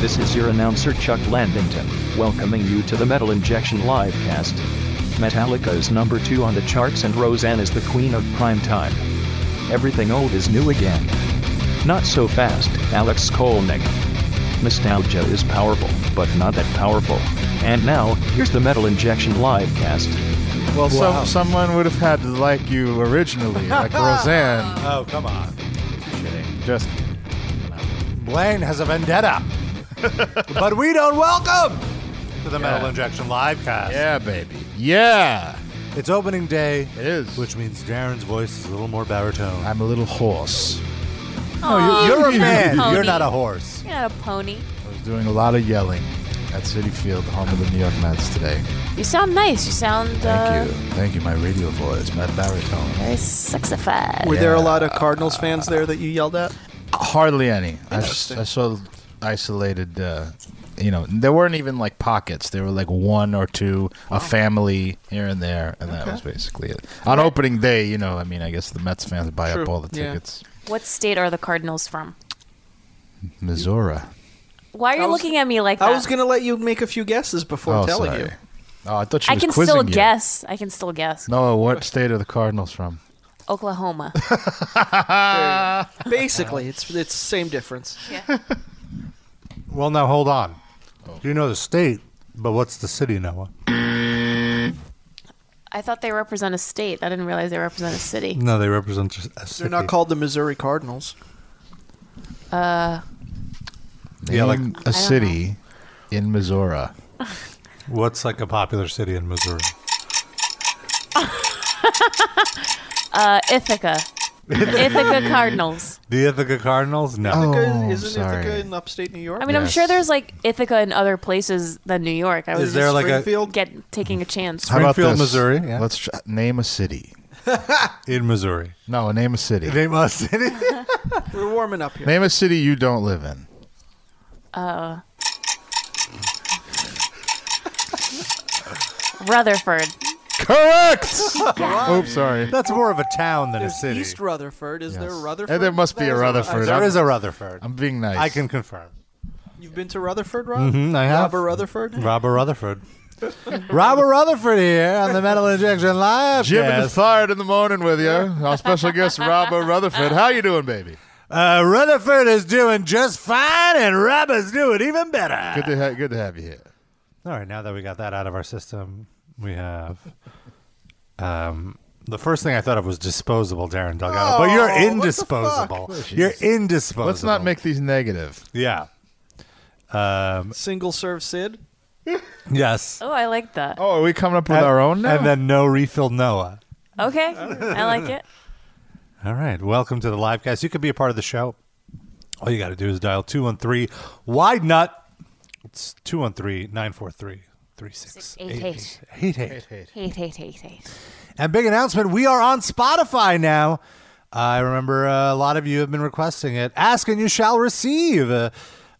This is your announcer Chuck Landington, welcoming you to the Metal Injection Livecast. Metallica is number two on the charts and Roseanne is the queen of prime time. Everything old is new again. Not so fast, Alex Kolnick. Nostalgia is powerful, but not that powerful. And now, here's the Metal Injection Livecast. Well, Wow. some, someone would have had to like you originally, like Roseanne. Oh, come on. Kidding. Just Blaine has a vendetta. but we don't welcome to the Metal Injection Livecast. yeah, baby, yeah. It's opening day, It is. which means Darren's voice is a little more baritone. I'm a little hoarse. Aw, You're a Oh, you're man. pony. You're not a horse. You're not a pony. I was doing a lot of yelling at City Field, the home of the New York Mets today. You sound nice. You sound Thank uh, you, thank you, my radio voice, my baritone. very sexified. Were there a lot of Cardinals fans there that you yelled at? Hardly any. I, s- I saw isolated. Uh, you know, there weren't even like pockets. There were like one or two, a family here and there, and that was basically it. On opening day, you know, I mean, I guess the Mets fans buy up True, all the yeah. tickets. What state are the Cardinals from? Missouri. Why are you was- looking at me like that? I was gonna let you make a few guesses before telling you. Oh, I thought she I was can quizzing still you. guess. I can still guess. No, what state are the Cardinals from? Oklahoma. Basically, it's it's same difference. Well, now hold on. Oh. You know the state, but what's the city, Noah? I thought they represent a state. I didn't realize they represent a city. No, they represent a a city. They're not called the Missouri Cardinals. Uh, Yeah, like- Name a city in Missouri. What's like a popular city in Missouri? Uh, Ithaca. Ithaca Cardinals. The Ithaca Cardinals? No. Oh, Isn't sorry. Ithaca in upstate New York? I mean, I'm Yes. sure there's like Ithaca in other places than New York. I was Is there just like a- Springfield? get taking a chance. How about Springfield, this? Missouri, yeah. Let's tr- name a city. In Missouri. No, name a city. Name a city? We're warming up here. Name a city you don't live in. Uh. Rutherford. Correct. Oops, sorry. That's more of a town than a There's city. East Rutherford. Is there Yes. Rutherford? Eh, there must be a There's Rutherford. there I'm, is a Rutherford. I'm being nice. I can confirm. You've been to Rutherford, Rob? Mm-hmm, Mm, I have. Robert Rutherford. Robert Rutherford. Robert Rutherford here on the Metal Injection Live. Jim and the cast. Third in the morning with you. Our special guest, Robert Rutherford. How you doing, baby? uh, Rutherford is doing just fine, and Robert's doing even better. Good to ha- good to have you here. All right, now that we got that out of our system, we have. Um, the first thing I thought of was disposable, Darren Delgado. but Oh, you're indisposable. You're indisposable. Let's not make these negative. Yeah. Um, Single serve Sid. yes. Oh, I like that. Oh, are we coming up with our own now? And then no refill Noah. Okay, I like it. All right. Welcome to the live cast. You can be a part of the show. All you got to do is dial 213 Wide Nut. It's 213 943 Eight. 3688. Hate, hate, hate, hate. And big announcement we are on Spotify now. I remember uh, a lot of you have been requesting it. Ask and you shall receive. Uh,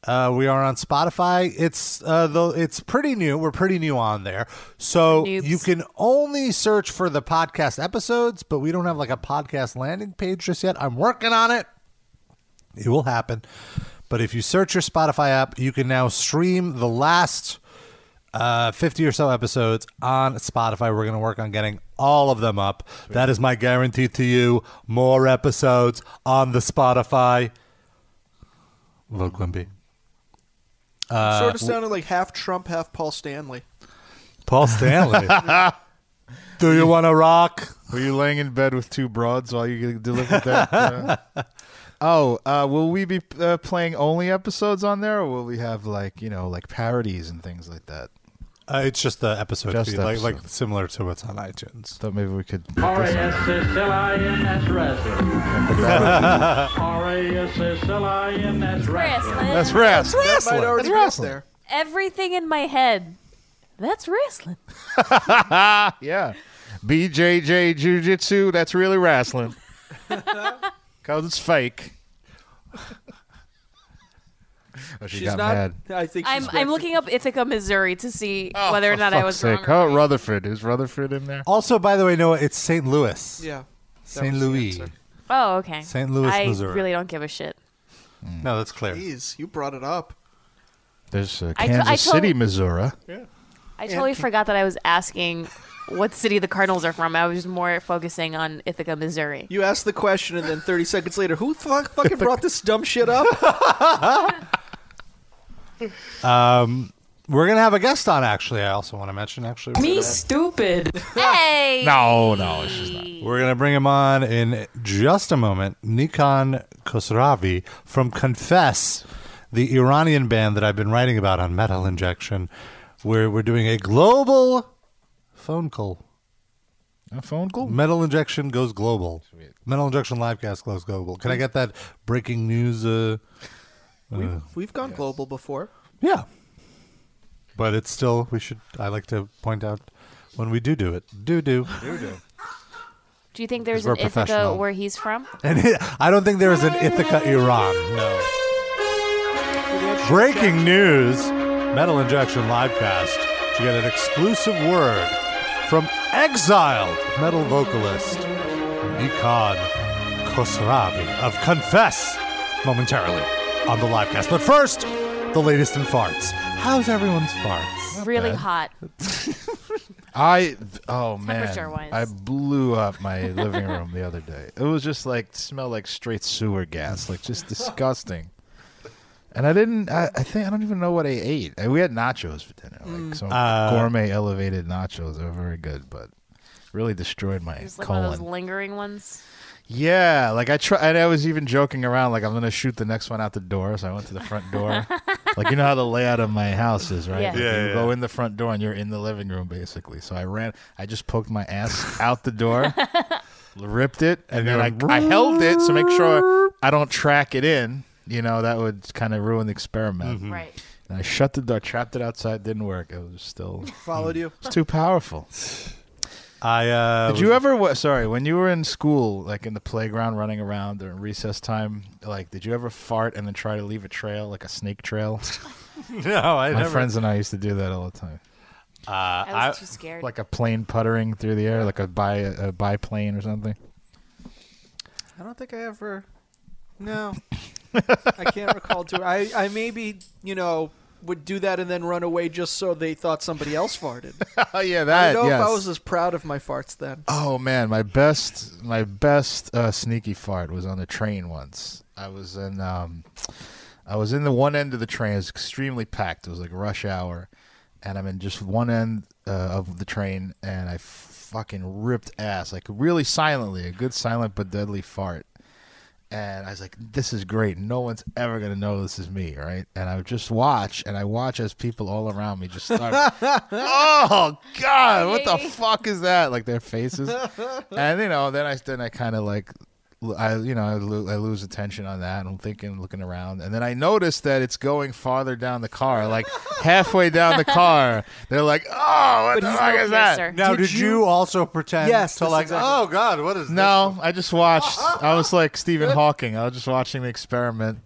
uh, we are on Spotify. It's uh, the, it's pretty new. We're pretty new on there, so Noobs. you can only search for the podcast episodes. But we don't have like a podcast landing page just yet. I'm working on it. It will happen. But if you search your Spotify app, you can now stream the last uh, 50 or so episodes on Spotify. We're going to work on getting all of them up. That is my guarantee to you. More episodes on the Spotify. Vote Quimby. Uh, Uh, sort of sounded like half Trump, half Paul Stanley. Paul Stanley. Do you want to rock? Were you laying in bed with two broads while you delivered that? uh, oh, uh, will we be uh, playing only episodes on there, or will we have like you know like parodies and things like that? Uh, it's just the episode Just feed, like, like episode. similar to what's on iTunes. Thought maybe we could. R-A-S-S-L-I-N, that's R-A-S-S-L-I-N, that's Wrestling. That's rest. That's Might already be up there. Everything in my head. That's wrestling. Yeah. BJJ Jiu Jitsu. That's really wrestling. Cause it's fake. Oh, she She's got not. mad. I think I'm she's I'm with- looking up Ithaca, Missouri to see whether or For not I fuck's was sake. wrong. or How about right. Oh, Rutherford? Is Rutherford in there? Also, by the way, Noah, it's St. Louis. Yeah. That St. was the Louis. answer. Oh, okay. St. Louis, I Missouri. really don't give a shit. No, that's clear. Jeez, you brought it up. There's uh, I to- I Kansas City, totally- Missouri. I totally forgot that I was asking what city the Cardinals are from. I was more focusing on Ithaca, Missouri. You ask the question, and then 30 seconds later, who the fuck fucking brought this dumb shit up? Uh, Um, We're gonna have a guest on. Actually, I also want to mention. Actually, we're gonna- stupid. Hey! No, no, it's just not. we're gonna bring him on in just a moment. Nikon Khosravi from Confess, the Iranian band that I've been writing about on Metal Injection, where we're doing a global phone call. A phone call? Metal Injection goes global. Metal Injection livecast goes global. Can I get that breaking news? Uh, We've gone global before. Yeah. But it's still we should I like to point out when we do do it. Do do. Do you think there's we're an Ithaca professional. where he's from? And it, I don't think there is an Ithaca Iran. No. Breaking news. Metal Injection livecast. You get an exclusive word from exiled metal vocalist Nikon Khosravi of Confess momentarily on the livecast. But first, the latest in farts. How's everyone's farts? Really bad. hot. I oh man, Temperature-wise. I blew up my living room the other day. It was just like smelled like straight sewer gas, like just disgusting. And I didn't. I, I think I don't even know what I ate. Uh, We had nachos for dinner, Mm. like some gourmet elevated nachos. They were very good, but really destroyed my It's like one of colon. those lingering ones. yeah, like I try. And I was even joking around, like I'm gonna shoot the next one out the door. So I went to the front door. like you know how the layout of my house is, right? Yeah. Like, Yeah, you yeah, go yeah. in the front door and you're in the living room basically. So I ran. I just poked my ass out the door, ripped it, and, then I, you're I held it to make sure I don't track it in. You know that would kind of ruin the experiment. Mm-hmm. Right. And I shut the door, trapped it outside. Didn't work. It was still Followed you. it's too powerful. I uh Did you ever? wa- Sorry, when you were in school, like in the playground, running around during recess time, like did you ever fart and then try to leave a trail, like a snake trail? No, I My never. Uh, friends and I used to do that all the time, I was too scared. like a plane puttering through the air, like a bi a biplane or something. I don't think I ever. No, I can't recall. To I, I maybe you know would do that and then run away just so they thought somebody else farted. Oh yeah, I that. don't know yes. if I was as proud of my farts then. Oh man, my best my best uh, sneaky fart was on the train once. I was in um, I was in the one end of the train. It was extremely packed. It was like rush hour, and I'm in just one end uh, of the train, and I fucking ripped ass like really silently, a good silent but deadly fart. And I was like, "This is great. No one's ever gonna know this is me, right?" And I would just watch, and I watch as people all around me just start. oh God, what the fuck is that? Like their faces, and you know, then I then I kind of like, l- I you know, I, lo- I lose attention on that. And I'm thinking, looking around, and then I notice that it's going farther down the car, like halfway down the car. They're like, "Oh, what the he's fuck no is that?" piercer. Now, did, Did you, you- also pretend Yes, to that's like? exactly- Oh God, what is No, I just watched. I was like Stephen Hawking. I was just watching the experiment,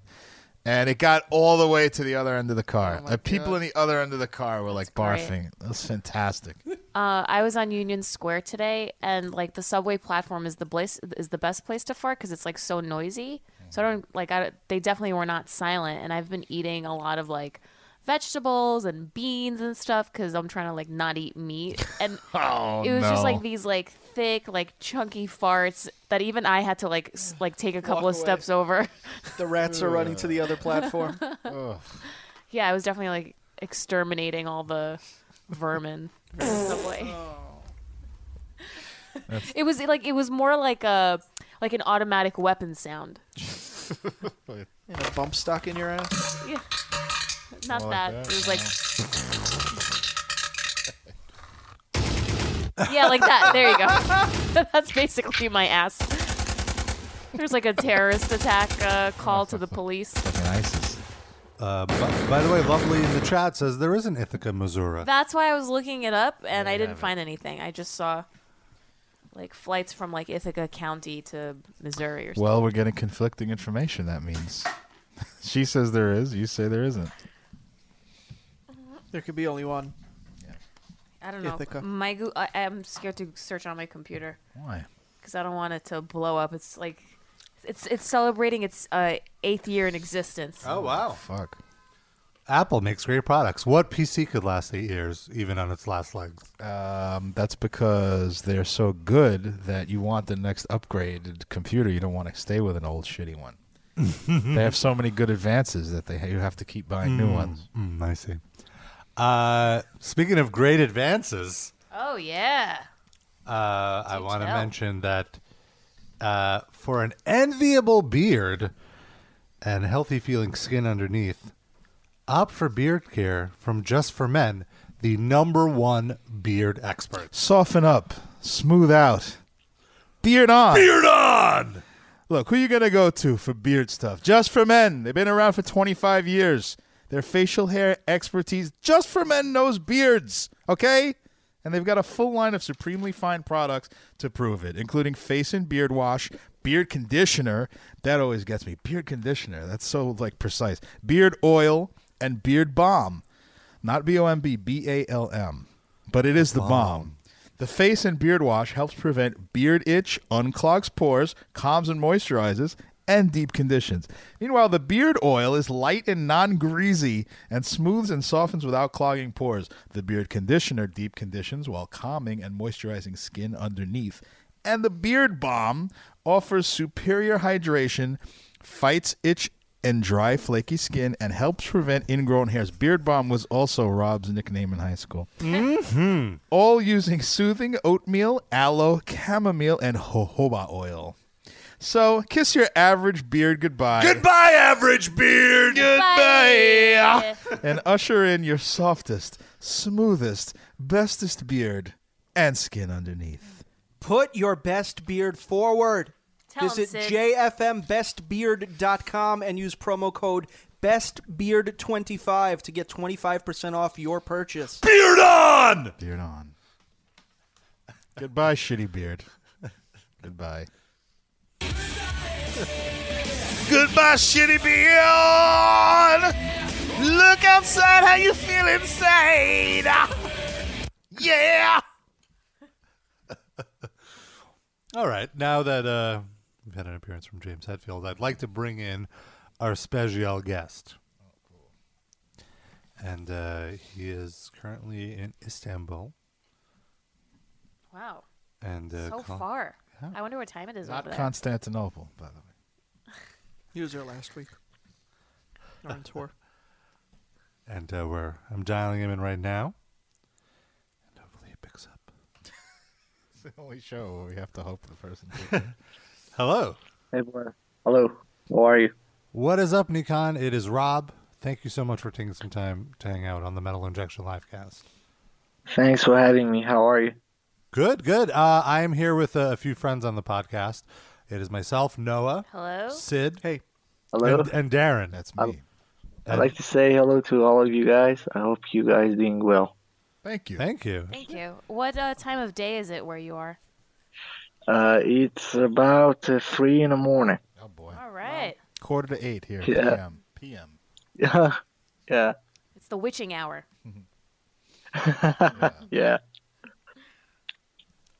and it got all the way to the other end of the car. Uh, people in the other end of the car were like great. barfing. That's fantastic. Uh, I was on Union Square today, and like the subway platform is the place is the best place to fart because it's like so noisy. So I don't like I don't- they definitely were not silent, and I've been eating a lot of like vegetables and beans and stuff because I'm trying to like not eat meat, and Oh it was just no. like these like thick like chunky farts that even I had to like s- like take a couple of away. steps over. The rats are running to the other platform. yeah, I was definitely like exterminating all the vermin from the subway. Oh. it was like it was more like a like an automatic weapon sound. You know, bump stock in your ass. Yeah. Not More that. like that, It was like Yeah, like that. There you go. That's basically my ass. There's like a terrorist attack uh, call to the police. Fucking ISIS. Uh, by, by the way, lovely in the chat says there is an Ithaca, Missouri. That's why I was looking it up, and I didn't find anything. I just saw like flights from like Ithaca County to Missouri or something. Well, we're getting conflicting information. That means she says there is. You say there isn't. There could be only one. I don't know. Ithaca. My Goo- I, I'm scared to search on my computer Why? because I don't want it to blow up. It's like it's it's celebrating its uh, eighth year in existence. Oh wow! Fuck. Apple makes great products. What PC could last eight years, even on its last legs? Um, that's because they're so good that you want the next upgraded computer. You don't want to stay with an old shitty one. they have so many good advances that they you have to keep buying new ones. Mm, I see. Uh, speaking of great advances, Oh yeah. uh, I want to tell. mention that uh, for an enviable beard and healthy feeling skin underneath, opt for beard care from Just for Men, the number one beard expert. Soften up, smooth out, beard on. Beard on! Look, who you gonna go to for beard stuff? Just for men. They've been around for 25 years. Their facial hair expertise, just for men, knows beards. Okay, and they've got a full line of supremely fine products to prove it, including face and beard wash, beard conditioner. That always gets me. Beard conditioner. That's so like precise. Beard oil and beard balm, not B O M B, B A L M, but it is the bomb. The face and beard wash helps prevent beard itch, unclogs pores, calms and moisturizes, and deep conditions. Meanwhile, the beard oil is light and non greasy and smooths and softens without clogging pores. The beard conditioner deep conditions while calming and moisturizing skin underneath. And the beard balm offers superior hydration, fights itch and dry, flaky skin, and helps prevent ingrown hairs. Beard balm was also Rob's nickname in high school Mm-hmm. Hmm. all using soothing oatmeal, aloe, chamomile, and jojoba oil. So kiss your average beard goodbye. Goodbye, average beard! Bye. and usher in your softest, smoothest, bestest beard and skin underneath. Put your best beard forward. Tell 'em, Visit Sid. jfmbestbeard.com and use promo code bestbeard25 to get 25% off your purchase. Beard on! Beard on. goodbye, shitty beard. Goodbye. Goodbye, shitty beyond. Look outside how you feel inside. Yeah. All right. Now that uh, we've had an appearance from James Hetfield, I'd like to bring in our special guest. And uh, he is currently in Istanbul. Wow. And uh, So Col- far. I wonder what time it is Not over there. Constantinople, by the way. He was there last week. Or on tour. And uh, we're, I'm dialing him in right now. And hopefully he picks up. It's the only show where we have to hope the person. picks up. Hello. Hey, boy. Hello. How are you? What is up, Nikon? It is Rob. Thank you so much for taking some time to hang out on the Metal Injection Livecast. Thanks for having me. How are you? Good, good. Uh, I am here with uh, a few friends on the podcast. It is myself, Noah, Hello? Sid, Hey, Hello. and, and Darren. That's me. Um, I'd like to say hello to all of you guys. I hope you guys doing well. Thank you. Thank you. Thank you. What uh, time of day is it where you are? Uh, it's about uh, three in the morning. oh boy. All right. Quarter to eight here. Yeah. PM. PM. Yeah, yeah, It's the witching hour. Um, yeah.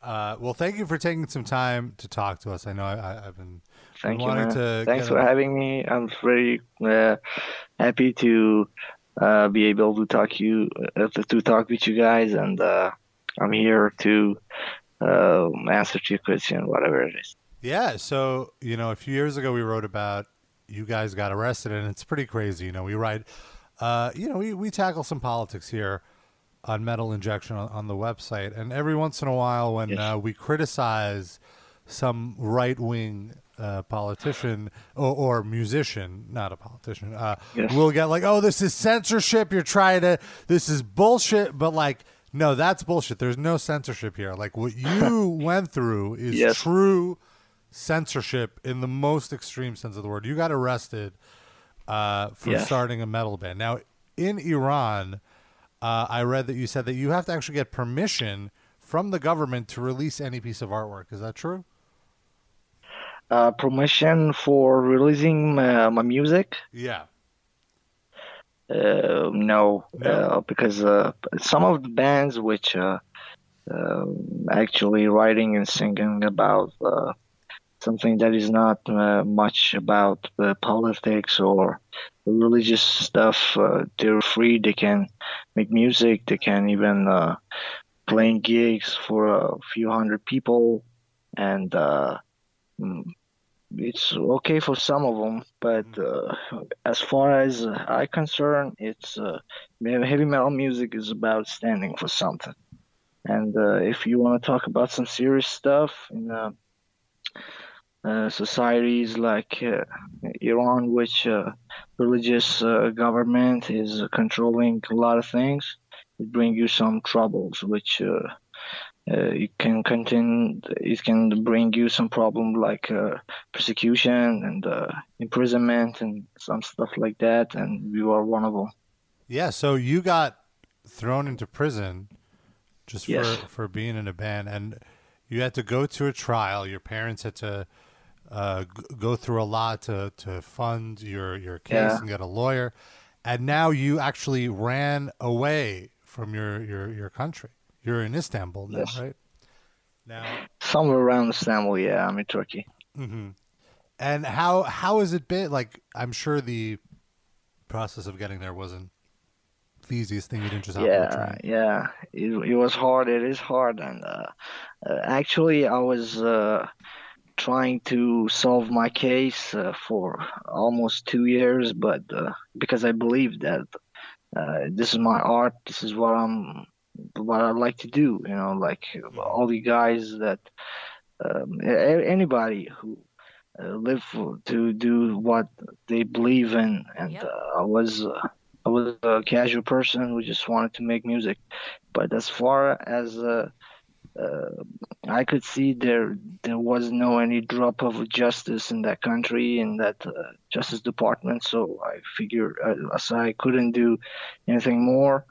Uh, well, thank you for taking some time to talk to us. I know I, I, I've been Thank you, wanting man. to. Thanks get for a- having me. I'm very uh, happy to uh, be able to talk you uh, to talk with you guys, and uh, I'm here to uh, answer to your question, whatever it is. Yeah. So you know, a few years ago, we wrote about you guys got arrested, and it's pretty crazy. You know, we write. Uh, you know, we we tackle some politics here on Metal Injection on, on the website, and every once in a while, when Yes. uh, we criticize some right wing. Uh, politician or, or musician, not a politician. Uh, Yes. We'll get like, oh, this is censorship. You're trying to, this is bullshit. But like, no, that's bullshit. There's no censorship here. Like what you went through is Yes. true censorship in the most extreme sense of the word. You got arrested uh, for Yes. starting a metal band. Now, in Iran, uh, I read that you said that you have to actually get permission from the government to release any piece of artwork. Is that true? Uh, permission for releasing uh, my music. Yeah. Uh, no, No? Uh, because uh, some of the bands which uh, uh, actually writing and singing about uh, something that is not uh, much about uh, politics or religious stuff. Uh, they're free. They can make music. They can even uh, playing gigs for a few hundred people, and uh, mm, it's okay for some of them. But uh, as far as I'm concerned, it's uh, heavy metal music is about standing for something. And uh, if you want to talk about some serious stuff in uh, uh, societies like uh, Iran, which uh, religious uh, government is controlling a lot of things, it brings you some troubles, which uh, uh, it can contain, it can bring you some problem like uh, persecution and uh, imprisonment and some stuff like that. And you are one of them. Yeah, so you got thrown into prison just Yes. for for being in a band, and you had to go to a trial. Your parents had to uh, g- go through a lot to to fund your your case Yeah. and get a lawyer, and now you actually ran away from your your your country. You're in Istanbul now, Yes. right? Now, Somewhere around Istanbul, yeah, I'm in Turkey. hmm And how how has it been? Like, I'm sure the process of getting there wasn't the easiest thing. You didn't just hop on a yeah train. yeah it, it was hard it is hard and uh, uh, actually i was uh, trying to solve my case uh, for almost two years but uh, because i believe that uh, this is my art this is what i'm what i like to do you know like Mm-hmm. all the guys that um, a- anybody who uh, live for, to do what they believe in and Yep. uh, i was uh, I was a casual person who just wanted to make music. But as far as uh, uh, I could see, there there was no any drop of justice in that country in that uh, justice department. So I figured, uh, as I couldn't do anything more,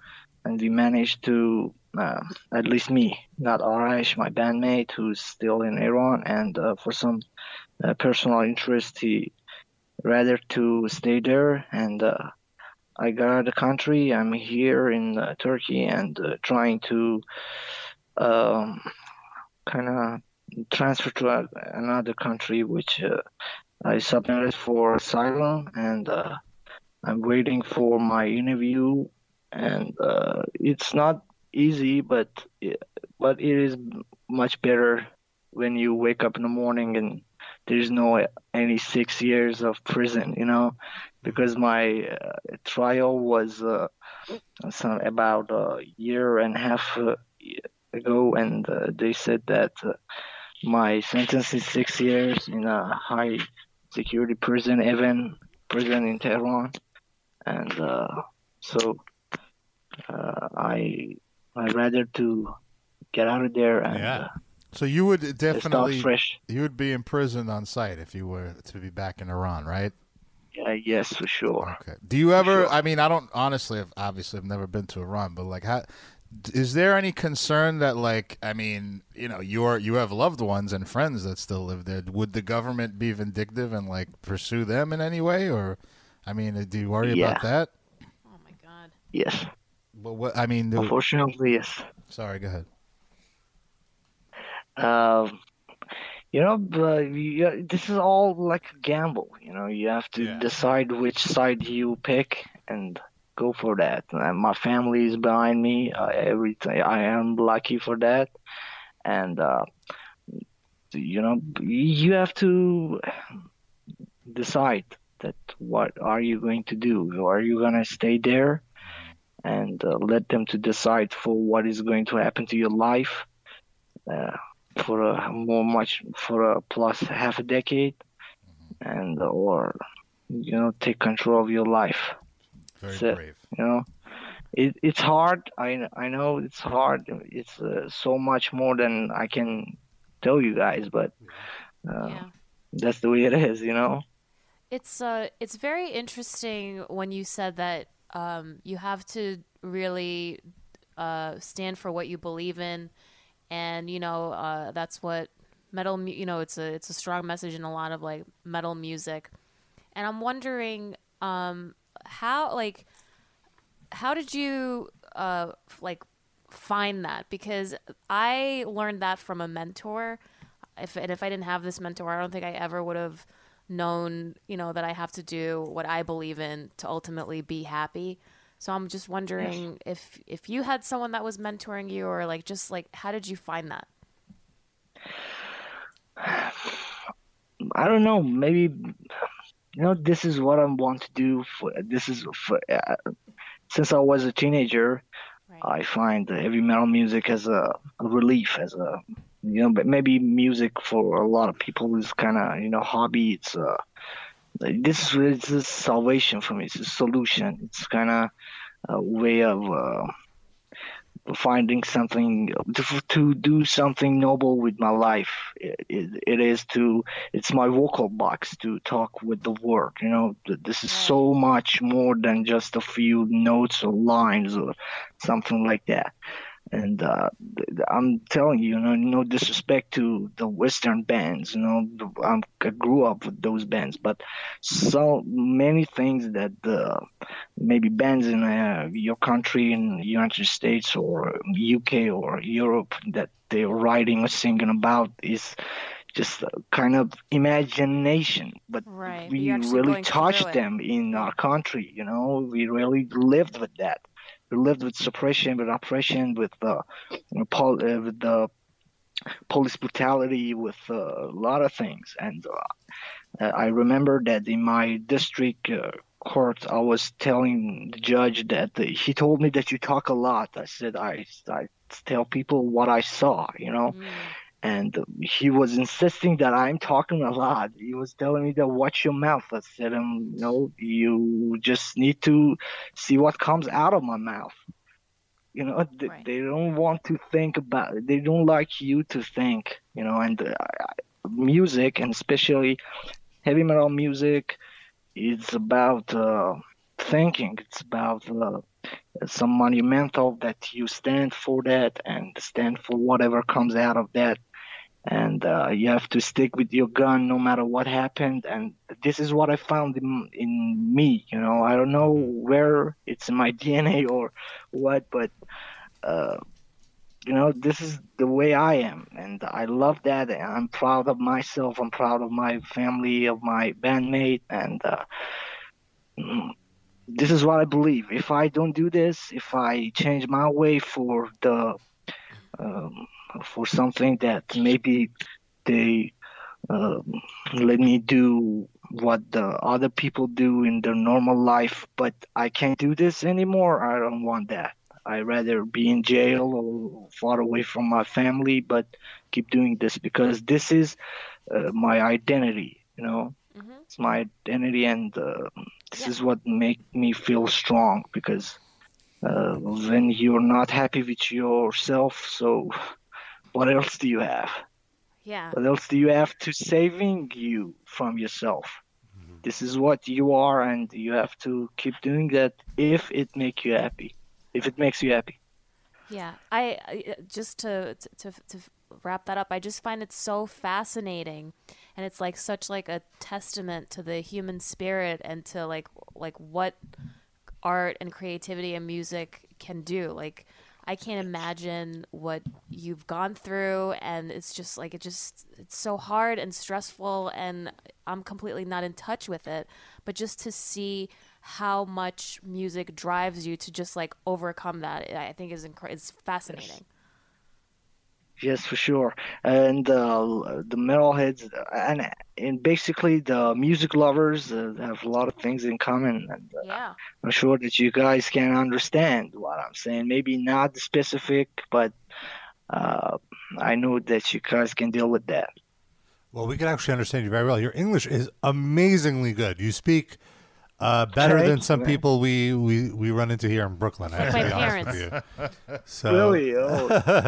and we managed to. Uh, at least me, not Arash, my bandmate, who's still in Iran, and uh, for some uh, personal interest, he rather to stay there and uh, I got out of the country. I'm here in uh, Turkey and uh, trying to um, kind of transfer to a, another country, which uh, I submitted for asylum, and uh, I'm waiting for my interview. And uh, it's not easy, but it, but it is much better when you wake up in the morning and there's no any six years of prison, you know because my uh, trial was uh, some, about a year and a half uh, ago, and uh, they said that uh, my sentence is six years in a high security prison, even prison in Tehran, and uh, so uh, I I rather to get out of there and Yeah. So you would uh, start definitely fresh. you would be imprisoned on site if you were to be back in Iran, right? Yeah, yes, for sure. Okay. Do you ever? I mean, I don't honestly. I've, obviously, I've never been to Iran, but like, how is there any concern that like? I mean, you know, you're you have loved ones and friends that still live there. Would the government be vindictive and like pursue them in any way? Or, I mean, uh, do you worry about Yeah. that? Oh my god. Yes, But what I mean, do, unfortunately, yes. sorry, go ahead. Um, you know, uh, you, this is all like a gamble. You know, you have to decide which side you pick and go for that. And my family is behind me. Uh, every t- I am lucky for that, and uh, you know, you have to decide that what are you going to do? Are you gonna stay there and uh, let them to decide for what is going to happen to your life? Uh, for a more much for a plus half a decade and or you know take control of your life Very So- brave. you know it, it's hard i i know it's hard it's uh, so much more than i can tell you guys but uh, Yeah. that's the way it is you know It's uh, it's very interesting when you said that um, you have to really uh, stand for what you believe in, and you know uh, that's what metal. Mu- you know, it's a it's a strong message in a lot of like metal music, and I'm wondering um, how like how did you uh, f- like find that? Because I learned that from a mentor if and if I didn't have this mentor, I don't think I ever would have known, you know, that I have to do what I believe in to ultimately be happy. So I'm just wondering if if you had someone that was mentoring you or like just like how did you find that? I don't know. Maybe you know this is what I want to do. For this is for, uh, since I was a teenager, I find heavy metal music as a, a relief, as a you know, but maybe music for a lot of people is kind of you know hobby. It's uh, this is it's a salvation for me. It's a solution. It's kind of a way of. Uh, finding something to, to do something noble with my life it, it, it is to it's my vocal box to talk with the world you know Th- this is so much more than just a few notes or lines or something like that and uh, th- th- I'm telling you, you know, no disrespect to the Western bands, you know, the- I'm, I grew up with those bands, but so many things that uh, maybe bands in uh, your country, in United States or UK or Europe, that they're writing or singing about is just a kind of imagination, but Right. we You're actually really going through touched it. them in our country. You know, we really lived with that. We lived with suppression, with oppression, with uh, pol- uh, with the police brutality, with uh, a lot of things. And uh, I remember that in my district uh, court, I was telling the judge that he told me that you talk a lot. I said I I tell people what I saw. You know Mm-hmm. and he was insisting that I'm talking a lot. He was telling me to watch your mouth. I said, um, no, you just need to see what comes out of my mouth. You know, th- Right. they don't want to think about They don't like you to think, you know, and uh, I- music, and especially heavy metal music, it's about uh, thinking. It's about uh, some monumental that you stand for that and stand for whatever comes out of that and uh, you have to stick with your gun no matter what happened and this is what i found in, in me you know i don't know where it's in my dna or what but uh, you know this is the way i am and i love that and i'm proud of myself i'm proud of my family of my bandmate and uh, mm, this is what i believe if i don't do this if i change my way for the um, for something that maybe they um, let me do what the other people do in their normal life, but I can't do this anymore. I don't want that. I rather be in jail or far away from my family, but keep doing this because this is uh, my identity. You know, it's my identity, and uh, this is what make me feel strong because uh, when you're not happy with yourself, so what else do you have? Yeah. What else do you have to saving you from yourself? This is what you are, and you have to keep doing that if it make you happy. If it makes you happy. Yeah, I I- uh, just to to to wrap that up. I just find it so fascinating, and it's like such like a testament to the human spirit and to like like what art and creativity and music can do. Like I can't imagine what you've gone through, and it's just like it just it's so hard and stressful, and I'm completely not in touch with it. But just to see how much music drives you to just like overcome that, I I think is incre- is fascinating. Yes, for sure. And uh, the metalheads and and basically the music lovers uh, have a lot of things in common. And, uh, Yeah, I'm sure that you guys can understand what I'm saying. Maybe not specific, but uh, I know that you guys can deal with that. Well, we can actually understand you very well. Your English is amazingly good. You speak uh, better Thank than some you. people we, we, we run into here in Brooklyn. I have to my be honest with parents. you. So, Really? Oh,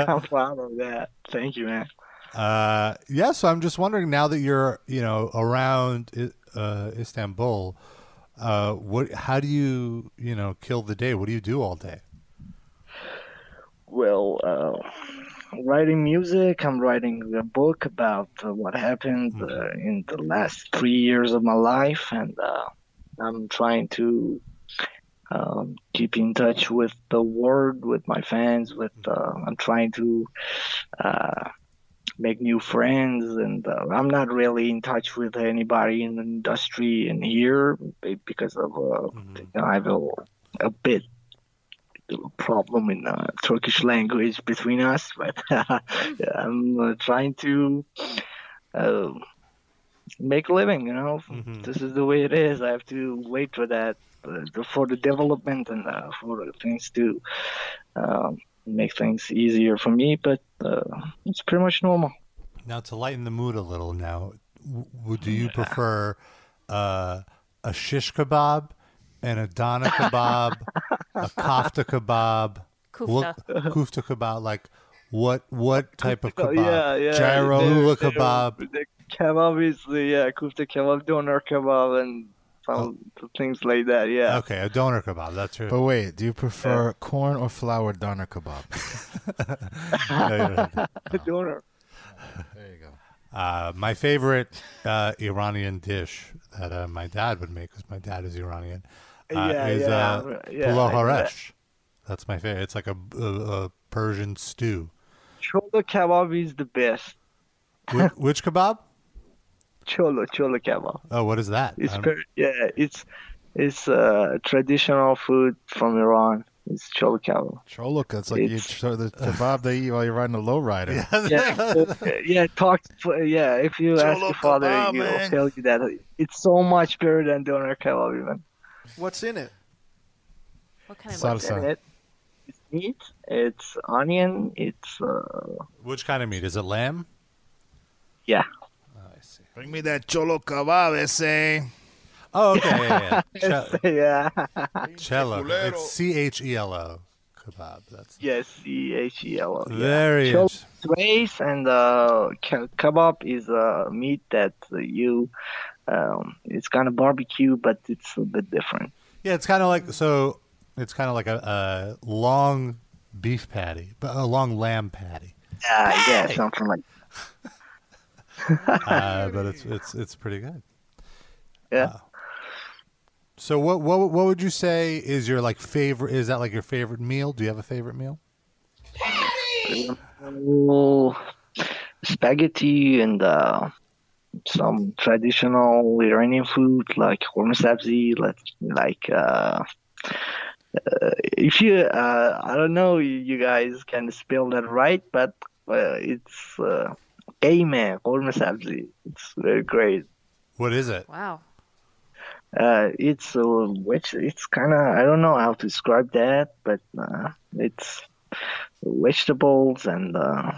I'm proud of that. Thank you, man. Uh, yeah, so I'm just wondering now that you're you know around I- uh, Istanbul, uh, what? How do you you know kill the day? What do you do all day? Well, uh, writing music, I'm writing a book about uh, what happened uh, in the last three years of my life, and uh, I'm trying to um, keep in touch with the world, with my fans, with uh, I'm trying to uh, make new friends, and uh, I'm not really in touch with anybody in the industry in here be- because of uh, you know, I have a, a bit problem in uh, Turkish language between us, but I'm uh, trying to uh, make a living. You know, Mm-hmm. this is the way it is. I have to wait for that, uh, for the development and uh, for things to um, make things easier for me. But uh, it's pretty much normal. Now to lighten the mood a little. Now, w- w- do you prefer uh, a shish kebab, an Adana kebab, a kofta kebab, Kufta. What, kufta kebab? Like what? What type of kebab? Oh, Yeah, yeah. Gyro There- hula there- kebab. The kebab is the yeah, kufta kebab, doner kebab, and some things like that. Yeah. Oh. Okay, a doner kebab. That's your. But wait, do you prefer corn or flour doner kebab? Doner. There you go. Uh, my favorite uh, Iranian dish that uh, my dad would make because my dad is Iranian uh, Yeah, is yeah, uh, yeah, pulao I know that. haresh. That's my favorite. It's like a, a, a Persian stew. Cholo kebab is the best. Which, which kebab? Cholo, cholo kebab. Oh, what is that? It's I'm- very, yeah, it's it's uh, traditional food from Iran. It's cholo kebab. Choluk, it's like you, It's- so the kebab they eat while you're riding a lowrider. Yeah, yeah. Talk. To, yeah, if you ask Cholo your father, kebab, he will man. tell you that it's so much better than doner kebab even. What's in it? What kind of Salsa. And it- It's meat. It's onion. It's uh, Which kind of meat? Is it lamb? yeah. Bring me that cholo kebab, ese. Oh, okay. Yeah, yeah. yeah. yeah. Che- cello. It's C H E L O kebab. That's Yes. C H E L O. yeah. very Cholo int- is rice and uh, ke- kebab is uh, meat that you. Um, it's kind of barbecue, but it's a bit different. Yeah, it's kind of like so. It's kind of like a, a long beef patty, but a long lamb patty. Uh, yeah, something like Uh, but it's it's it's pretty good. Uh, yeah. So what what what would you say is your like favorite? Is that like your favorite meal? Do you have a favorite meal? Oh, spaghetti and uh, some traditional Iranian food like horn sabzi, like, like uh, uh, if you, uh, I don't know, you, you guys can spell that right, but uh, it's uh, Qeyma, horn sabzi. It's very great. What is it? Wow. Uh, it's uh, which it's kind of I don't know how to describe that, but uh, it's vegetables and uh,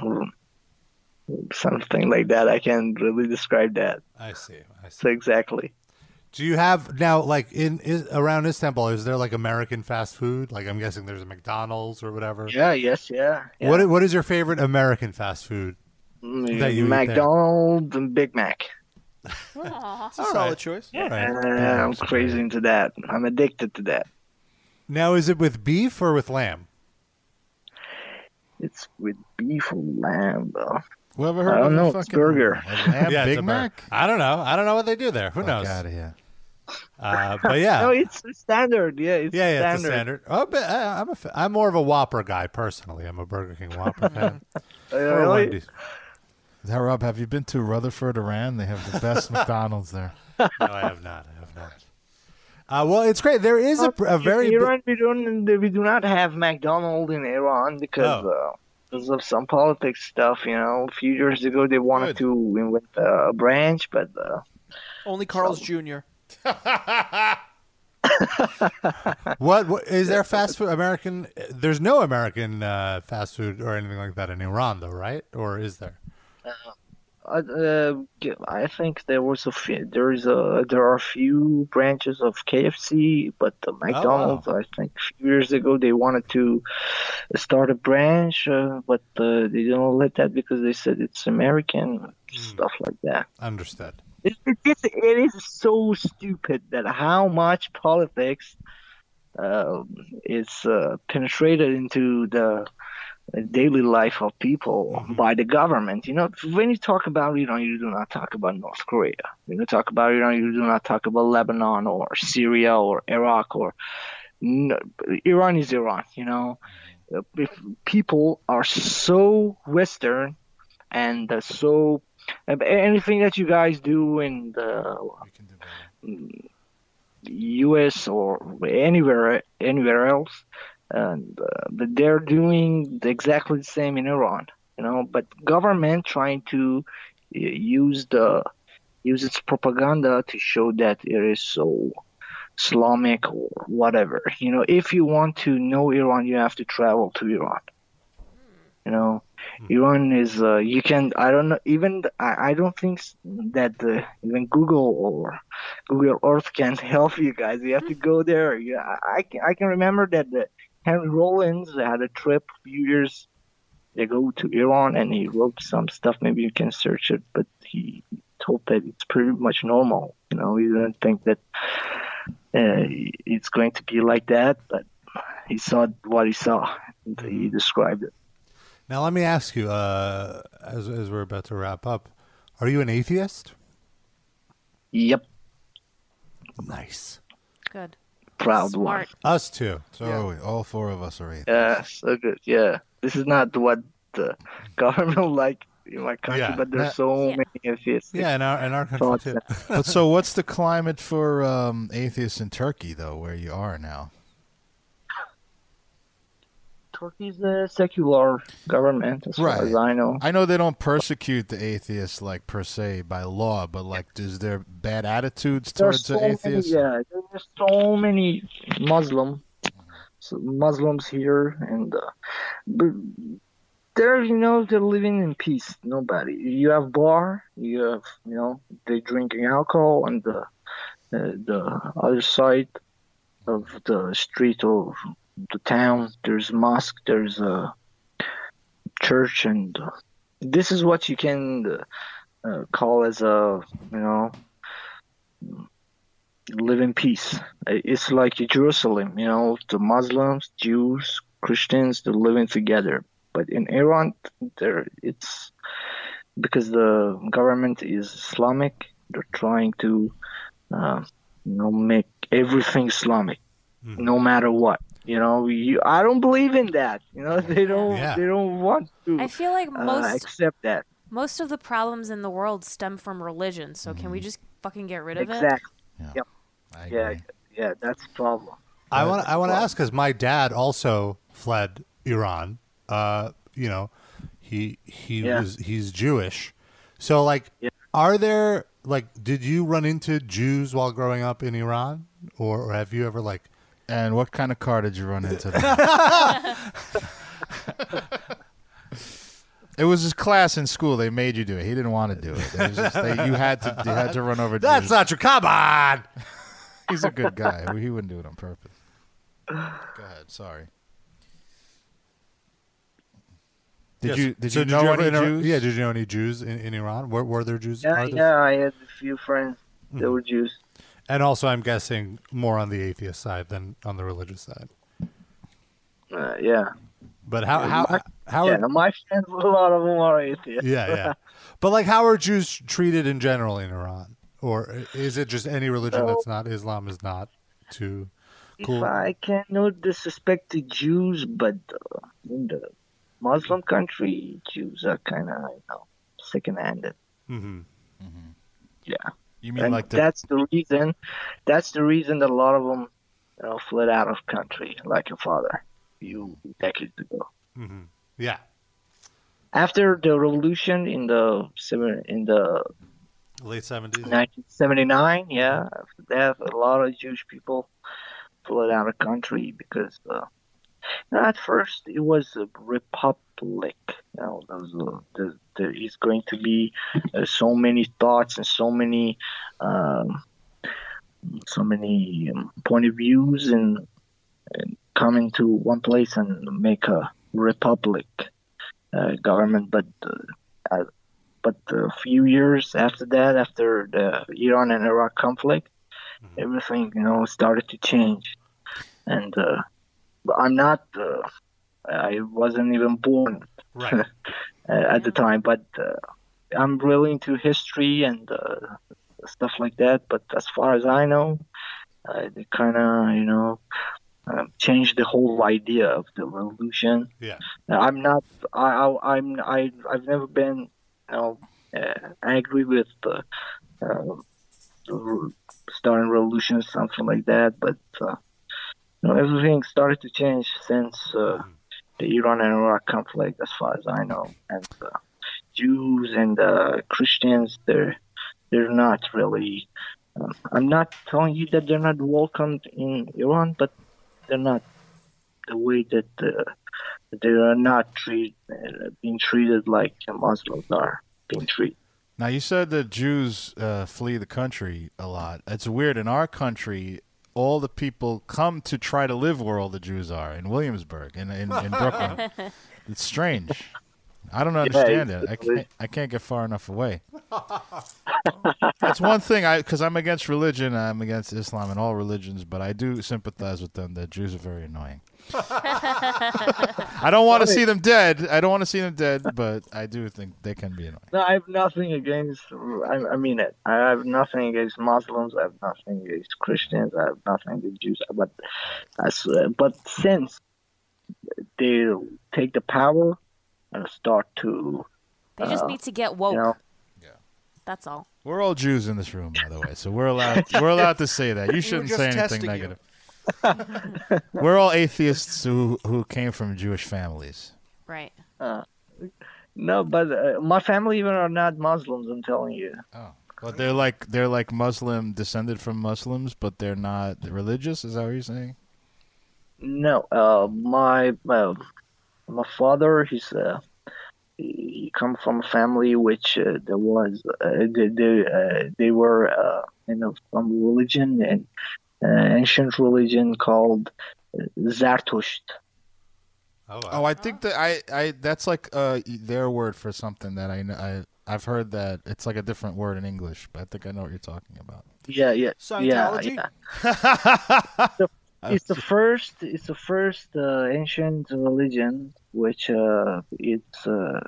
something like that. I can't really describe that I see. I see. so exactly. Do you have now like in is, around Istanbul? Is there like American fast food? Like I'm guessing there's a McDonald's or whatever. Yeah. Yes. Yeah. yeah. What i- what is your favorite American fast food? Mm, that you eat there? McDonald's and Big Mac. Aw. It's a solid choice. All right. Uh, I'm crazy into that. I'm addicted to that. Now, is it with beef or with lamb? It's with beef or lamb though. Whoever I heard don't of know, a it's fucking burger. a lamb Yeah, it's Big a burger. Mac? I don't know. I don't know what they do there. Who knows? out of here. Uh, but No, yeah, it's standard. Yeah. It's yeah, yeah, it's a standard. standard. Oh, but I, I'm a, fa- I'm more of a Whopper guy personally. I'm a Burger King Whopper fan. Uh, Or really? Wendy's. Now, Rob, have you been to Rutherford, Iran? They have the best McDonald's there. Uh, No, I have not. I have not. Uh, well, it's great. There is Oh, a, a very in big- Iran we don't we do not have McDonald's in Iran because Oh. uh, because of some politics stuff. You know, a few years ago they wanted to invent uh, a branch, but uh, Only Carl's Jr. what, what is there fast food American? uh, There's no American uh, fast food or anything like that in Iran, though, right? Or is there? uh, uh, I think there was a few, there is a there are a few branches of KFC, but the Oh, McDonald's I think a few years ago they wanted to start a branch, uh, but uh, they didn't let that because they said it's American Hmm. stuff like that. Understood. It, it, it's- it is so stupid that how much politics um, is uh, penetrated into the daily life of people by the government. You know, when you talk about Iran, you do not talk about North Korea. When you talk about Iran, you do not talk about Lebanon or Syria or Iraq or no, Iran is Iran. You know, Uh, if people are so Western and uh, so uh, anything that you guys do in the U.S. or anywhere anywhere else, and uh, but they're doing exactly the same in Iran, you know. But government trying to uh, use the use its propaganda to show that it is so Islamic or whatever. You know, if you want to know Iran, you have to travel to Iran. You know, Iran is uh, you can I don't know even I, I don't think s- that uh, even Google or Google Earth can help you guys. You have to go there. Yeah, I I can, I can remember that uh, Henry Rollins had a trip a few years ago to Iran and he wrote some stuff. Maybe you can search it, but he told that it's pretty much normal. You know, he didn't think that uh, it's going to be like that, but he saw what he saw. And he described it. Now, let me ask you, uh, as, as we're about to wrap up, are you an atheist? Yep. Nice. Good. Proud one. Us too. So are we. all four of us are atheists. Yeah, so good. Yeah, this is not what the government like in my country, Yeah, but there's that- so many atheists. Yeah, in our in our country thoughts. too. but so, what's the climate for um, atheists in Turkey, though, where you are now? Turkey's a secular government, as far as I know. I know they don't persecute the atheists like per se by law, but like, is there bad attitudes towards There's the atheists? Many, yeah, there's so many Muslim so Muslims here, and uh, but there you know they're living in peace. Nobody. You have bar. You have you know they drinking alcohol, and the uh, the other side of the street or the town there's mosque, there's a church, and uh, this is what you can. Uh, uh, call as a you know live in peace. It's like Jerusalem, you know, the Muslims, Jews, Christians, they're living together. But in Iran, there it's because the government is Islamic. They're trying to, uh, you know, make everything Islamic, no matter what. You know, you, I don't believe in that. You know, they don't. Yeah. They don't want to. I feel like uh, most- accept that. Most of the problems in the world stem from religion, so can we just fucking get rid of it? Exactly. Mm-hmm. Yep. Yeah, yeah, that's the problem. I want I want to ask because my dad also fled Iran. Uh, you know, he he Yeah. was he's Jewish, so like, are there like did you run into Jews while growing up in Iran, or, or have you ever like? And what kind of car did you run into? It was his class in school. They made you do it. He didn't want to do it. It was just that you had to you had to run over. That's Jews. not your. Come on. He's a good guy. He wouldn't do it on purpose. Go ahead. Sorry. Did Yes. you did So you know ever any inter- Jews? Yeah, did you know any Jews in, in Iran? Were, were there Jews? Yeah, are Mm-hmm. there- yeah, I had a few friends that were Jews. And also, I'm guessing more on the atheist side than on the religious side. Uh, yeah. But how how how yeah, are, my friends, a lot of them are atheists. yeah, yeah. But like, how are Jews treated in general in Iran, or is it just any religion that's not Islam is not too cool? If I can no disrespect to Jews, but uh, in the Muslim country, Jews are kind of you know second-handed. Mm-hmm. Yeah. You mean And like the- that's the reason? That's the reason that a lot of them, you know, fled out of country, like your father, a few decades ago. Mm-hmm. Yeah. After the revolution in the seven- in the Late seventies. 1979. Yeah, after that, a lot of Jewish people fled out of country because uh, you know, at first it was a republic. You know, there was a, there, there is going to be uh, so many thoughts and so many um, so many um, point of views and, and come into one place and make a republic uh, government, but. Uh, I, but a few years after that, after the Iran and Iraq conflict, everything you know started to change. And uh, but I'm not, uh, I wasn't even born Right. at the time, but uh, I'm really into history and uh, stuff like that. But as far as I know, uh, they kind of you know um, changed the whole idea of the revolution. Yeah. Now, I'm not. I, I I'm I I've never been you know, uh, I agree with the uh, r- starting revolution, something like that. But uh, you know, everything started to change since uh, the Iran and Iraq conflict, as far as I know. And uh, Jews and uh, Christians, they're they're not really. Um, I'm not telling you that they're not welcomed in Iran, but they're not the way that uh, they are not treat, uh, being treated like the Muslims are being treated. Now you said that Jews uh, flee the country a lot. It's weird in our country. All the people come to try to live where all the Jews are in Williamsburg and in, in, Brooklyn. It's strange. I don't understand it. I can't. I can't get far enough away. That's one thing. I because I'm against religion. I'm against Islam and all religions, but I do sympathize with them. That Jews are very annoying. I don't want to see them dead. I don't want to see them dead, but I do think they can be annoying. No, I have nothing against. I, I mean it. I have nothing against Muslims. I have nothing against Christians. I have nothing against Jews. But, as, but since they take the power and start to, They just need to get woke. Uh, you know, That's all. We're all Jews in this room, by the way, so we're allowed we're allowed to say that. You shouldn't just say anything testing you. negative. we're all atheists who who came from Jewish families. Right. uh, no. But uh, my family even are not Muslims. I'm telling you. Oh, but they're like they're like Muslim descended from Muslims, but they're not religious. Is that what you're saying? No, uh, my uh, my father, he's uh, he he come from a family which uh, there was uh, they they, uh, they were uh, you know from religion and uh, ancient religion called uh, Zarathustra. Oh, I think that I, I that's like uh their word for something that I know I I've heard that it's like a different word in English, but I think I know what you're talking about. Yeah, yeah, yeah, Scientology? yeah. it's the first it's the first uh, ancient religion which uh, it's uh,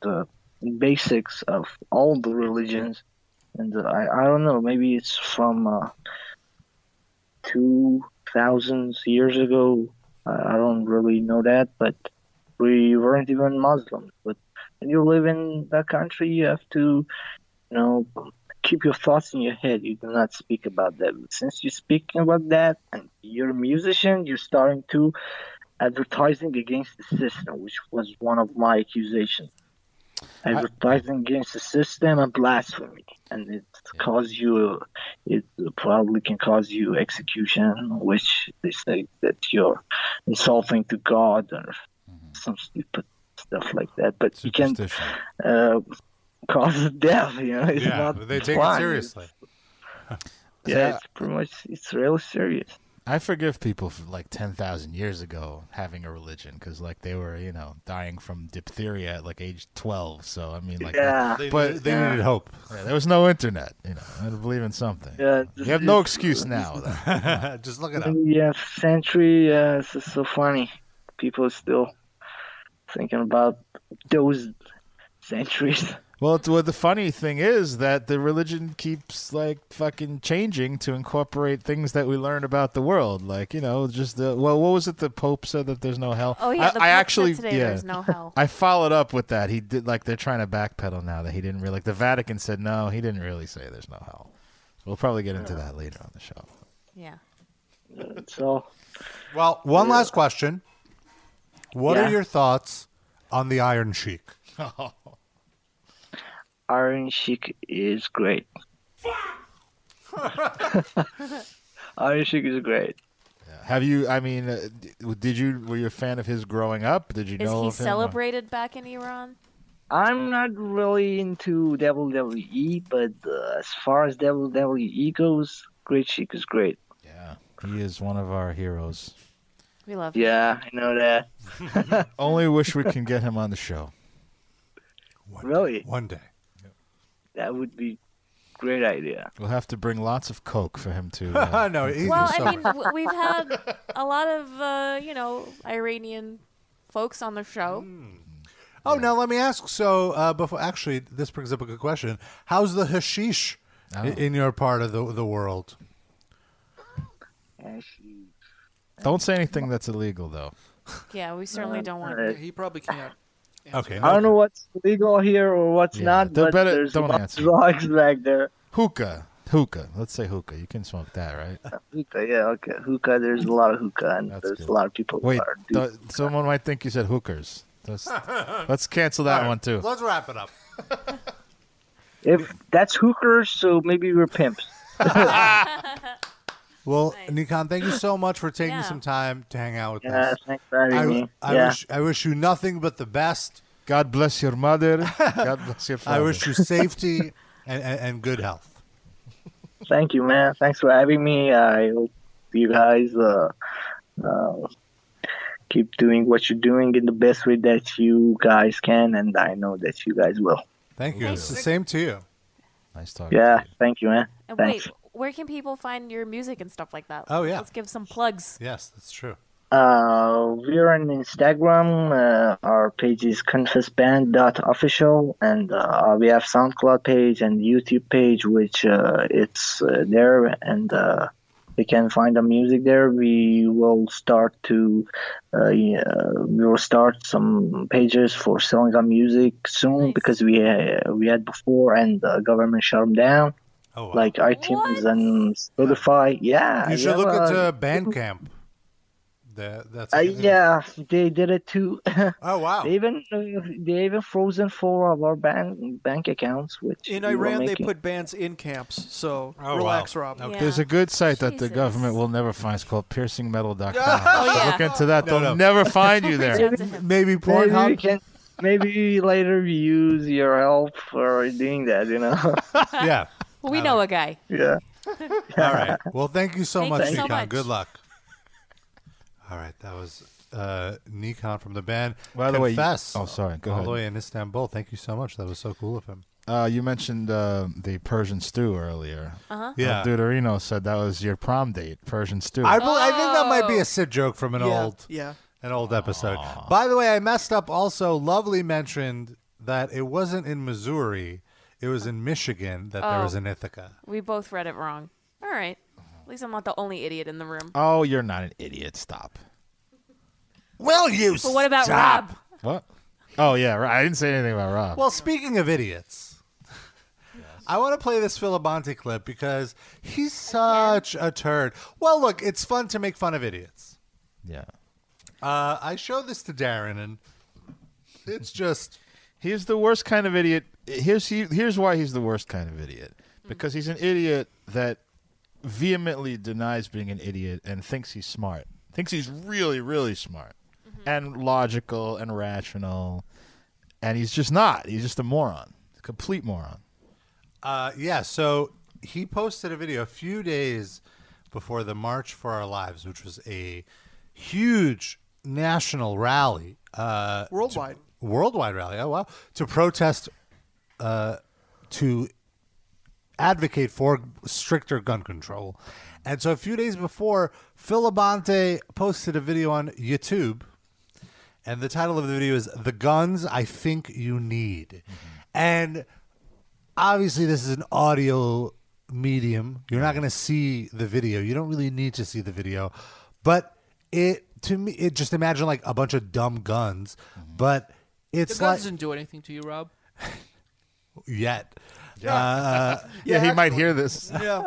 the basics of all the religions and uh, I, I don't know maybe it's from uh, 2000 years ago I, I don't really know that but we weren't even Muslims but when you live in that country you have to you know keep your thoughts in your head. You do not speak about that. But since you're speaking about that and you're a musician, you're starting to advertising against the system, which was one of my accusations. Advertising against the system and blasphemy, and it cause you, it probably can cause you execution, which they say that you're insulting to God or Mm-hmm. some stupid stuff like that. But you can Superstition. uh, cause death. You know, it's Yeah, not they take fun. it seriously. Yeah, Yeah. it's pretty much it's real serious. I forgive people for like 10,000 years ago having a religion because, like, they were, you know, dying from diphtheria at like age 12. So, I mean, like, yeah, They, But- they needed hope. yeah, there was no internet. You know, I had to believe in something. yeah. You have no excuse now. though. Just look it up. Yeah, century. Yeah, it's just so funny. People are still thinking about those centuries. Well, it's, well, the funny thing is that the religion keeps like fucking changing to incorporate things that we learn about the world. Like, you know, just the well, what was it? The Pope said that there's no hell. Oh yeah. I, the I Pope actually said today yeah. there's no hell. I followed up with that. He did like they're trying to backpedal now that he didn't really like the Vatican said no, he didn't really say there's no hell. We'll probably get into that later on the show. Yeah. Uh, So Well, one last question. What Yeah. are your thoughts on the Iron Sheik? Iron Sheik is great. Iron Sheik is great. Have you? I mean, uh, d- did you? Were you a fan of his growing up? Did you Is know he of him? celebrated back in Iran? I'm not really into WWE, but uh, as far as WWE goes, Great Sheik is great. Yeah, he is one of our heroes. We love. him. Yeah, I know that. Only wish we can get him on the show. One Really? Day, one day. That would be great idea. We'll have to bring lots of coke for him to. Uh, no, he's Well, just I mean, sober. w- we've had a lot of uh, you know Iranian folks on the show. oh, now let me ask. So, uh, before actually, this brings up a good question. How's the hashish i- in your part of the the world? And she- don't say anything that's illegal, though. Yeah, we certainly don't want. uh, He probably can't. Okay. I don't know what's legal here or what's Yeah, not, they're but better- there's don't a lot of answer. drugs back there. Hookah. Hookah. Let's say hookah. You can smoke that, right? Hookah, yeah, okay. Hookah, there's a lot of hookah, and That's there's good. a lot of people. who Wait, are th- someone might think you said hookers. Let's, let's cancel that one too. Let's wrap it up. If that's hookers, so maybe we're pimps. Well, Nikon, thank you so much for taking Yeah. some time to hang out with Yeah, us. thanks for having I, me. I yeah. wish I wish you nothing but the best. God bless your mother. God bless your father. I wish you safety and, and, and good health. Thank you, man. Thanks for having me. I hope you guys uh, uh, keep doing what you're doing in the best way that you guys can, and I know that you guys will. Thank you. Thank It's you. the same to you. nice talking. to Yeah, you. thank you, man. And Thanks. wait, where can people find your music and stuff like that? Oh, yeah. Let's give some plugs. Yes, that's true. Uh, we're on Instagram. Uh, our page is confessband.official, and uh, we have SoundCloud page and YouTube page, which uh, it's uh, there, and uh, you can find the music there. We will start to uh, yeah, we will start some pages for selling our music soon Nice. because we uh, we had before, and the government shut them down, Oh, wow. like iTunes What? and Spotify. Yeah, you we should have look a- at uh, Bandcamp. The, that's uh, like- yeah, they did it too. Oh wow. They even they even frozen four of our bank bank accounts, which In we were Iran, they making. put bans in camps. So Oh, wow. relax, Rob. Okay. There's a good site that the Jesus. government will never find. It's called piercingmetal.com. Oh, yeah. Look into that. No, They'll no. never find you Reach there. out to him. Maybe Maybe we Pornhub. can. Maybe later we use your help for doing that. You know. yeah. Well, we know a guy. yeah. All right. Well, thank you so Thank much, you so Nikon. much. Good luck. All right, that was uh, Nikon from the band. By the way, you- Confess. oh, sorry, go all ahead. the way in Istanbul. Thank you so much. That was so cool of him. Uh, you mentioned uh, the Persian stew earlier. Uh-huh. Yeah. Deuterino said that was your prom date, Persian stew. I, bel- I think that might be a Sid joke from an Yeah, old yeah. an old episode. By the way, I messed up. Also, Lovely mentioned that it wasn't in Missouri; it was in Michigan that there Oh. was an Ithaca. We both read it wrong. All right. At least I'm not the only idiot in the room. oh, you're not an idiot. Stop. Well, you. But what about Rob? What? Oh, yeah. Right. I didn't say anything about Rob. Well, speaking of idiots, I want to play this Filibonte clip because he's such a turd. Well, look, it's fun to make fun of idiots. yeah. Uh, I showed this to Darren, and it's just He's the worst kind of idiot. Here's he, here's why he's the worst kind of idiot. Because he's an idiot that vehemently denies being an idiot and thinks he's smart. Thinks he's really really smart and logical and rational. And he's just not. He's just a moron. A complete moron. uh, yeah. So he posted a video a few days before the March for Our Lives, which was a huge national rally, uh, Worldwide. worldwide rally. Oh wow! To protest, uh, to advocate for stricter gun control, and so a few days before, Filibante posted a video on YouTube, and the title of the video is "The Guns I Think You Need," and obviously this is an audio medium. You're not going to see the video. You don't really need to see the video, but it to me it just imagine like a bunch of dumb guns, but The it's guns like didn't do anything to you, Rob. yet. Uh, Yeah, he might hear this. Yeah.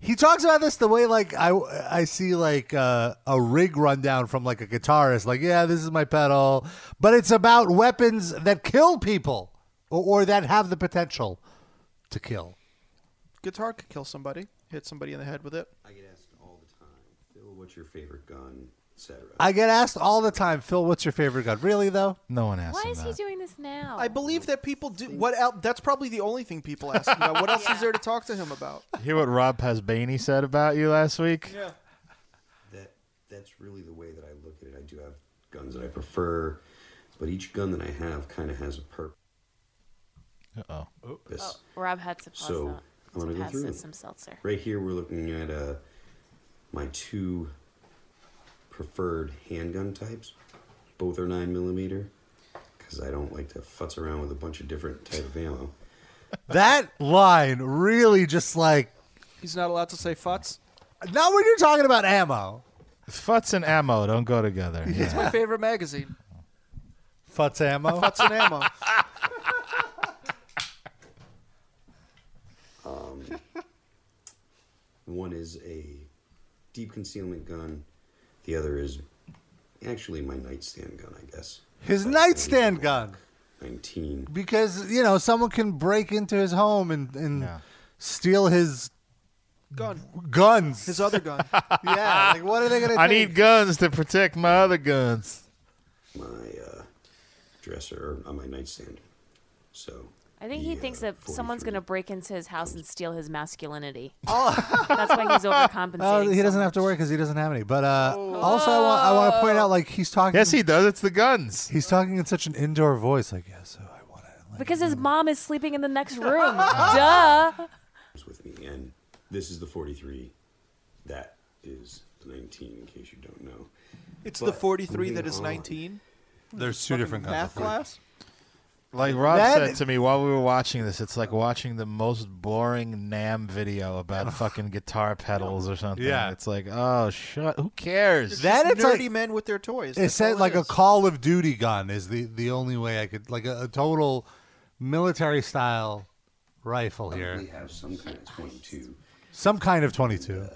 He talks about this the way like I I see like uh, a rig rundown from like a guitarist like yeah this is my pedal but it's about weapons that kill people or, or that have the potential to kill. Guitar could kill somebody. Hit somebody in the head with it. I get asked all the time, Phil, what's your favorite gun, etc. I get asked all the time, Phil, what's your favorite gun? Really though? No one asked Why him is that. he uh, doing this now? I believe that people do. What else? That's probably the only thing people ask him about. What else is there to talk to him about? hear what Rob Pasbaney said about you last week? Yeah. That that's really the way that I look at it. I do have guns that I prefer, but each gun that I have kind of has a purpose. Uh-oh. Oh, This Rob had to pause So, that I'm to gonna go pass through us it. some seltzer. right here, we're looking at uh, my two preferred handgun types. Both are nine millimeter, because I don't like to futz around with a bunch of different type of ammo. That line really just like He's not allowed to say futz. not when you're talking about ammo. Futz and ammo don't go together. It's my favorite magazine. Futz ammo. Futz and ammo. Um, one is a deep concealment gun. The other is actually my nightstand gun, I guess. His nightstand gun. 19. Because, you know, someone can break into his home and, and steal his gun. guns. His other gun. yeah. Like, what are they going to I need guns to protect my other guns. My uh, dresser, or on my nightstand. So, I think he thinks that someone's going to break into his house and steal his masculinity. That's why he's overcompensating. Oh, he so doesn't have to worry because he doesn't have any. But uh, Oh. also, I want, I want to point out, like he's talking. Yes, he does. It's the guns. He's talking in such an indoor voice. Like, yes, so I want Because his mom is sleeping in the next room. Duh. it's with me. And this is the 43. That is the 19, in case you don't know. It's But the 43 that moving is on. 19. There's two different kinds. Math class. Like Rob That- said to me while we were watching this, it's like watching the most boring Nam video about fucking guitar pedals or something. Yeah. it's like, oh shut, who cares? That It's it's nerdy like men with their toys. it That's all said like a is. Call of Duty gun is the the only way I could like a, a total military style rifle We here, have some kind of 22. some kind of twenty two.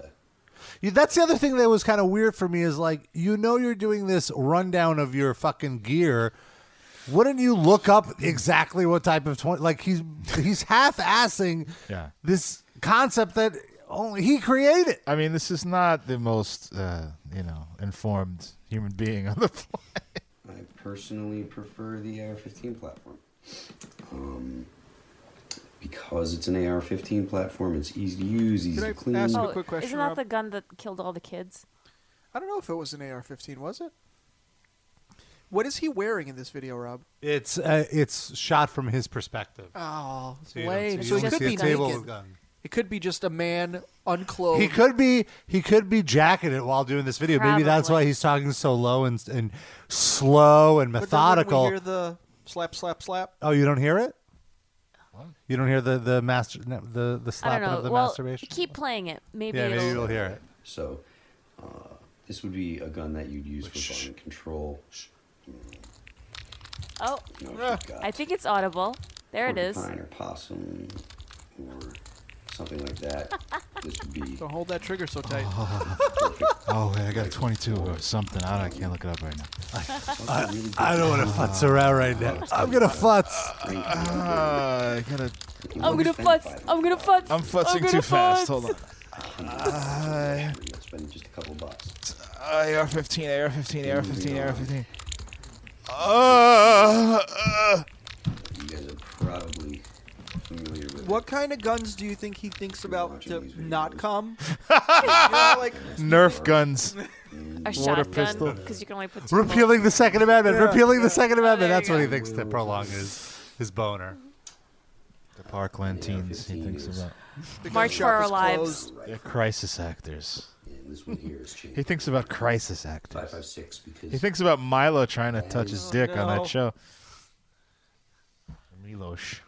that's the other thing that was kind of weird for me is like you know you're doing this rundown of your fucking gear. Wouldn't you look up exactly what type of twenty? Like he's he's half assing Yeah. this concept that only he created. I mean, this is not the most uh, you know informed human being on the planet. I personally prefer the AR-15 platform. Um, because it's an AR-15 platform, it's easy to use, easy Can I to clean. ask Oh, a quick question, isn't that Rob? the gun that killed all the kids? I don't know if it was an AR-15, was it? What is he wearing in this video, Rob? It's uh, it's shot from his perspective. Oh, So you don't lame. see- So you it don't could see be a table with naked. gun. It could be just a man unclothed. He could be he could be jacking it while doing this video. Maybe that's Probably. why he's talking so low and and slow and But then wouldn't methodical. We hear the slap, slap, slap. oh, you don't hear it? You don't hear the the master no, the the I slapping don't of know. the Well, masturbation? keep playing it. Maybe yeah, it'll. maybe you'll hear it. So, uh, this would be a gun that you'd use for volume control. Oh, You know, if you've got I think it's audible. There it is. porcupine or possum or something like that, this would be Don't hold that trigger so tight. Oh, wait, I got a 22 or something. I, don't, I can't look it up right now. Oh, something really I don't want to futz around right now. I'm gonna futz. different. Uh, I gotta, I'm You wanna gonna spend futz. five I'm gonna futz. I'm futzing gonna too fast. futz. Hold on. hundred dollars. You'll Spend just a couple bucks. AR 15, AR 15, AR 15, AR 15. Uh, uh, You guys are probably familiar with What kind of guns do you think he thinks about watching to these videos. not come? You know, like, Nerf guns. A Water shotgun, pistol. because you can only put two. Repealing the Second Amendment. Repealing the Second Amendment. there you That's what go. he thinks to prolong his his boner. The Parkland teens he 15 thinks is- about. the March gun for shop our is lives. closed. They're crisis actors. And this one here is He changed. thinks about crisis Five actors. five six because He thinks about Milo trying to touch his dick on no. that show. Milosh.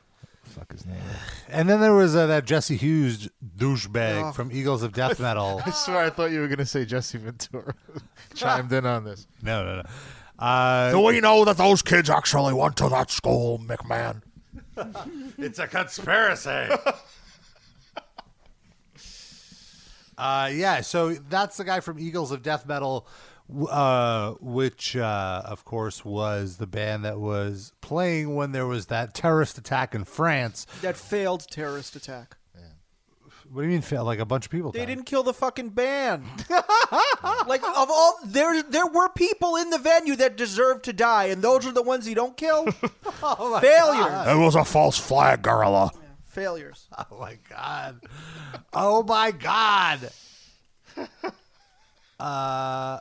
Fuck his name. is. And then there was uh, that Jesse Hughes douchebag Oh. from Eagles of Death Metal. I swear I thought you were going to say Jesse Ventura chimed in on this. no, no, no. Uh, we know that those kids actually went to that school, McMahon? It's a conspiracy. uh, yeah, so that's the guy from Eagles of Death Metal, w- uh, which, uh, of course, was the band that was playing when there was that terrorist attack in France. That failed terrorist attack. What do you mean, fail? Like a bunch of people? They died. didn't kill the fucking band. like of all there there were people in the venue that deserved to die, and those are the ones you don't kill. Oh Failures. It was a false flag gorilla. Failures. Oh my god. Oh my god. Uh,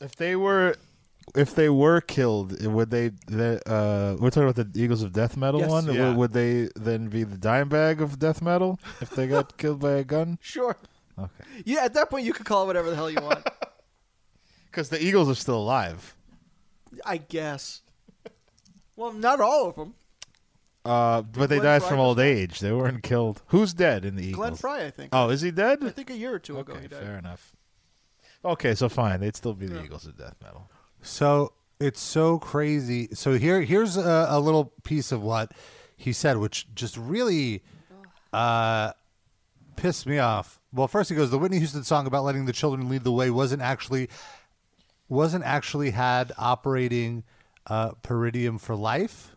If they were, if they were killed, would they? The, uh, we're talking about the Eagles of Death Metal Yes. one. Yeah. Would, would they then be the dime bag of death metal if they got killed by a gun? Sure. Okay, Yeah, at that point you could call it whatever the hell you want. because the Eagles are still alive. I guess. Well, not all of them. Uh, but they Glenn died Fry from was old age. They weren't killed. Who's dead in the Eagles? Glenn Fry, I think. Oh, is he dead? I think a year or two ago okay, he died. fair enough. Okay, so fine. They'd still be the Eagles of death metal. So It's so crazy. So here, here's a, a little piece of what he said, which just really uh, pissed me off. Well, first he goes, the Whitney Houston song about letting the children lead the way wasn't actually wasn't actually had operating uh, Peridium for life.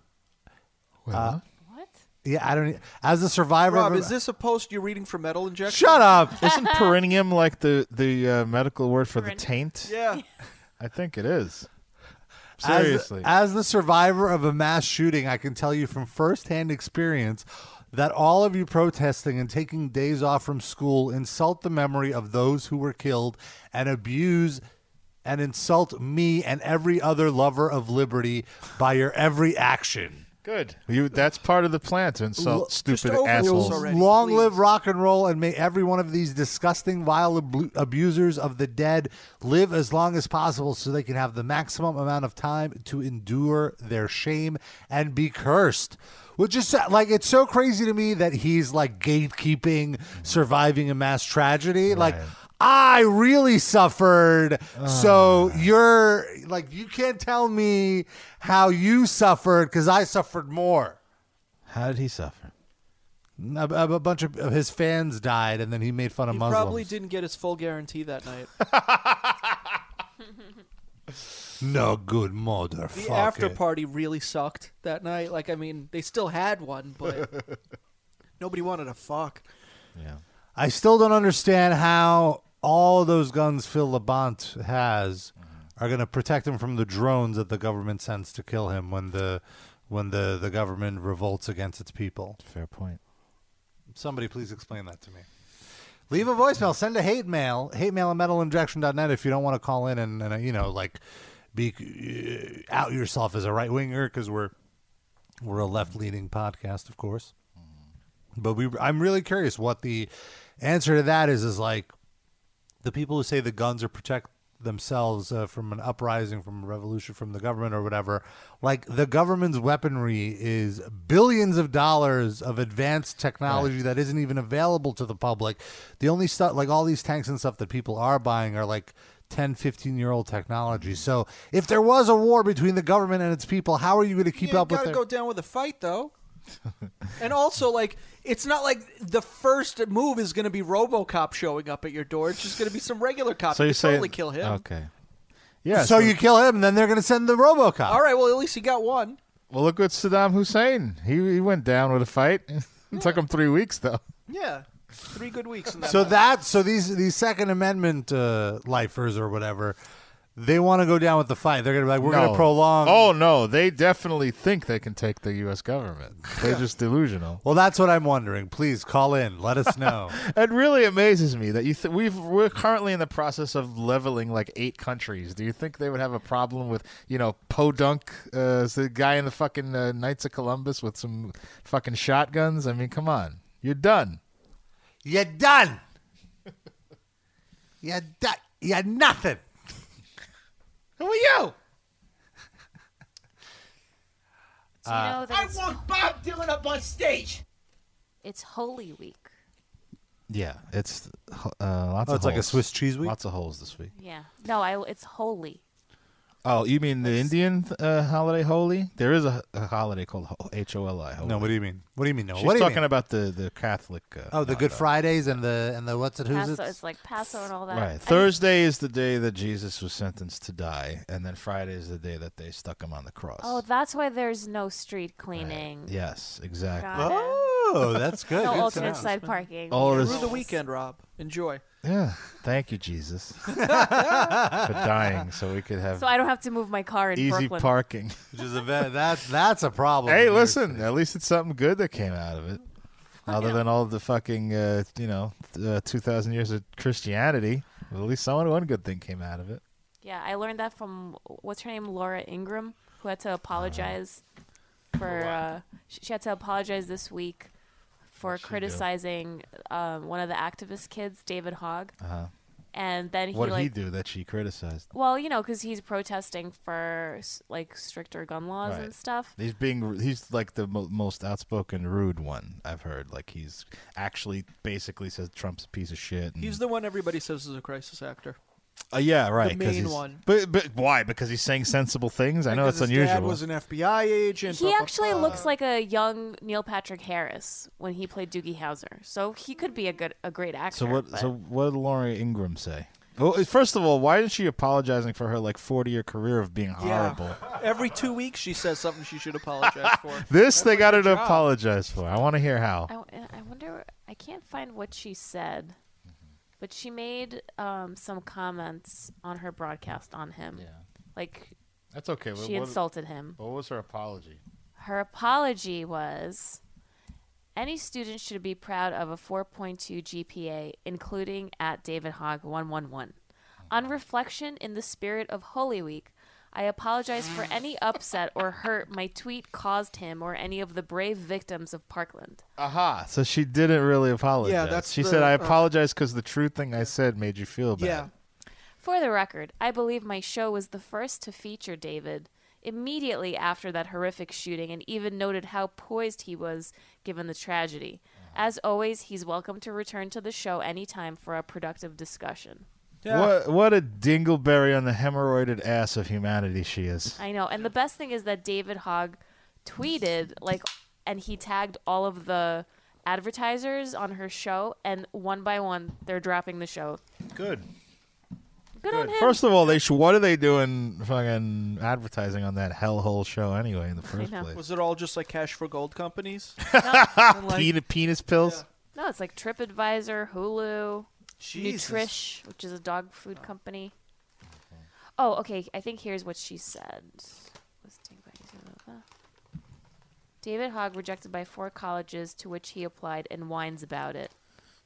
Uh, What? yeah, I don't. e, As a survivor, Rob, of- is this a post you're reading for metal injection? shut up. Isn't perineum like the the uh, medical word for the taint? Yeah. I think it is. As- Seriously. As, the survivor of a mass shooting, I can tell you from firsthand experience that all of you protesting and taking days off from school insult the memory of those who were killed and abuse and insult me and every other lover of liberty by your every action. Good. You that's part of the plan to insult L- stupid over this assholes. already. Long please. live rock and roll, and may every one of these disgusting, vile abu- abusers of the dead live as long as possible so they can have the maximum amount of time to endure their shame and be cursed. Which is like, it's so crazy to me that he's like gatekeeping surviving a mass tragedy. Like, I really suffered. So Ah. you're like, you can't tell me how you suffered because I suffered more. How did he suffer? A, a- a bunch of, of his fans died, and then he made fun of He Muslims. probably didn't get his full guarantee that night. No good The motherfucker. after party really sucked that night. Like, I mean, they still had one, but nobody wanted to fuck. Yeah. I still don't understand how all those guns Phil Labont has Mm-hmm. are going to protect him from the drones that the government sends to kill him when the when the, the government revolts against its people. Fair point. Somebody please explain that to me. Leave a voicemail. Send a hate mail. Hate mail at metalinjection.net if you don't want to call in and, and uh, you know, like, be uh, out yourself as a right winger because we're we're a left leaning podcast, of course. But we, I'm really curious what the answer to that is. Is like the people who say the guns are protect themselves uh, from an uprising, from a revolution, from the government or whatever. Like the government's weaponry is billions of dollars of advanced technology that isn't even available to the public. The only stuff, like all these tanks and stuff that people are buying, are like 10, 15 year old technology. Mm-hmm. So if there was a war between the government and its people, how are you going to keep you up with gotta their- go down with a fight, though. and also, like, it's not like the first move is going to be RoboCop showing up at your door. It's just going to be some regular cop. So you you can say totally kill him. Okay. Yeah. so, you kill him, and then they're going to send the RoboCop. All right. Well, at least he got one. Well, look what Saddam Hussein. He he went down with a fight. it took him three weeks though. Yeah, three good weeks. In that So month. that so these these Second Amendment uh, lifers or whatever, they want to go down with the fight. They're gonna be like, we're No. gonna prolong. Oh no, they definitely think they can take the U.S. government. They're just delusional. well, that's what I'm wondering. Please call in. Let us know. It really amazes me that you th- we've we're currently in the process of leveling like eight countries. Do you think they would have a problem with you know Podunk, uh, is the guy in the fucking uh, Knights of Columbus with some fucking shotguns? I mean, come on, you're done. You're done. You're done. You're nothing. Who are you? Do Uh, you know that it's, want Bob Dylan up on stage. it's Holy Week? Yeah, it's uh, lots. Oh, of it's like a holes. Swiss cheese week. Lots of holes this week. Yeah. No, I. It's holy. Oh, you mean the Indian uh, holiday holy? There is a, a holiday called Ho- H O L I. holy. No, what do you mean? What do you mean? No, She's what do you talking mean? about the the Catholic. Uh, Oh, the no, Good no. Fridays and the and the what's it who's Paso. it? It's like Paso and all that. Right. I mean, Thursday is the day that Jesus was sentenced to die, and then Friday is the day that they stuck him on the cross. oh, that's why there's no street cleaning. yes, exactly. Got it. Oh, that's No good. Good to know. alternate side parking. All Yeah. this- through the weekend, Rob, enjoy. Yeah. Thank you, Jesus, for dying so we could have So I don't have to move my car in easy Brooklyn. parking. Which is a ve- that's that's a problem. hey, here. listen, at least it's something good that came out of it. Oh, Other than all the fucking, uh, you know, uh, 2,000 years of Christianity, well, at least someone, one good thing came out of it. Yeah, I learned that from what's her name, Laura Ingram, who had to apologize Oh, for. Uh, sh- she had to apologize this week for criticizing um, one of the activist kids, David Hogg. And then he What did like Uh-huh. he do that she criticized? well, you know, because he's protesting for s- like stricter gun laws Right. and stuff. He's being he's like the mo- most outspoken rude one I've heard. Like he's actually basically says Trump's a piece of shit. and- He's the one everybody says is a crisis actor. Uh, yeah, right. The 'cause main he's- one. But, but why? Because he's saying sensible things. I know Because it's his unusual. Dad was an FBI agent. He blah, blah, actually blah. looks like a young Neil Patrick Harris when he played Doogie Howser, so he could be a good, a great actor. so what? but- So what did Laurie Ingram say? Well, uh, first of all, why is she apologizing for her like forty-year career of being Yeah. horrible? Every two weeks, she says something she should apologize for. This they got her to job. apologize for. I want to hear how. I, w- I wonder. I can't find what she said, Mm-hmm. but she made um, some comments on her broadcast on him. Yeah. Like That's okay. What, she insulted him. what was her apology? Her apology was any student should be proud of a 4.2 GPA, including at David Hogg 111. Mm-hmm. On reflection, in the spirit of Holy Week, I apologize for any upset or hurt my tweet caused him or any of the brave victims of Parkland. Aha! So she didn't really apologize. Yeah, that's she the- said, "I uh, apologize because the true thing I said made you feel bad." Yeah. For the record, I believe my show was the first to feature David immediately after that horrific shooting and even noted how poised he was given the tragedy. As always, he's welcome to return to the show anytime for a productive discussion. Yeah. What what a dingleberry on the hemorrhoided ass of humanity she is. I know. And the best thing is that David Hogg tweeted, like, and he tagged all of the advertisers on her show, and one by one, they're dropping the show. Good. Good, on him. First of all, they should, what are they doing fucking advertising on that hellhole show anyway in the first know. place? Was it all just like cash for gold companies? And, like, Penis, penis pills? no, it's like TripAdvisor, Hulu. Jesus. Nutrish, which is a dog food company. Oh, okay. I think here's what she said. Let's take back to the- David Hogg rejected by four colleges to which he applied and whines about it.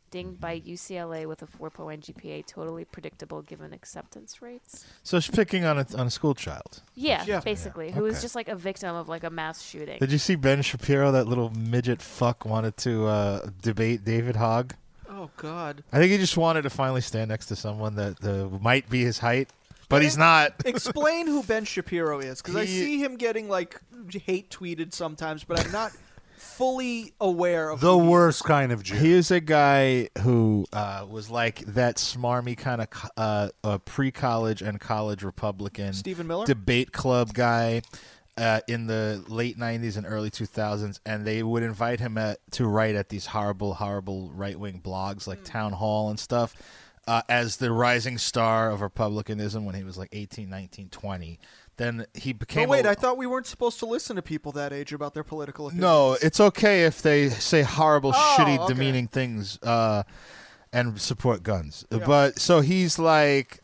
Dinged by UCLA with a 4.1 GPA, totally predictable given acceptance rates. So she's picking on a on a school child. Yeah, Yeah. basically, who was Okay. just like a victim of like a mass shooting. Did you see Ben Shapiro, that little midget fuck, wanted to uh, debate David Hogg? Oh God. I think he just wanted to finally stand next to someone that uh, might be his height, but he's not. Explain who Ben Shapiro is, because I He- see him getting like hate tweeted sometimes, but I'm not fully aware of The who he- worst kind of Jew. He is a guy who uh, was like that smarmy kind of co- uh, uh, pre-college and college Republican Stephen Miller? debate club guy uh, in the late '90s and early 2000s, and they would invite him at, to write at these horrible, horrible right-wing blogs Mm. like Town Hall and stuff. Uh, as the rising star of republicanism when he was like 18 19 20 then he became But wait, a- I thought we weren't supposed to listen to people that age about their political opinions. no, it's okay if they say horrible, Oh, shitty, okay. demeaning things uh, and support guns. But so he's like,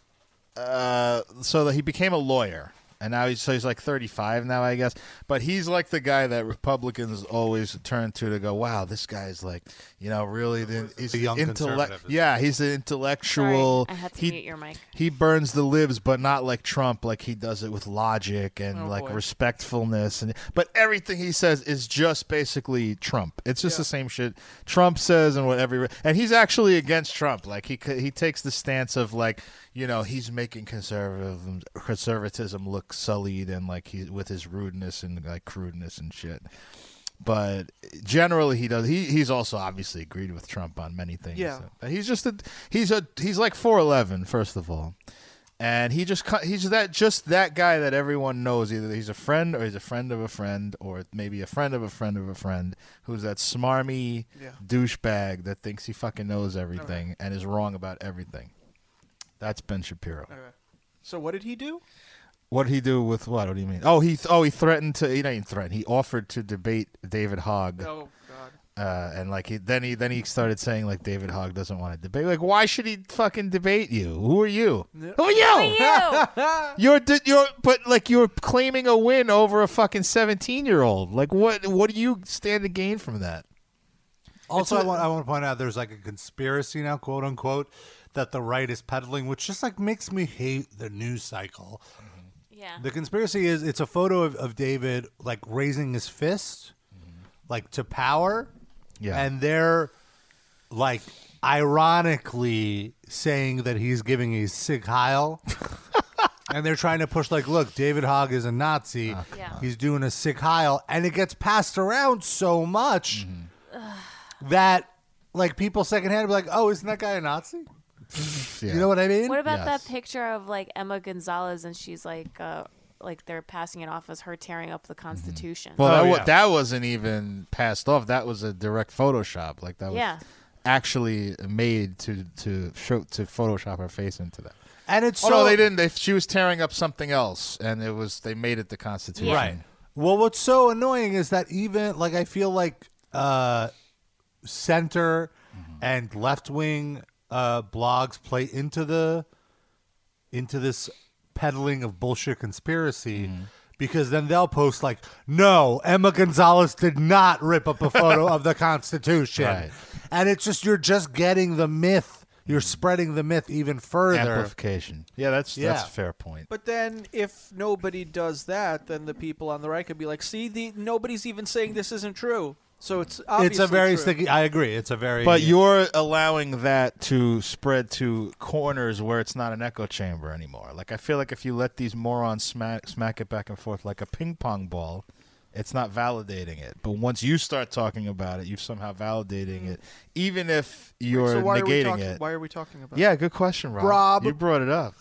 uh, so that he became a lawyer, and now he's so he's like 35 now, I guess. But he's like the guy that Republicans always turn to to go, wow, this guy's like, you know, really, the, he's The young intellect. conservative. Yeah, he's an intellectual. Sorry, I had to He- mute your mic. he burns the libs, but not like Trump. Like he does it with logic and Oh, like boy. respectfulness, and but everything he says is just basically Trump. It's just the same shit Trump says and what every and he's actually against Trump. Like he c- he takes the stance of like you know he's making conservatism conservatism look sullied and like he with his rudeness and like crudeness and shit. But generally, he does. He he's also obviously agreed with Trump on many things. Yeah. But he's just a he's a he's like four eleven first of all, and he just cu- he's that just that guy that everyone knows. Either he's a friend or he's a friend of a friend, or maybe a friend of a friend of a friend who's that smarmy Yeah. douchebag that thinks he fucking knows everything and is wrong about everything. That's Ben Shapiro. Okay. So what did he do? What did he do with what? What do you mean? Oh, he th- oh he threatened to. He didn't threaten. He offered to debate David Hogg Oh God. uh, and like he, then he then he started saying like David Hogg doesn't want to debate. Like why should he fucking debate you? Who are you? Who are you? You! You're di- you're but like you're claiming a win over a fucking seventeen year old. Like what what do you stand to gain from that? Also, I want, I want to point out there's like a conspiracy now, quote unquote, that the right is peddling, which just like makes me hate the news cycle. yeah. The conspiracy is it's a photo of, of David like raising his fist, like to power. Mm-hmm. Yeah. And they're like ironically saying that he's giving a Sig Heil. and they're trying to push like, look, David Hogg is a Nazi. Ah, Yeah. He's doing a Sig Heil. And it gets passed around so Mm-hmm. much that like people secondhand be like, oh, isn't that guy a Nazi? You know what I mean? What about Yes. that picture of like Emma Gonzalez and she's like, uh, like they're passing it off as her tearing up Mm-hmm. the Constitution? Well, that, wa- that wasn't even passed off. That was a direct Photoshop. Like that was Yeah. actually made to to show to Photoshop her face into that. And it's oh no, so- they didn't. They, she was tearing up something else, and it was they made it the Constitution. Right. Well, what's so annoying is that even like I feel like uh, center Mm-hmm. and left wing uh, blogs play into the into this peddling of bullshit conspiracy. Mm-hmm. Because then they'll post like, "No, Emma Gonzalez did not rip up a photo of the Constitution," Right. Mm-hmm. and it's just you're just getting the myth, you're spreading the myth even further. Amplification. Yeah, that's that's Yeah. a fair point. But then, if nobody does that, then the people on the right could be like, "See, the nobody's even saying this isn't true." So it's It's obviously a very true. sticky. I agree. It's a very. But you're allowing that to spread to corners where it's not an echo chamber anymore. Like I feel like if you let these morons smack smack it back and forth like a ping pong ball, it's not validating it. But once you start talking about it, you're somehow validating it, even if you're so why are we negating talking, it. Why are we talking about? yeah, good question, Rob. Rob. You brought it up.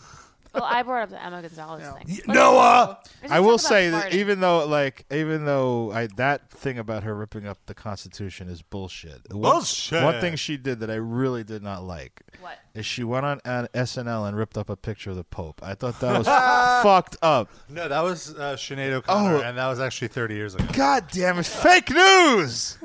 well, I brought up the Emma Gonzalez thing. Noah. Let's I talk will about say that farting. even though like even though I that thing about her ripping up the Constitution is bullshit. One- Bullshit. One, thing she did that I really did not like What? is she went on an SNL and ripped up a picture of the Pope. I thought that was fucked up. Oh. No, that was uh, Sinead O'Connor, and that was actually 30 years ago. God damn it! Fake news.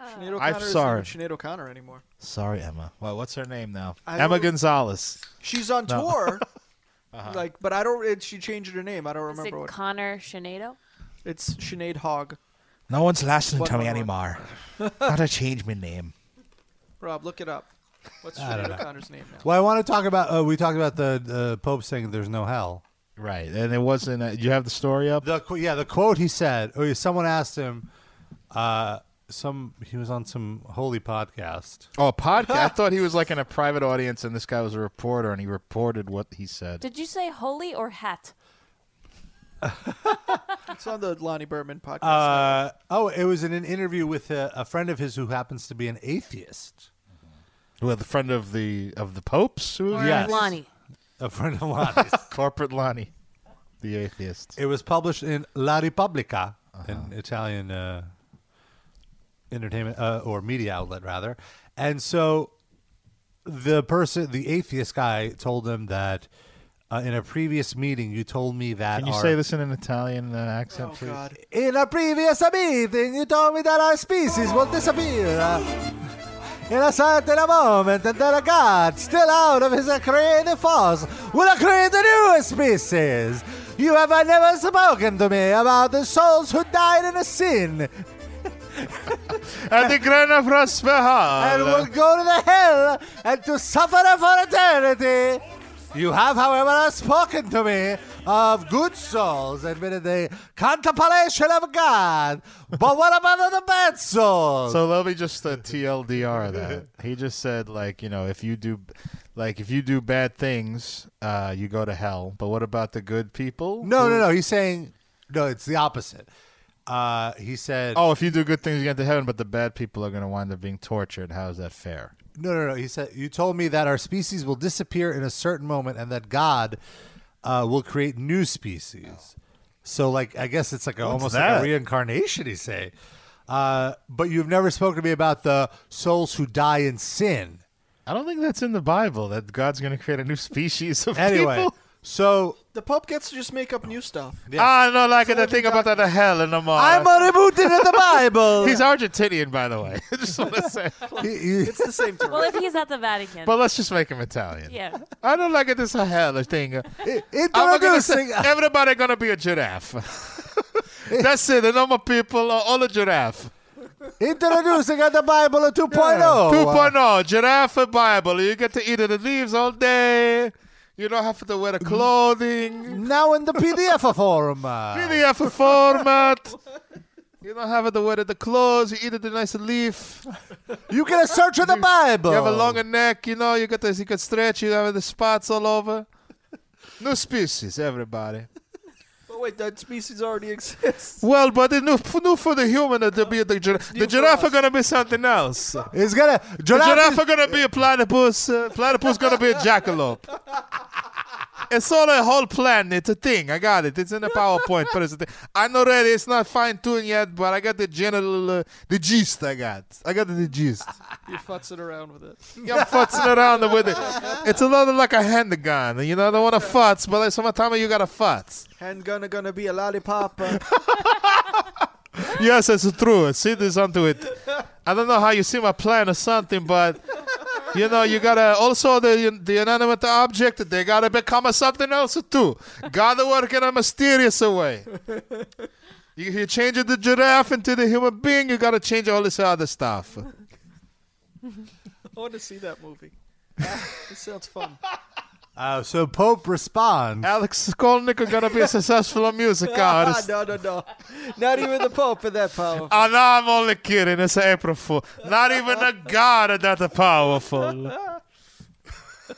Sinead I'm O'Connor sorry. Isn't even Sinead O'Connor anymore. Sorry, Emma. Well, what's her name now? I Emma don't- Gonzalez. She's on tour. Uh-huh. Like, but I don't. It, she changed her name. I don't Is it remember what. Connor Shenado? it's Sinead Hogg. No one's listening What- what- Gotta change my name. Rob, look it up. What's don't Sinead know. O'Connor's name now? Well, I want to talk about. Uh, we talked about the the Pope saying there's no hell. Right, and it wasn't. Uh, you have the story up. The qu- yeah, the quote he said. Or someone asked him. Uh, some he was on some holy podcast. Oh, a podcast. I thought he was like in a private audience, and this guy was a reporter, and he reported what he said. Did you say holy or hat? It's on the Lonnie Berman podcast. Uh, oh, it was in an interview with a, a friend of his who happens to be an atheist. With a friend of the of the popes, who was Or it? Yes. Lonnie? A friend of Lonnie's. corporate Lonnie, the atheist. it was published in La Repubblica, Uh-huh. an Italian uh, entertainment uh, or media outlet, rather. And so the person, the atheist guy, told him that uh, in a previous meeting, you told me that. Can you our- say this in an Italian uh, accent, oh please? God. In a previous meeting, you told me that our species will disappear. uh, in a certain moment, and that a God, still out of his creative force, will create a new species. You have uh, never spoken to me about the souls who died in a sin At the Grana and Prospera. will go to the hell and to suffer for eternity. You have, however, not spoken to me of good souls admitted the contemplation of God. But what about the bad souls? So let me just uh, TLDR that he just said like you know if you do like if you do bad things uh, you go to hell but what about the good people no, who- no, no. He's saying, no, it's the opposite. Uh, he said, oh if you do good things you get to heaven but the bad people are going to wind up being tortured how is that fair No, no, no. He said, You told me that our species will disappear in a certain moment and that God uh, will create new species. So, like, I guess it's like a, almost like that? a reincarnation, he's saying. Uh, but you've never spoken to me about the souls who die in sin. I don't think that's in the Bible that God's going to create a new species of Anyway, people. so The Pope gets to just make up new stuff. Ah, I don't like the thing about that hell and the I'm a rebooting of the Bible. He's Argentinian, by the way. I just want to say. He- he- It's the same tour. Well, if he's at the Vatican, But let's just make him Italian. yeah. I don't like it. This hell thing. I'm gonna say, introducing. everybody gonna be a giraffe. That's it. The normal people are all a giraffe. Introducing the Bible oh. 2.0. uh, 2.0 oh, giraffe Bible. You get to eat the leaves all day. You don't have to wear Mm. the clothing. Now in the PDF form. Uh, PDF format. You don't have it the way that the clothes. You eat it the nice leaf. you can search the Bible. You have a longer neck. You know you got this. You can stretch. You have the spots all over. New species, everybody. Oh, wait, that species already exists. Well, but it's new, f- new for the human. It'll be the giraffe. The giraffe are gonna be something else. It's gonna giraffe, the giraffe are gonna be a platypus. Uh, platypus gonna be a jackalope. It's all a whole plan. It's a thing. I got it. It's in the PowerPoint, but it's a thing. I know that it's not fine tuned yet, but I got the general, uh, the gist. I got. I got the gist. You're futzing around with it. Yeah, I'm futzing around with it. It's a lot like a handgun. You know, I don't want to futz, but like sometimes you gotta futz. Handgun are gonna be a lollipop. uh, Yes, it's true. See this onto it. I don't know how you see my plan or something, but you know, you gotta also the the inanimate object. They gotta become a something else too. Gotta work in a mysterious way. You, you change the giraffe into the human being. You gotta change all this other stuff. I want to see that movie. It sounds fun. Uh, so Pope responds. Alex Skolnick are gonna be a successful music Ah, artist. no, no, no. Not even the Pope in that power. Oh, no, I'm only kidding. It's April Fool. Not even a god is that powerful.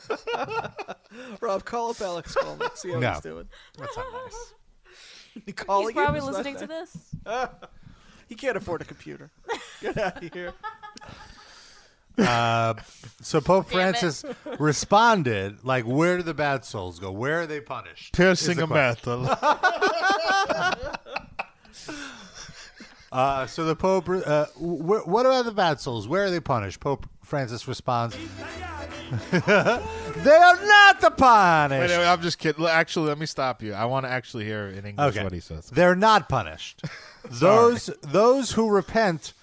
Rob, call up Alex Coleman. See how No. he's doing. That's not nice. Calling He's him probably is not listening to that- this. He can't afford a computer. Get out of here. Uh, so Pope Damn it. Francis responded, like, where do the bad souls go? Where are they punished? Is Piercing the a metal. Uh, so the Pope, uh, wh- what about the bad souls? Where are they punished? Pope Francis responds, they are not the Wait, punished. wait, I'm just kidding. Look, Actually, let me stop you. I want to actually hear in English Okay. what he says. They're not punished. those those who repent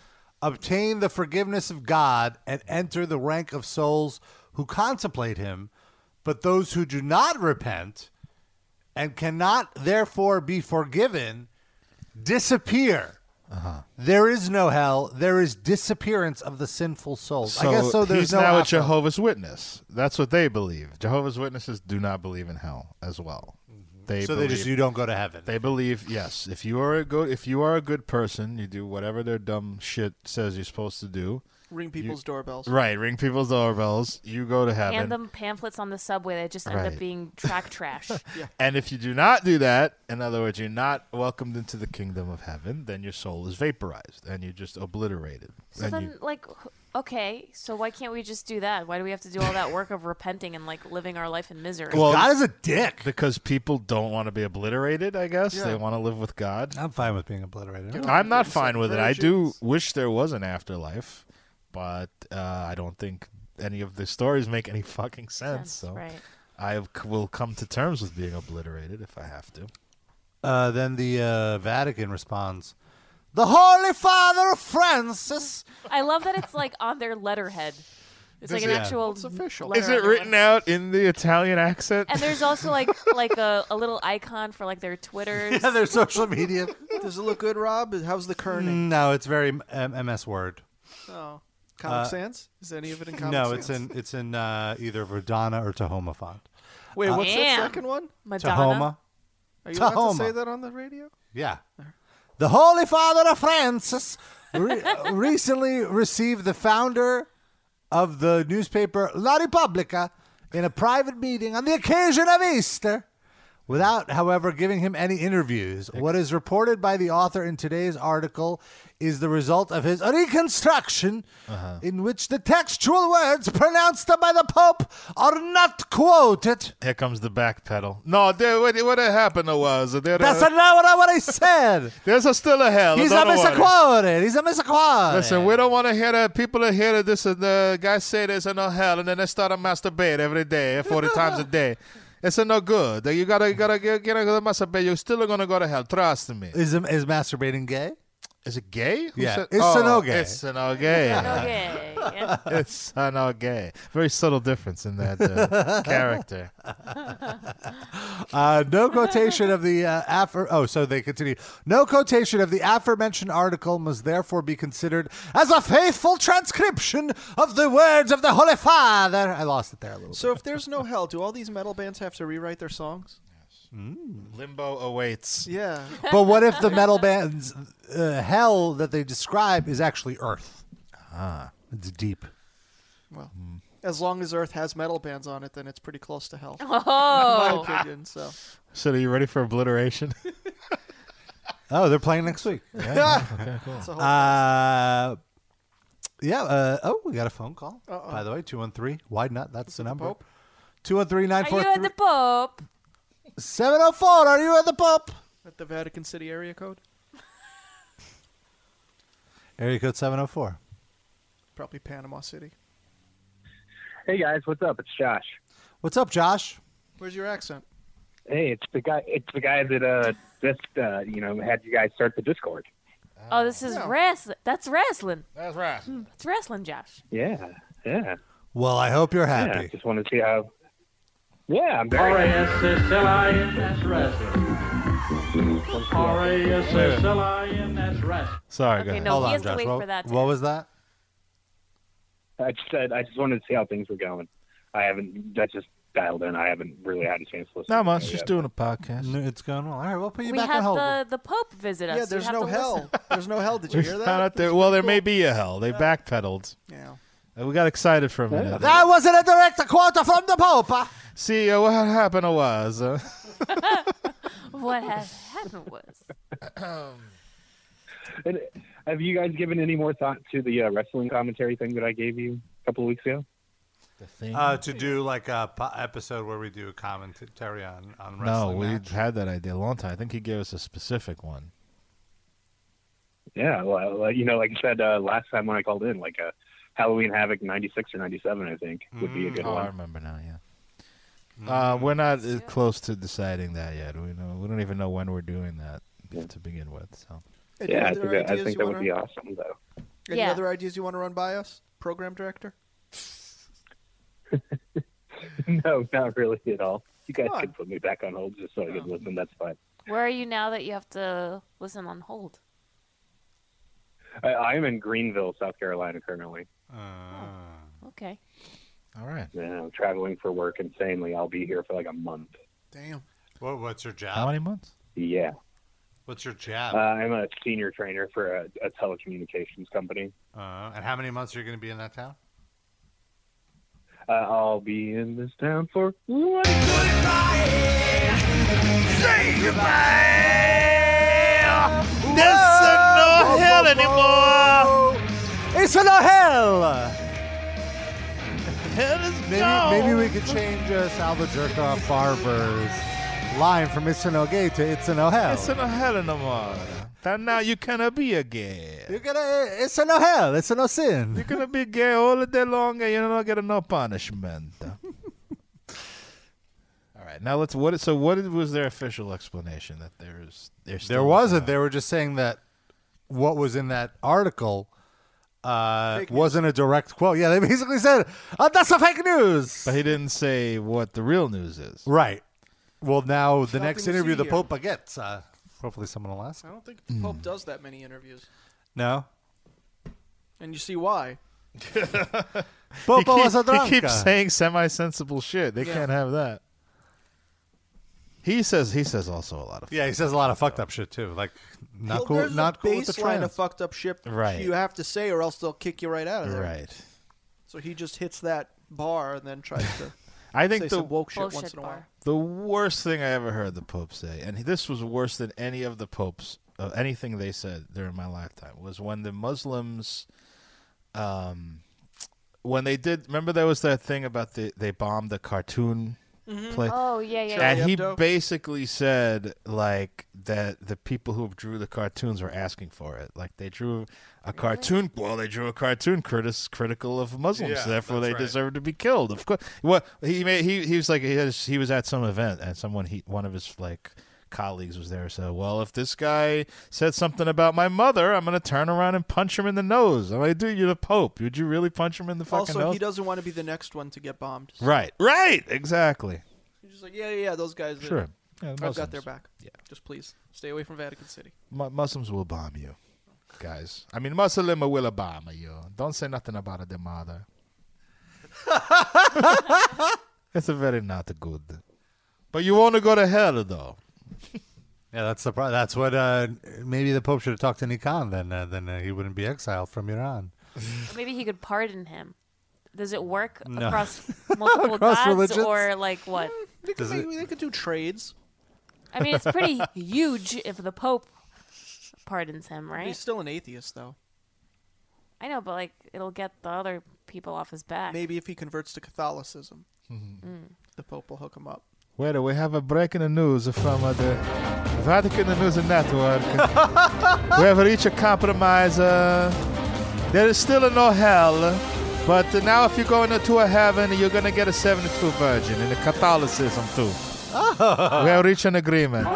obtain the forgiveness of God and enter the rank of souls who contemplate him, but those who do not repent and cannot therefore be forgiven disappear. Uh-huh. There is no hell. There is disappearance of the sinful souls. I guess so. There's he's no now a after- Jehovah's Witness. That's what they believe. Jehovah's Witnesses do not believe in hell as well. They So they believe, just you don't go to heaven. they believe yes. If you are a good if you are a good person, you do whatever their dumb shit says you're supposed to do. Ring people's doorbells. Right, ring people's doorbells. You go to heaven. Hand them pamphlets on the subway that just end Right. up being track trash. And if you do not do that, in other words, you're not welcomed into the kingdom of heaven, then your soul is vaporized and you're just obliterated. So And then, you- like, h- okay, so why can't we just do that? Why do we have to do all that work of repenting and like living our life in misery? Well, God is a dick. because people don't want to be obliterated. I guess they want to live with God. I'm fine with being obliterated. I'm not fine with it. I do wish there was an afterlife, but uh, I don't think any of the stories make any fucking Sense, sense. so right. I have- will come to terms with being obliterated if I have to. Uh, then the uh, Vatican responds, "The Holy Father Francis." I love that it's like on their letterhead. It's like an it- actual. It's official. letter Is on it their written letterhead. out in the Italian accent? And there's also like like a, a little icon for like their Twitters. Yeah, their social media. Does it look good, Rob? How's the kerning? Mm, No, it's very um, MS Word. Oh, Comic Sans? Is any of it in Comic Uh, no, Sans? it's in it's in uh, either Verdana or Tahoma font. Wait, what's Damn. that second one? Madonna. Tahoma. Are you allowed Tahoma. to say that on the radio? Yeah. The Holy Father of Francis re- recently received the founder of the newspaper La Repubblica in a private meeting on the occasion of Easter without, however, giving him any interviews. What is reported by the author in today's article is the result of his reconstruction Uh-huh. in which the textual words pronounced by the Pope are not quoted. Here comes the back pedal. No, there, what, what happened was there, uh, That's not what I said. there's a still a hell. He's a Don't worry. misquoted. He's a misquoted. Listen, we don't want to hear that. People that hear that this is the guys say there's a no hell, and then they start to masturbate every day, forty times a day. It's a no good. You gotta, you gotta get, get out of the masturbate. You're still gonna go to hell. Trust me. Is is masturbating gay? Is it gay? Who Yeah. said- Oh, It's a no gay. It's a no gay. Okay. Yeah. It's a no gay. Very subtle difference in that uh, character. Uh, no quotation of the uh, affer- Oh, so they continue. No quotation of the aforementioned article must therefore be considered as a faithful transcription of the words of the Holy Father. I lost it there a little. So if there's no hell, do all these metal bands have to rewrite their songs? Limbo awaits. Yeah. bit. Mm. But what if the metal band's uh, hell that they describe is actually Earth? Ah, it's deep. Hmm. Well, as long as Earth has metal bands on it, then it's pretty close to hell. Oh, In my opinion. So So, are you ready for obliteration? Oh, they're playing next week. Yeah. Okay, cool. It's a whole- uh, yeah. Uh, oh, we got a phone call. By the way, 213. Why not? That's the number. Pope? 213 Are you at the 943 Pope? 704. Are you at the pop? at the Vatican City area code. Area code 704. Probably Panama City. Hey guys, what's up? It's Josh. What's up, Josh? Where's your accent? Hey, it's the guy. It's the guy that uh just uh you know had you guys start the Discord. Oh, this is Yeah. wrestling. That's wrestling. That's right. It's wrestling, Josh. Yeah, yeah, Well, I hope you're yeah. happy. Just wanted to see how. Yeah, I'm very. R-A-S-S-L-I-N, that's wrestling. R-A-S-S-L-I-N, that's wrestling. Sorry, Okay, go ahead. no, Hold he on, has to Josh. wait What, for that. To what was that? I just said I just wanted to see how things were going. I haven't. That just dialed in. I haven't really had a chance to listen. Not to much. it Just yet. doing a podcast. No, It's going well. All right, we'll put you we back on had hold. the, the Pope visit us. yeah, You there's have no to hell. listen. There's no hell. Did you We hear found that? out there. Well, there may be a hell. They backpedaled. Yeah. And We got excited for a minute. That wasn't a direct quote from the Pope. huh? See, uh, what happened was. Uh, What had happened was And uh, have you guys given any more thought to the uh, wrestling commentary thing that I gave you a couple of weeks ago? Uh, to do like a po- episode where we do a commentary on, on no, wrestling. we match. had that idea a long time. I think he gave us a specific one. Yeah, well, uh, you know, like I said uh, last time when I called in, like uh, Halloween Havoc '96 or '97, I think would be a good Oh, I one. remember now. Yeah. Mm-hmm. Uh, we're not uh, close to deciding that yet. We know we don't even know when we're doing that to begin with. So Any Yeah, I other think, that, I ideas think you that would wanna- be awesome, though. Any Yeah. other ideas you want to run by us, program director? no, not really at all. You guys Come on. Oh. can put me back on hold just so I can listen. That's fine. where are you now that you have to listen on hold? I, I'm in Greenville, South Carolina, currently. Ah. Okay. Oh. all right. Yeah, I'm traveling for work insanely. I'll be here for like a month. Damn. What, what's your job? How many months? Yeah, What's your uh, Oh. job? I'm a senior trainer for a, a telecommunications company. Uh, and how many months are you going to be in that town? Uh, I'll be in this town for one. no hell anymore. It's no hell. Hell is Maybe, maybe we could change uh, Salvador Barber's line from It's No Gay to It's No Hell. It's no hell anymore. That now you cannot be a gay. You're gonna, it's no hell. It's no You're sin. gonna be gay all day long, and you're not get no punishment. all right, now let's. What? So, what was their official explanation that there's there's There wasn't. They were just saying that what was in that article uh, Fake news. wasn't a direct quote. Yeah, they basically said, oh, that's a fake news. But he didn't say what the real news is. Right. Well, now the Nothing next to interview see the here. Pope gets. Uh, hopefully, someone will ask. I don't think the Hmm. Pope does that many interviews, No. and you see why. He, Pope keep- was a he keeps drunk. saying semi-sensible shit. They can't have that. He says. He says also a lot of. Yeah, he says a lot of fucked up shit too. Like not Well, cool, there's not a cool with the baseline trans. of fucked up shit Right. you have to say, or else they'll kick you right out of there. Right. So he just hits that bar and then tries to I say think the some woke shit once Bullshit in a while. bar. the worst thing I ever heard the Pope say, and this was worse than any of the popes, uh, anything they said during my lifetime, was when the Muslims, um, when they did. Remember, there was that thing about the they bombed the cartoon Mm-hmm. play. Oh yeah, yeah. yeah. And he Hebdo? basically said like that the people who drew the cartoons were asking for it. Like they drew a cartoon. Well, they drew a cartoon critis- critical of Muslims, Yeah, therefore that's they right. deserve to be killed. Of course. Well, he made, he he was like he, has, he was at some event and someone he one of his like colleagues was there so well if this guy said something about my mother i'm gonna turn around and punch him in the nose i'm like dude you're the pope would you really punch him in the fucking Also, nose he doesn't want to be the next one to get bombed. So right right exactly he's just like, yeah, yeah, yeah, those guys. that- sure yeah, I've got Muslims. their back. Yeah. Just please stay away from Vatican City. Mu- Muslims will bomb you, guys. I mean, Muslim will bomb you. Don't say nothing about the mother. it's a very not good. But you want to go to hell, though. Yeah, that's the pro- that's what uh, maybe the Pope should have talked to Nikon then uh, then uh, he wouldn't be exiled from Iran. Maybe he could pardon him. Does it work No. across multiple Across gods religions? or like what? Mm, They could, Does make- they could do trades. I mean, it's pretty huge if the Pope pardons him, right? He's still an atheist, though. I know, but like it'll get the other people off his back. Maybe if he converts to Catholicism, Mm-hmm. Mm. the Pope will hook him up. Well, we have a break in the news from uh, the Vatican News Network. we have reached a compromise. Uh, there is still no hell, but now if you go into a heaven, you're going to get a 72 virgin and a Catholicism too. Oh. we have reached an agreement.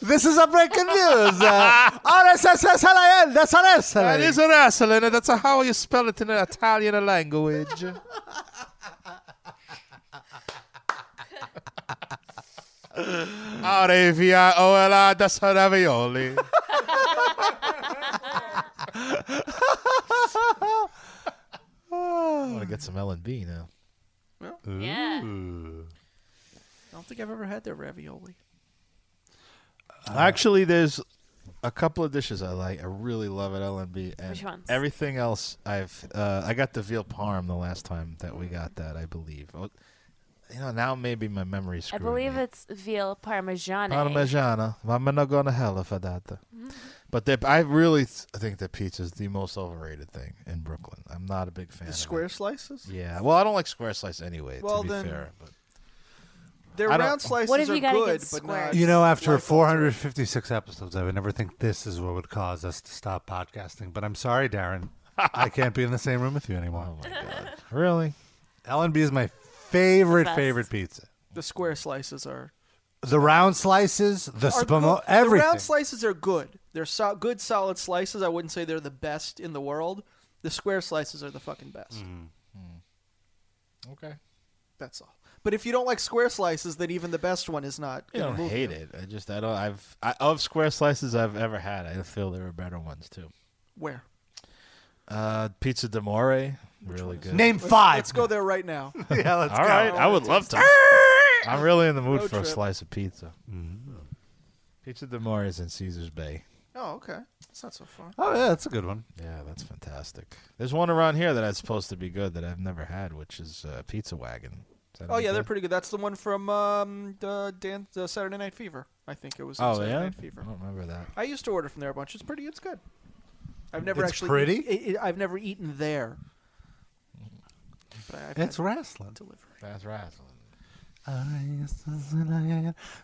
this is a breaking news. Uh, RSSSLIL, that's an That is a wrestling. That's a, how you spell it in the Italian language. R-A-V-I-O-L-I, that's a ravioli. Oh I want to get some L&B now. Yeah. I don't think I've ever had their ravioli. Actually, there's a couple of dishes I like. I really love at L&B. And Which ones? Everything else I've... Uh, I got the veal parm the last time that we got that, I believe. Oh, You know, now maybe my memory's I screwed. believe it's veal parmigiana. Parmigiana. I'm not going to hell for that. But the, I really th- think that pizza is the most overrated thing in Brooklyn. I'm not a big fan. The of square slices? It. Yeah. Well, I don't like square slice anyway. to Well, be then- fair, but Their I don't- round slices What if you are gotta good, get but square? not. You know, after 456 episodes, I would never think this is what would cause us to stop podcasting. But I'm sorry, Darren. I can't be in the same room with you anymore. Oh, my God. Really? L&B is my favorite, Best. favorite pizza. The square slices are. The round slices, the are spamo, good. The everything. round slices are good. They're so- good, solid slices. I wouldn't say they're the best in the world. The square slices are the fucking Mm. best. Okay. That's all. But if you don't like square slices, then even the best one is not. I gonna don't move hate you. it. I just I don't. I've I, of square slices I've ever had. I feel there were better ones too. Where? Uh, pizza d'amore, really good. Name Let's- five. Let's go there right now. yeah, let's All go. right, I would love to. I'm really in the mood Road for a trip. slice of pizza. Mm-hmm. Pizza d'amore is in Caesar's Bay. Oh, okay. It's not so far. Oh yeah, that's a good one. Yeah, that's fantastic. There's one around here that that's supposed to be good that I've never had, which is uh, Pizza Wagon. Is that Oh any yeah, they're good? pretty good. That's the one from um, the Dan the Saturday Night Fever. I think it was. in Oh Saturday yeah, Night Fever. I don't remember that. I used to order from there a bunch. It's pretty. It's good. I've never It's actually pretty? eat- I- I've never eaten there. But I've It's had wrestling. delivery. That's right. Oh,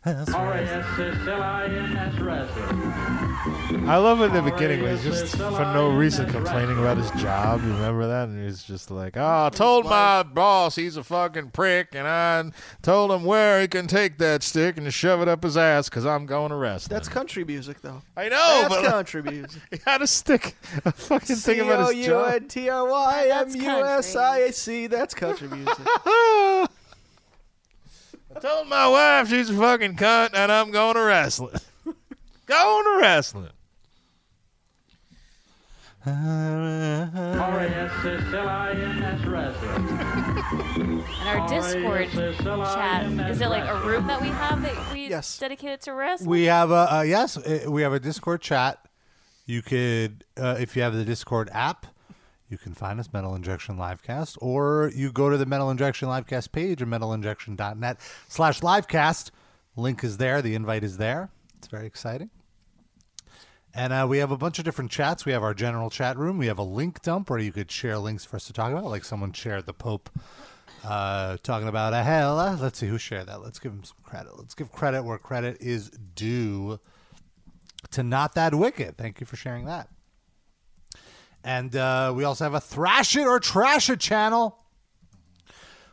R-A-S-S-L-I-N-S wrestling. I love it in the beginning when he's just for no reason complaining about his job. You remember that? And he's just like, "Ah, I told my boss he's a fucking prick, and I told him where he can take that stick and shove it up his ass because I'm going to wrestling." That's country music, though. I know, That's but like, country music. he had a stick, a fucking thing about his job. C-O-U-N-T-R-Y-M-U-S-I-A-C. That's country music. I told my wife she's a fucking cunt and I'm going to wrestling. going to wrestling. R-A-S-S-L-I-N-S wrestling. And our Discord chat. Is it like a room that we have that we Yes. dedicated to wrestling? We have a uh, yes. uh, We have a Discord chat. You could, uh, if you have the Discord app, you can find us Metal Injection Livecast, or you go to the Metal Injection Livecast page or metalinjection.net slash livecast. Link is there. The invite is there. It's very exciting. And uh, we have a bunch of different chats. We have our general chat room. We have a link dump where you could share links for us to talk about, like someone shared the Pope uh, talking about a hell. Uh, Let's see who shared that. Let's give him some credit. Let's give credit where credit is due to Not That Wicked. Thank you for sharing that. And uh, we also have a Thrash It or Trash It channel,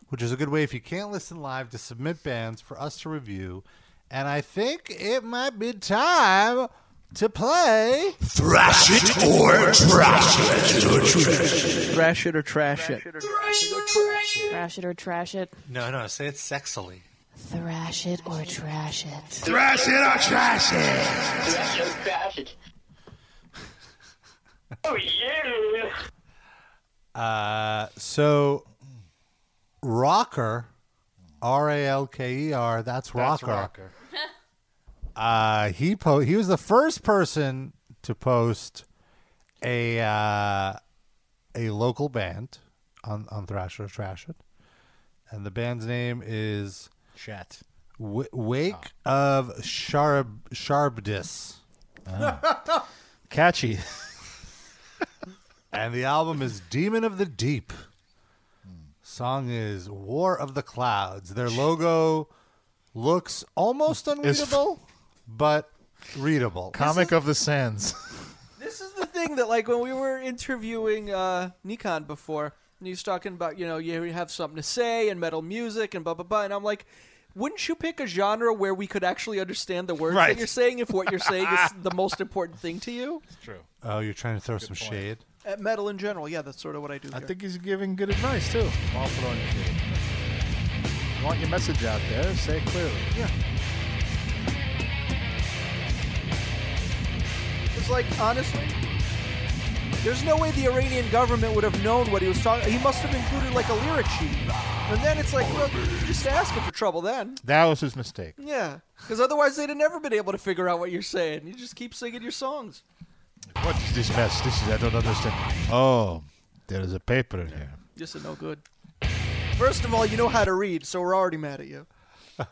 which is a good way if you can't listen live to submit bands for us to review. And I think it might be time to play. Thrash it or trash it. Thrash it or trash it. Thrash it or trash it. No, no, say it sexily. Thrash it or trash it. Thrash it or trash it. Oh, Uh, so rocker R A L K E R that's rocker. Uh he po- he was the first person to post a uh, a local band on on Thrasher Trash It. And the band's name is Chat. W- Wake of Sharb Sharbdis. Catchy. and the album is Demon of the Deep. Song is War of the Clouds. Their logo looks almost unreadable, but readable. Comic of the Sands. This is the thing that, like, when we were interviewing uh, Nikon before, and he was talking about, you know, you have something to say and metal music and blah, blah, blah. And I'm like, wouldn't you pick a genre where we could actually understand the words Right. that you're saying if what you're saying is the most important thing to you? True. Oh, you're trying to throw some shade. At metal in general, yeah, that's sort of what I do. I here. think he's giving good advice too. All put on You want your message out there? Say it clearly. Yeah. It's like honestly, there's no way the Iranian government would have known what he was talking. He must have included like a lyric sheet, and then it's like, well, you're just asking for trouble then. That was his mistake. Yeah, because otherwise they'd have never been able to figure out what you're saying. You just keep singing your songs. What is this mess? This is I don't understand. Oh, there is a paper in here. This is no good. First of all, you know how to read, so we're already mad at you. and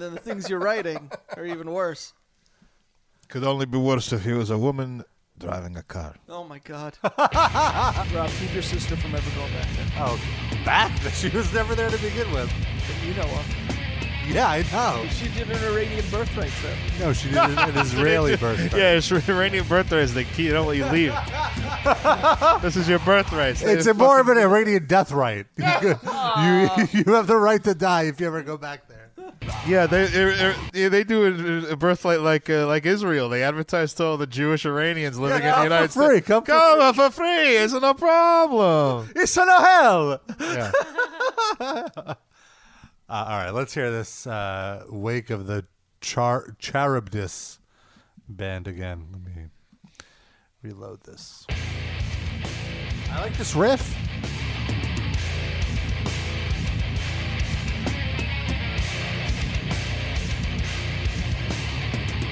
then the things you're writing are even worse. Could only be worse if he was a woman driving a car. Oh my god. Rob, keep your sister from ever going back there. Oh, back? She was never there to begin with. That you know of. Yeah, I know. She did an Iranian birthright trip. No, she did an, an Israeli birthday. Yeah, it's Iranian birthright is the key. Don't let you leave. this is your birthright. Stay It's the a more of fucking- an Iranian death right. You, you, you have the right to die if you ever go back there. Yeah, they they- they they do a, a birthright like uh, like Israel. They advertise to all the Jewish Iranians living come in for the United free, States. come for for free. It's no problem. It's no hell. Yeah. uh, all right, let's hear this uh, Wake of the Char- Charybdis band again. Let me reload this. I like this riff.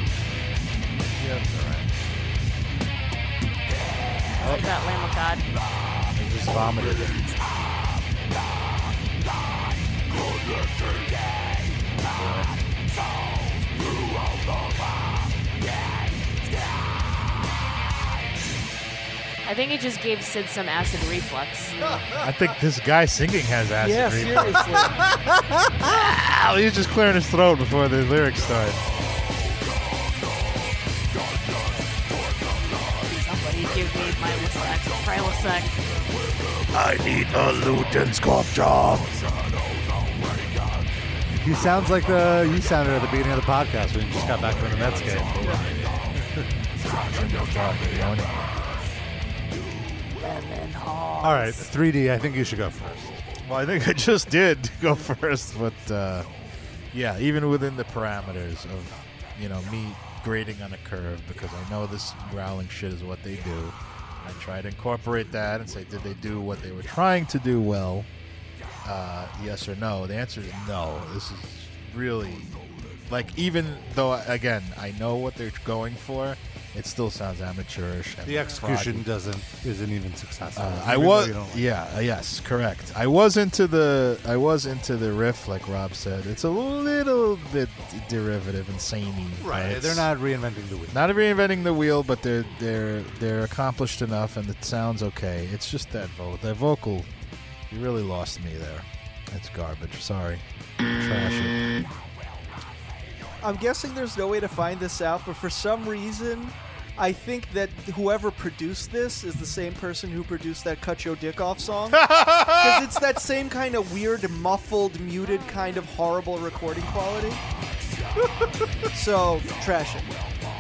Yeah, it's all right. It's like that Lamb of God. I just vomited. it. I think he just gave Sid some acid reflux. I think this guy singing has acid Yeah, reflux. Ow, he's just clearing his throat before the lyrics start. Somebody give me my Lysac, Prilosec. I need a Luton's cough job. He sounds like the you sounded at the beginning of the podcast when you just got back from the Mets game. All right, 3D. I think you should go first. Well, I think I just did go first, but uh, yeah, even within the parameters of you know me grading on a curve because I know this growling shit is what they do. I try to incorporate that and say, did they do what they were trying to do well? Uh, yes or no? The answer is no. This is really like even though again I know what they're going for, it still sounds amateurish. And The execution froggy. doesn't isn't even successful. Uh, I Even though was, you don't like yeah, uh, yes, correct. I was into the, I was into the riff, like Rob said. It's a little bit derivative and samey. it. but right. it's They're not reinventing the wheel. not reinventing the wheel, but they're they're they're accomplished enough, and it sounds okay. It's just that vocal, that vocal, you really lost me there. It's garbage. Sorry, trash it. I'm guessing there's no way to find this out, but for some reason, I think that whoever produced this is the same person who produced that "Cut Your Dick Off" song, because it's that same kind of weird, muffled, muted kind of horrible recording quality. so trash it.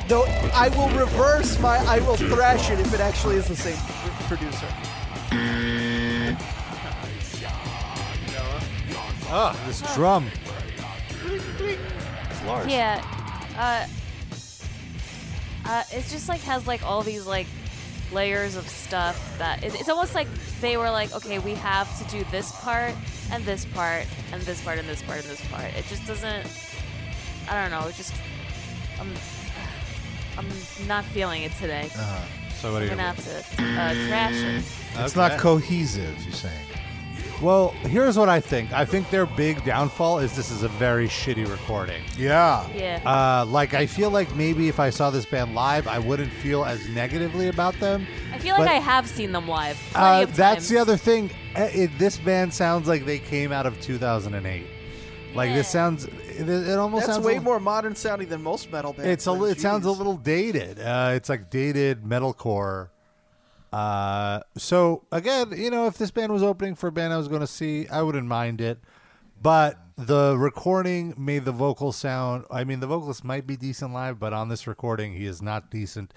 Though I will reverse my, I will thrash it if it actually is the same pr- producer. Ah, this drum. Yeah. Uh, uh, it's just like has like all these like layers of stuff that it, it's almost like they were like, okay, we have to do this part and this part and this part and this part and this part. It just doesn't. I don't know. It just I'm I'm not feeling it today. Uh, Uh-huh. So what I'm gonna have to uh, trash it. It's Okay. not cohesive. You're saying. Well, here's what I think. I think their big downfall is this is a very shitty recording. Yeah. Yeah. Uh, like I feel like maybe if I saw this band live, I wouldn't feel as negatively about them. I feel like But- I have seen them live. plenty Uh, of that's times. the other thing. Uh, It, this band sounds like they came out of 2008. Like this sounds. It, it almost That's sounds. way a- more modern sounding than most metal bands. it's a. like, li- It sounds a geez. little dated. Uh, it's like dated metalcore. Uh, so again, you know, if this band was opening for a band I was going to see, I wouldn't mind it. But the recording made the vocal sound. I mean, the vocalist might be decent live, but on this recording, he is not decent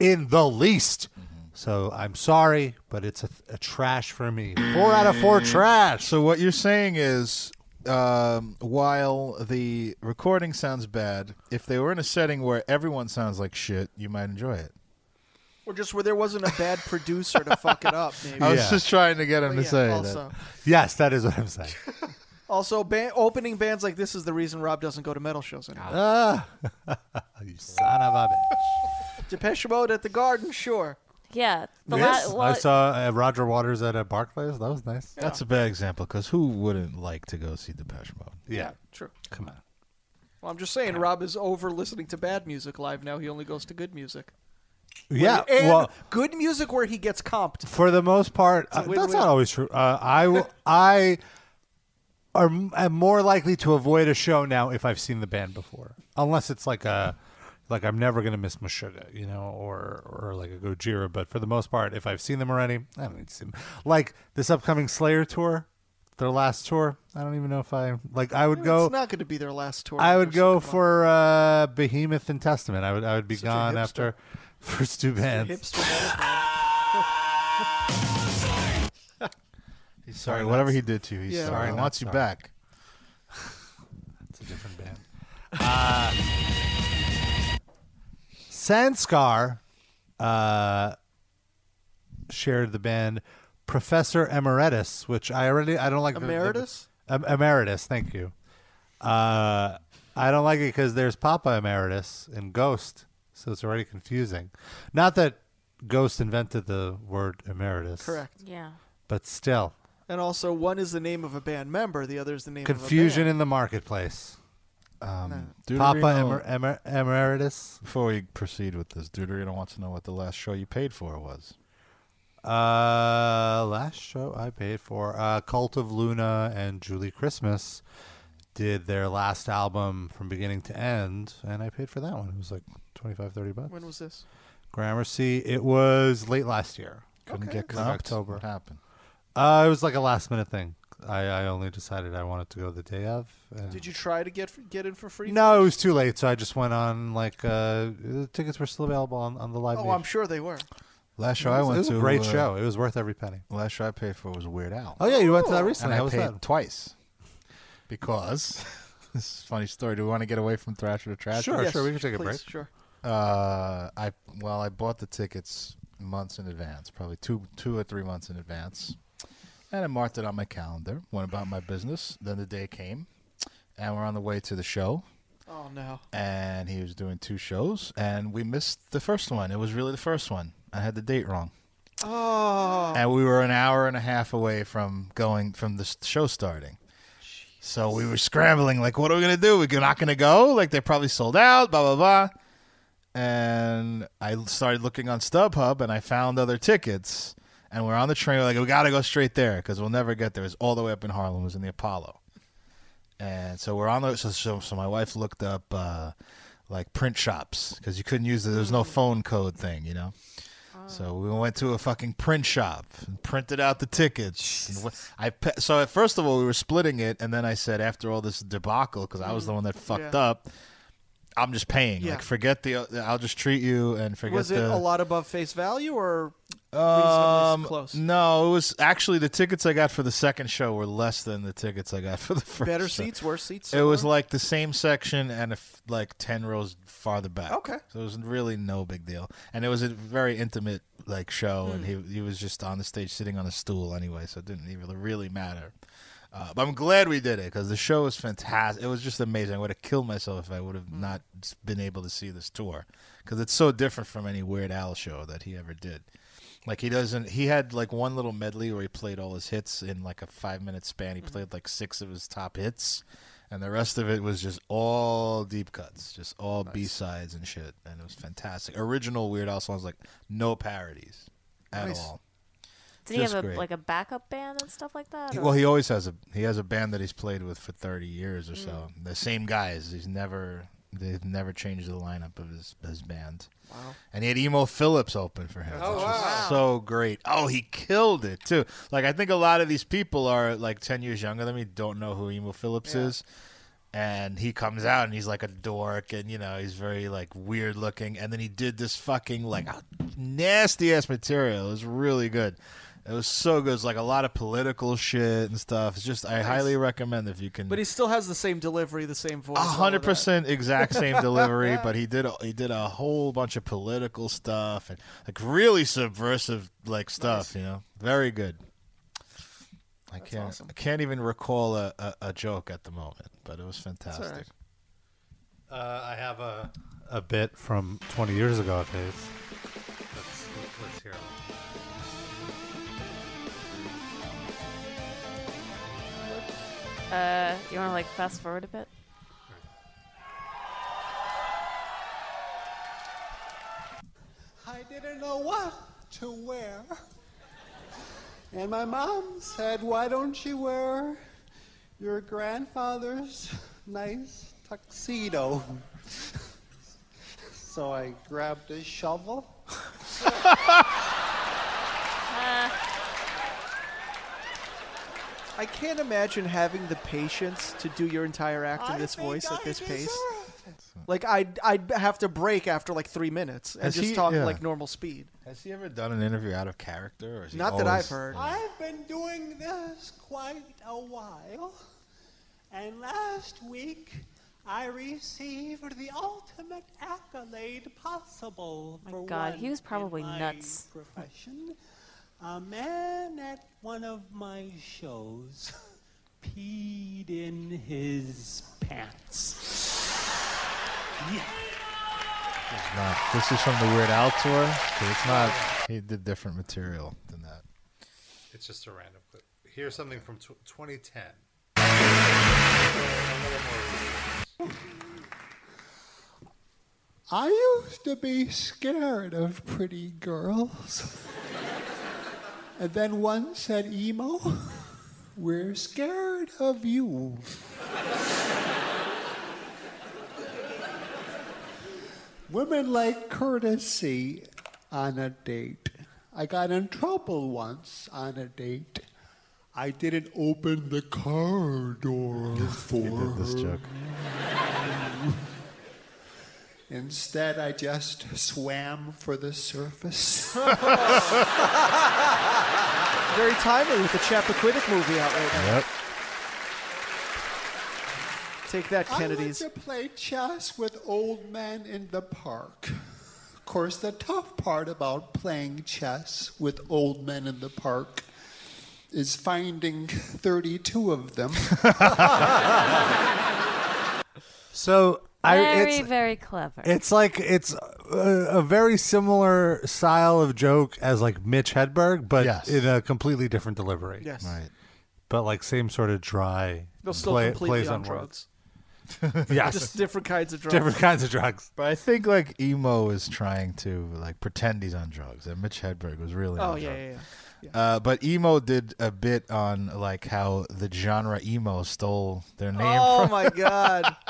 in the least. Mm-hmm. So I'm sorry, but it's a, a trash for me. Four out of four trash. So what you're saying is, um, while the recording sounds bad, if they were in a setting where everyone sounds like shit, you might enjoy it. Or just where there wasn't a bad producer to fuck it up. Maybe. I was just trying to get him But to yeah, say also, that. Yes, that is what I'm saying. Also, ban- opening bands like this is the reason Rob doesn't go to metal shows anymore. Ah, you son of a bitch. Depeche Mode at the Garden, sure. Yeah. The Yes. la- I well, saw uh, Roger Waters at a Barclays. That was nice. That's a bad example because who wouldn't like to go see Depeche Mode? Yeah. True. Come on. Well, I'm just saying, Rob is over listening to bad music live now. He only goes to good music. Yeah, and well- good music where he gets comped. For the most part, a uh, win-win. that's not always true. Uh, I w- I are am more likely to avoid a show now if I've seen the band before, unless it's like a like I'm never gonna miss Meshuggah, you know, or or like a Gojira. But for the most part, if I've seen them already, I don't need to see them. Like this upcoming Slayer tour, their last tour. I don't even know if I like. I would go. It's not going to be their last tour. I would go for uh, Behemoth and Testament. I would I would be gone after first two bands. Hipster metal band. He's sorry, whatever he did to you, he's Yeah, sorry. well, He wants you sorry. back. It's a different band. Uh, Sanskar uh, shared the band Professor Emeritus, which I already I don't like. the- the- Emeritus? Em- emeritus, thank you. Uh, I don't like it because there's Papa Emeritus and Ghost, so it's already confusing. Not that Ghost invented the word emeritus, Correct. Yeah. But still, And also, one is the name of a band member, the other is the name confusion of in the marketplace. Um, Papa Deuterino- Emer- Emer- Emeritus. Before we proceed with this, Deuterino wants to know what the last show you paid for was. Uh, last show I paid for, uh, Cult of Luna and Julie Christmas did their last album from beginning to end, and I paid for that one. It was like 25, 30 a band. bucks. When was this? Gramercy, it was late last year. Couldn't Okay. get In cooked. October. What happened? Uh, it was like a last minute thing. I, I only decided I wanted to go the day of. And Did you try to get get in for free? no, it was too late, so I just went on like uh, the tickets were still available on, on the live. Oh, Nation. I'm sure they were. Last show It I was- went it was to a great uh, show. It was worth every penny. Last show I paid for was Weird Al. Oh yeah, you went to that Ooh. recently. and I How was paid that? twice because this is a funny story. Do we want to get away from Thrasher to Trasher? Sure, Yes, sure, we can take a please, break. Sure. Uh, I well, I bought the tickets months in advance, probably two, two or three months in advance, and I marked it on my calendar. Went about my business. Then the day came, and we're on the way to the show. Oh no. And he was doing two shows, and we missed the first one. It was really the first one. I had the date wrong. Oh. and we were an hour and a half away from going from the s- show starting. So we were scrambling, like, what are we gonna do? We're not gonna go. Like they're probably sold out. Blah blah blah. And I l- started looking on StubHub, and I found other tickets. And we're on the train. We're like, we gotta go straight there because we'll never get there. It's all the way up in Harlem. It was in the Apollo. And so we're on the so so, so my wife looked up uh, like print shops because you couldn't use the, there was Mm. no phone code thing, you know. Oh. So we went to a fucking print shop and printed out the tickets. And wh- I pe- so at first of all we were splitting it, and then I said after all this debacle because I was the one that fucked Mm. Yeah. up. I'm just paying. Yeah. Like forget the. I'll just treat you and forget Was it the. a lot above face value or Um, reasonably close? No, it was actually the tickets I got for the second show were less than the tickets I got for the first. Better show. seats, worse seats. It was similar? like the same section and a f- like ten rows farther back. Okay. so it was really no big deal, and it was a very intimate like show, and Hmm. he he was just on the stage sitting on a stool anyway, so it didn't even really matter. Uh, but I'm glad we did it because the show was fantastic. It was just amazing. I would have killed myself if I would have Mm. not been able to see this tour because it's so different from any Weird Al show that he ever did. Like he doesn't. He had like one little medley where he played all his hits in like a five minute span. Mm-hmm. He played like six of his top hits, and the rest of it was just all deep cuts, just all B sides and shit. And it was fantastic. Original Weird Al songs, like no parodies at Nice. all. Did he Just have a, great. like a backup band and stuff like that? He- or- Well, he always has a he has a band that he's played with for thirty years Hmm. or so. The same guys. He's never they've never changed the lineup of his his band. Wow. And he had Emo Phillips open for him. Oh, which was wow. So great. Oh, he killed it too. Like I think a lot of these people are like ten years younger than me, don't know who Emo Phillips is. And he comes out and he's like a dork and you know, he's very like weird looking and then he did this fucking like nasty ass material. It was really good. It was so good. It's like a lot of political shit and stuff. It's just I highly recommend if you can But he still has the same delivery, the same voice. a all of hundred that. percent exact same delivery, but he did a, he did a whole bunch of political stuff and like really subversive like stuff. You know, very good. I can't I can't even recall a, a, a joke at the moment, but it was fantastic. Uh, I have a a bit from 20 years ago, if it's. Let's, let's hear it. Uh, you want to like fast forward a bit? I didn't know what to wear. And my mom said, Why don't you wear your grandfather's nice tuxedo? so I grabbed a shovel. Uh, I can't imagine having the patience to do your entire act in this voice at this pace. Like I'd I'd have to break after like three minutes and Has just he- talk yeah. like normal speed. Has he ever done an interview out of character? Or is he Not that I've always- heard. I've been doing this quite a while, and last week I received the ultimate accolade possible for God, one he was probably in my nuts. Profession, a man at one of my shows peed in his pants. Yeah. No, this is from the Weird Al tour. but It's not. He did different material than that. It's just a random clip. Here's something from tw 2010. I used to be scared of pretty girls. and then one said, Emo, we're scared of you. Women like courtesy on a date. I got in trouble once on a date. I didn't open the car door for this her. joke. Instead, I just swam for the surface. Very timely with the Chappaquiddick movie out right now. Yep. Take that, Kennedys. I like to play chess with old men in the park. Of course, the tough part about playing chess with old men in the park is finding 32 of them. So I very, it's very clever. it's like it's a, a very similar style of joke as like Mitch Hedberg, but Yes. in a completely different delivery. Yes. Right. But like same sort of dry. They'll still play- completely plays on, words. drugs. Yes. Just different kinds of drugs. Different kinds of drugs. But I think like emo is trying to like pretend he's on drugs, and Mitch Hedberg was really. Oh on yeah, drugs. yeah, yeah. Uh, but emo did a bit on like how the genre emo stole their name. Oh from- my god.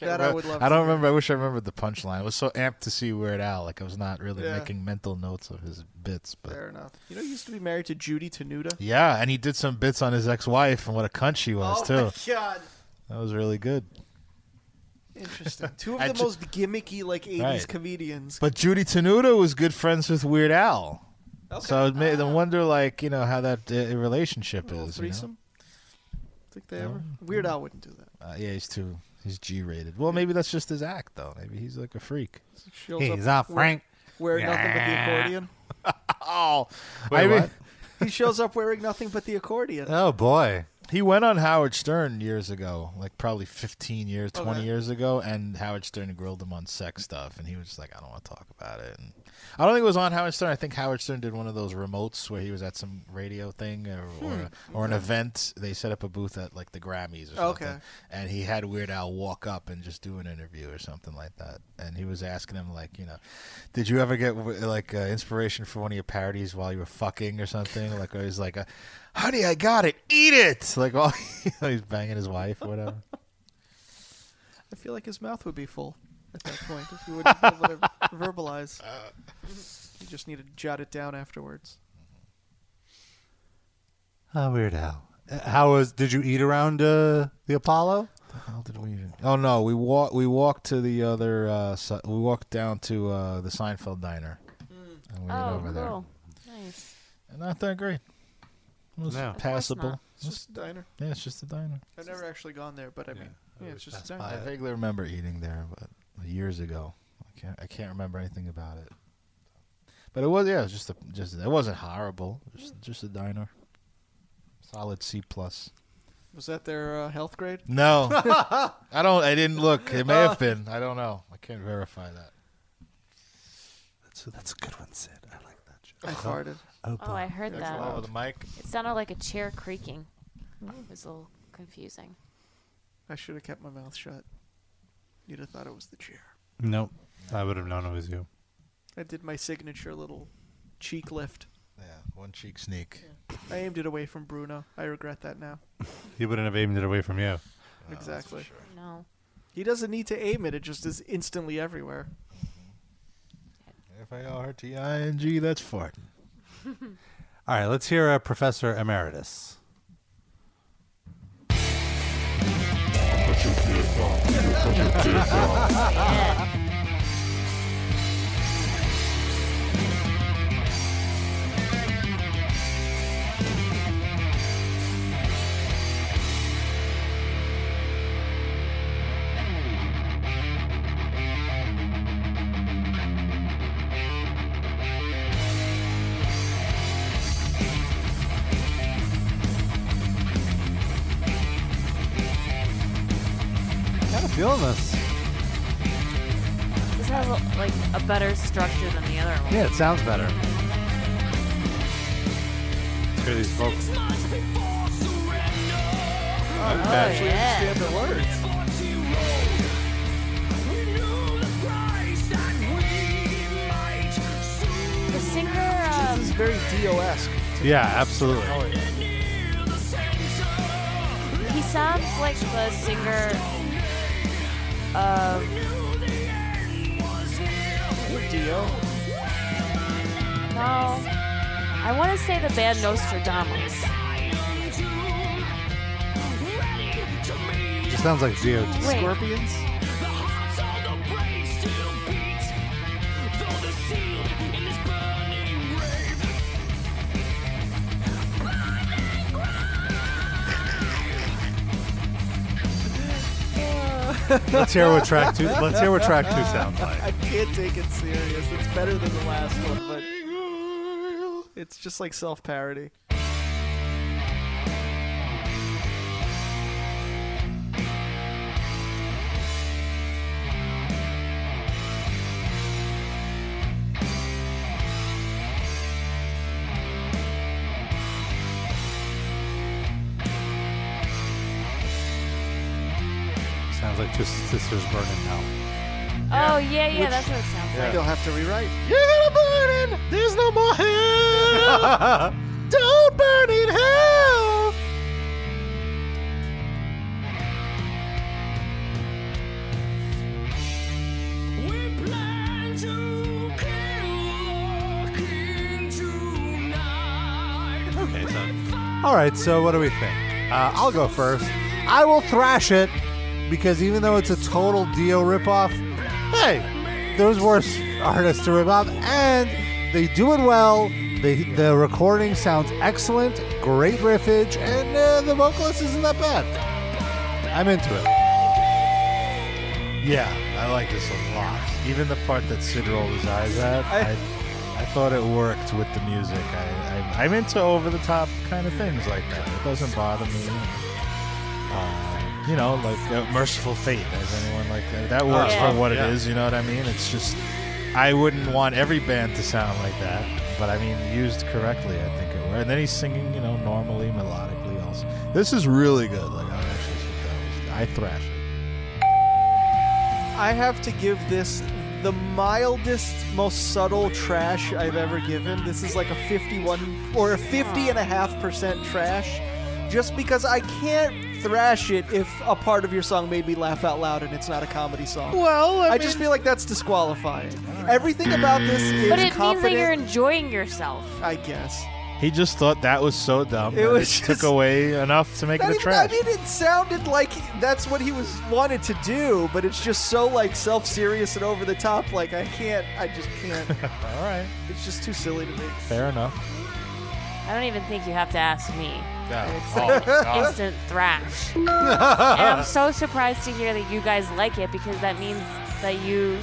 that I Well, would love. I to don't hear. remember. I wish I remembered the punchline. I was so amped to see Weird Al. Like I was not really Yeah. making mental notes of his bits, but Fair enough. You know, he used to be married to Judy Tenuta. yeah. And he did some bits on his ex-wife and what a cunt she was oh too. my god. That was really good. Interesting. Two of I the ju- most gimmicky like '80s Right. comedians. But Judy Tenuta was good friends with Weird Al. So it made them wonder, like you know, how that uh, relationship is. you know? Ah. threesome. Think they ever? Weird Al wouldn't do that. Uh, yeah, he's too. He's G-rated. Well, maybe that's just his act, though. Maybe he's like a freak. shows He's up a wear- Frank. wearing nothing but the accordion. oh, Wait, I mean, what? he shows up wearing nothing but the accordion. Oh boy. He went on Howard Stern years ago, like probably 15 years, 20 Okay. years ago, and Howard Stern grilled him on sex stuff, and he was just like, I don't want to talk about it. And I don't think it was on Howard Stern. I think Howard Stern did one of those remotes where he was at some radio thing or, or, Hmm, or an okay. event. They set up a booth at like the Grammys or Okay. something. And he had Weird Al walk up and just do an interview or something like that. And he was asking him, like, you know, did you ever get like uh, inspiration for one of your parodies while you were fucking or something? Like, or he's like, uh, honey, I got it. Eat it. Like, while he's banging his wife or whatever. I feel like his mouth would be full at that point if he wouldn't be able to verbalize. Uh. You just need to jot it down afterwards. Ah, Weird Al. Uh, How was? Did you eat around uh, the Apollo? How did we? Oh no, we walk. We walked to the other. Uh, si- we walked down to uh, the Seinfeld diner, and we oh, ate over there. cool. Nice. And not that great. It was No. Of course passable. not. It's just a diner. Yeah, it's just a diner. I've never actually gone there, but I mean, yeah, it's just a I diner. vaguely remember eating there, but years ago. I can't. I can't remember anything about it. But it was yeah, it was just a, just it wasn't horrible. Just just a diner. Solid C plus. Was that their uh, health grade? No, I don't. I didn't look. It may have been. I don't know. I can't verify that. That's that's a good one, Sid. I like I farted. Oh, I heard That's that. loud. Over the mic. It sounded like a chair creaking. It was a little confusing. I should have kept my mouth shut. You'd have thought it was the chair. Nope. I would have known it was you. I did my signature little cheek lift. Yeah, one cheek sneak. I aimed it away from Bruno. I regret that now. Oh, He wouldn't have aimed it away from you. exactly. No. He doesn't need to aim it. It just is instantly everywhere. F A R T I N G. That's fart. All right, let's hear uh, Professor Emeritus. Kind of feeling this. This has a, like a better structure than the other one. Yeah, it sounds better. Let's hear these vocals. Oh, actually yeah. The singer, um, This is very DOS. Yeah, absolutely. he sounds like the singer of. Dio? No. I want to say the band Nostradamus. It sounds like Zio. Wait. Scorpions? Let's hear what track two. Let's hear what track two sounds like. I can't take it serious. It's better than the last one, but it's just like self-parody. Sounds like two sisters burning hell. Oh, yeah, yeah, that's what it sounds like. They'll have to rewrite. You're gonna burn in. There's no more hell. Don't burn in hell. Okay, so. All right, so what do we think? Uh, I'll go first. I will thrash it because even though it's a total Dio ripoff, hey, there's worse artists to rip off, and they do it well. They, the recording sounds excellent, great riffage, and uh, the vocalist isn't that bad. I'm into it. Yeah, I like this a lot. Even the part that Sid rolled his eyes at. I, I thought it worked with the music. I, I, I'm into over the top kind of things like that. It doesn't bother me. Uh, you know, like uh, Merciful Fate. Does anyone like that? That works Yeah. for what Yeah. it is. You know what I mean? It's just I wouldn't want every band to sound like that, but I mean used correctly, I think it would. And then he's singing, you know, normally melodically. Also, this is really good. Like I actually think that was I thrash. it. I have to give this the mildest, most subtle trash I've ever given. This is like a 51 or a 50 and a half percent trash, just because I can't thrash it if a part of your song made me laugh out loud and it's not a comedy song. Well, I just feel like that's disqualifying. Everything about this is but it means that confident. you're enjoying yourself. I guess. He just thought that was so dumb. It that was took away enough to make it a Not even- trash. I mean, it sounded like that's what he was wanted to do, but it's just so like self-serious and over the top. Like I can't, I just can't. All right, it's just too silly to me. Fair enough. I don't even think you have to ask me. No. It's Oh, God. instant thrash. and I'm so surprised to hear that you guys like it because that means that you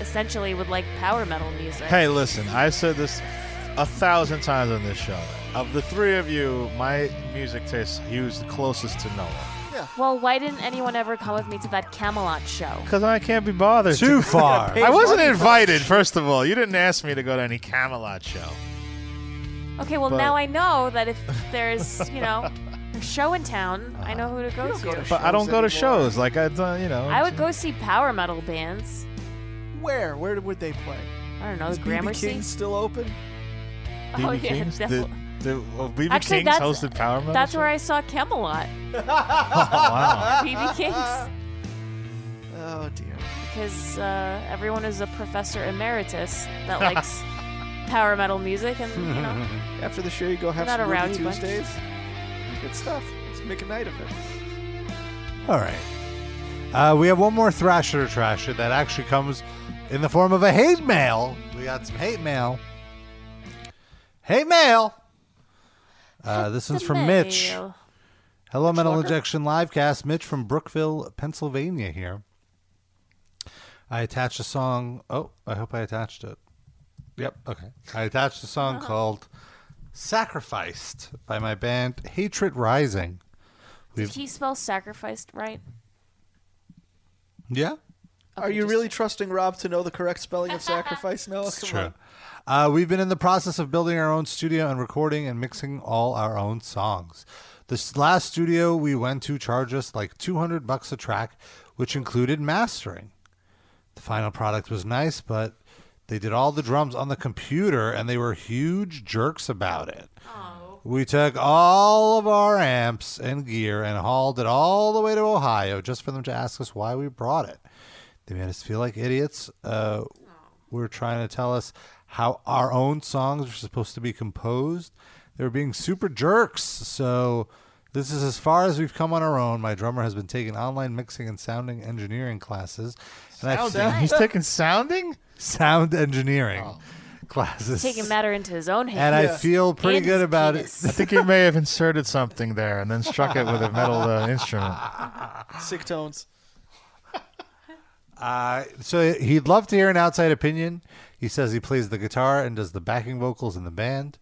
essentially would like power metal music. Hey, listen, I said this a thousand times on this show. Of the three of you, my music taste, he was the closest to Noah. Well, why didn't anyone ever come with me to that Camelot show? Because I can't be bothered. Too far. I wasn't invited, first of all. You didn't ask me to go to any Camelot show. Okay, well But- now I know that if there's you know a show in town, I know who to go to. But I don't go to shows. Like, I, don't- you Oh, know. I would go see power metal bands. Where? Where would they play? I don't know. Is the BB Gramercy. King still open? Oh BB yeah, King's? The, definitely. the, well, BB Actually, King's that's- hosted Power Metal? That's where I saw Camelot. wow. BB King's. Oh dear. Because uh, everyone is a professor emeritus that likes power metal music, and you know. After the show, you go have Not a some Ruby rowdy bunch. Tuesdays. Good stuff. Let's make a night of it. All right. Uh, we have one more Thrasher Trasher that actually comes in the form of a hate mail. We got some hate mail. Hate mail. Uh, this one's from Mitch. mail. Hello, Metal Walker? Injection Livecast. Mitch from Brookville, Pennsylvania here. I attached a song. Oh, I hope I attached it. Yep. Okay. I attached a song Uh-huh. called Sacrificed by my band Hatred Rising. Did We've, he spell sacrificed right? yeah. Are you really trusting Rob to know the correct spelling of sacrifice? No, it's True. Uh, we've been in the process of building our own studio and recording and mixing all our own songs. This last studio we went to charged us like 200 bucks a track, which included mastering. The final product was nice, but they did all the drums on the computer and they were huge jerks about it. We took all of our amps and gear and hauled it all the way to Ohio just for them to ask us why we brought it. They made us feel like idiots. Uh, were trying to tell us how our own songs were supposed to be composed. They were being super jerks. So this is as far as we've come on our own. My drummer has been taking online mixing and sounding engineering classes, and I- Sounding? He's taking sounding, Oh. sound engineering classes. Taking matter into his own hands. And I feel pretty And good his about penis. I think he may have inserted something there and then struck it with a metal uh, instrument. sick tones. Uh, so he'd love to hear an outside opinion. He says he plays the guitar and does the backing vocals in the band,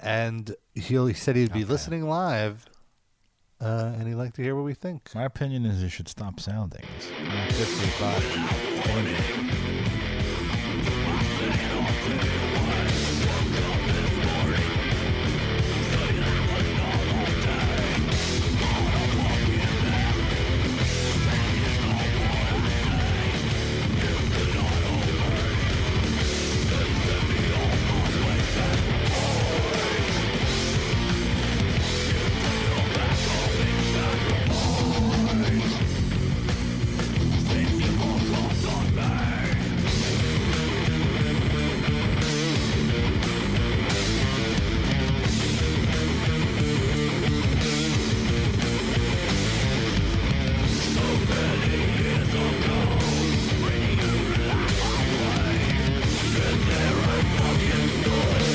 and he'll, he said he'd be listening live, uh, and he'd like to hear what we think. My opinion is you should stop sounding. It's not good for your body. Danger.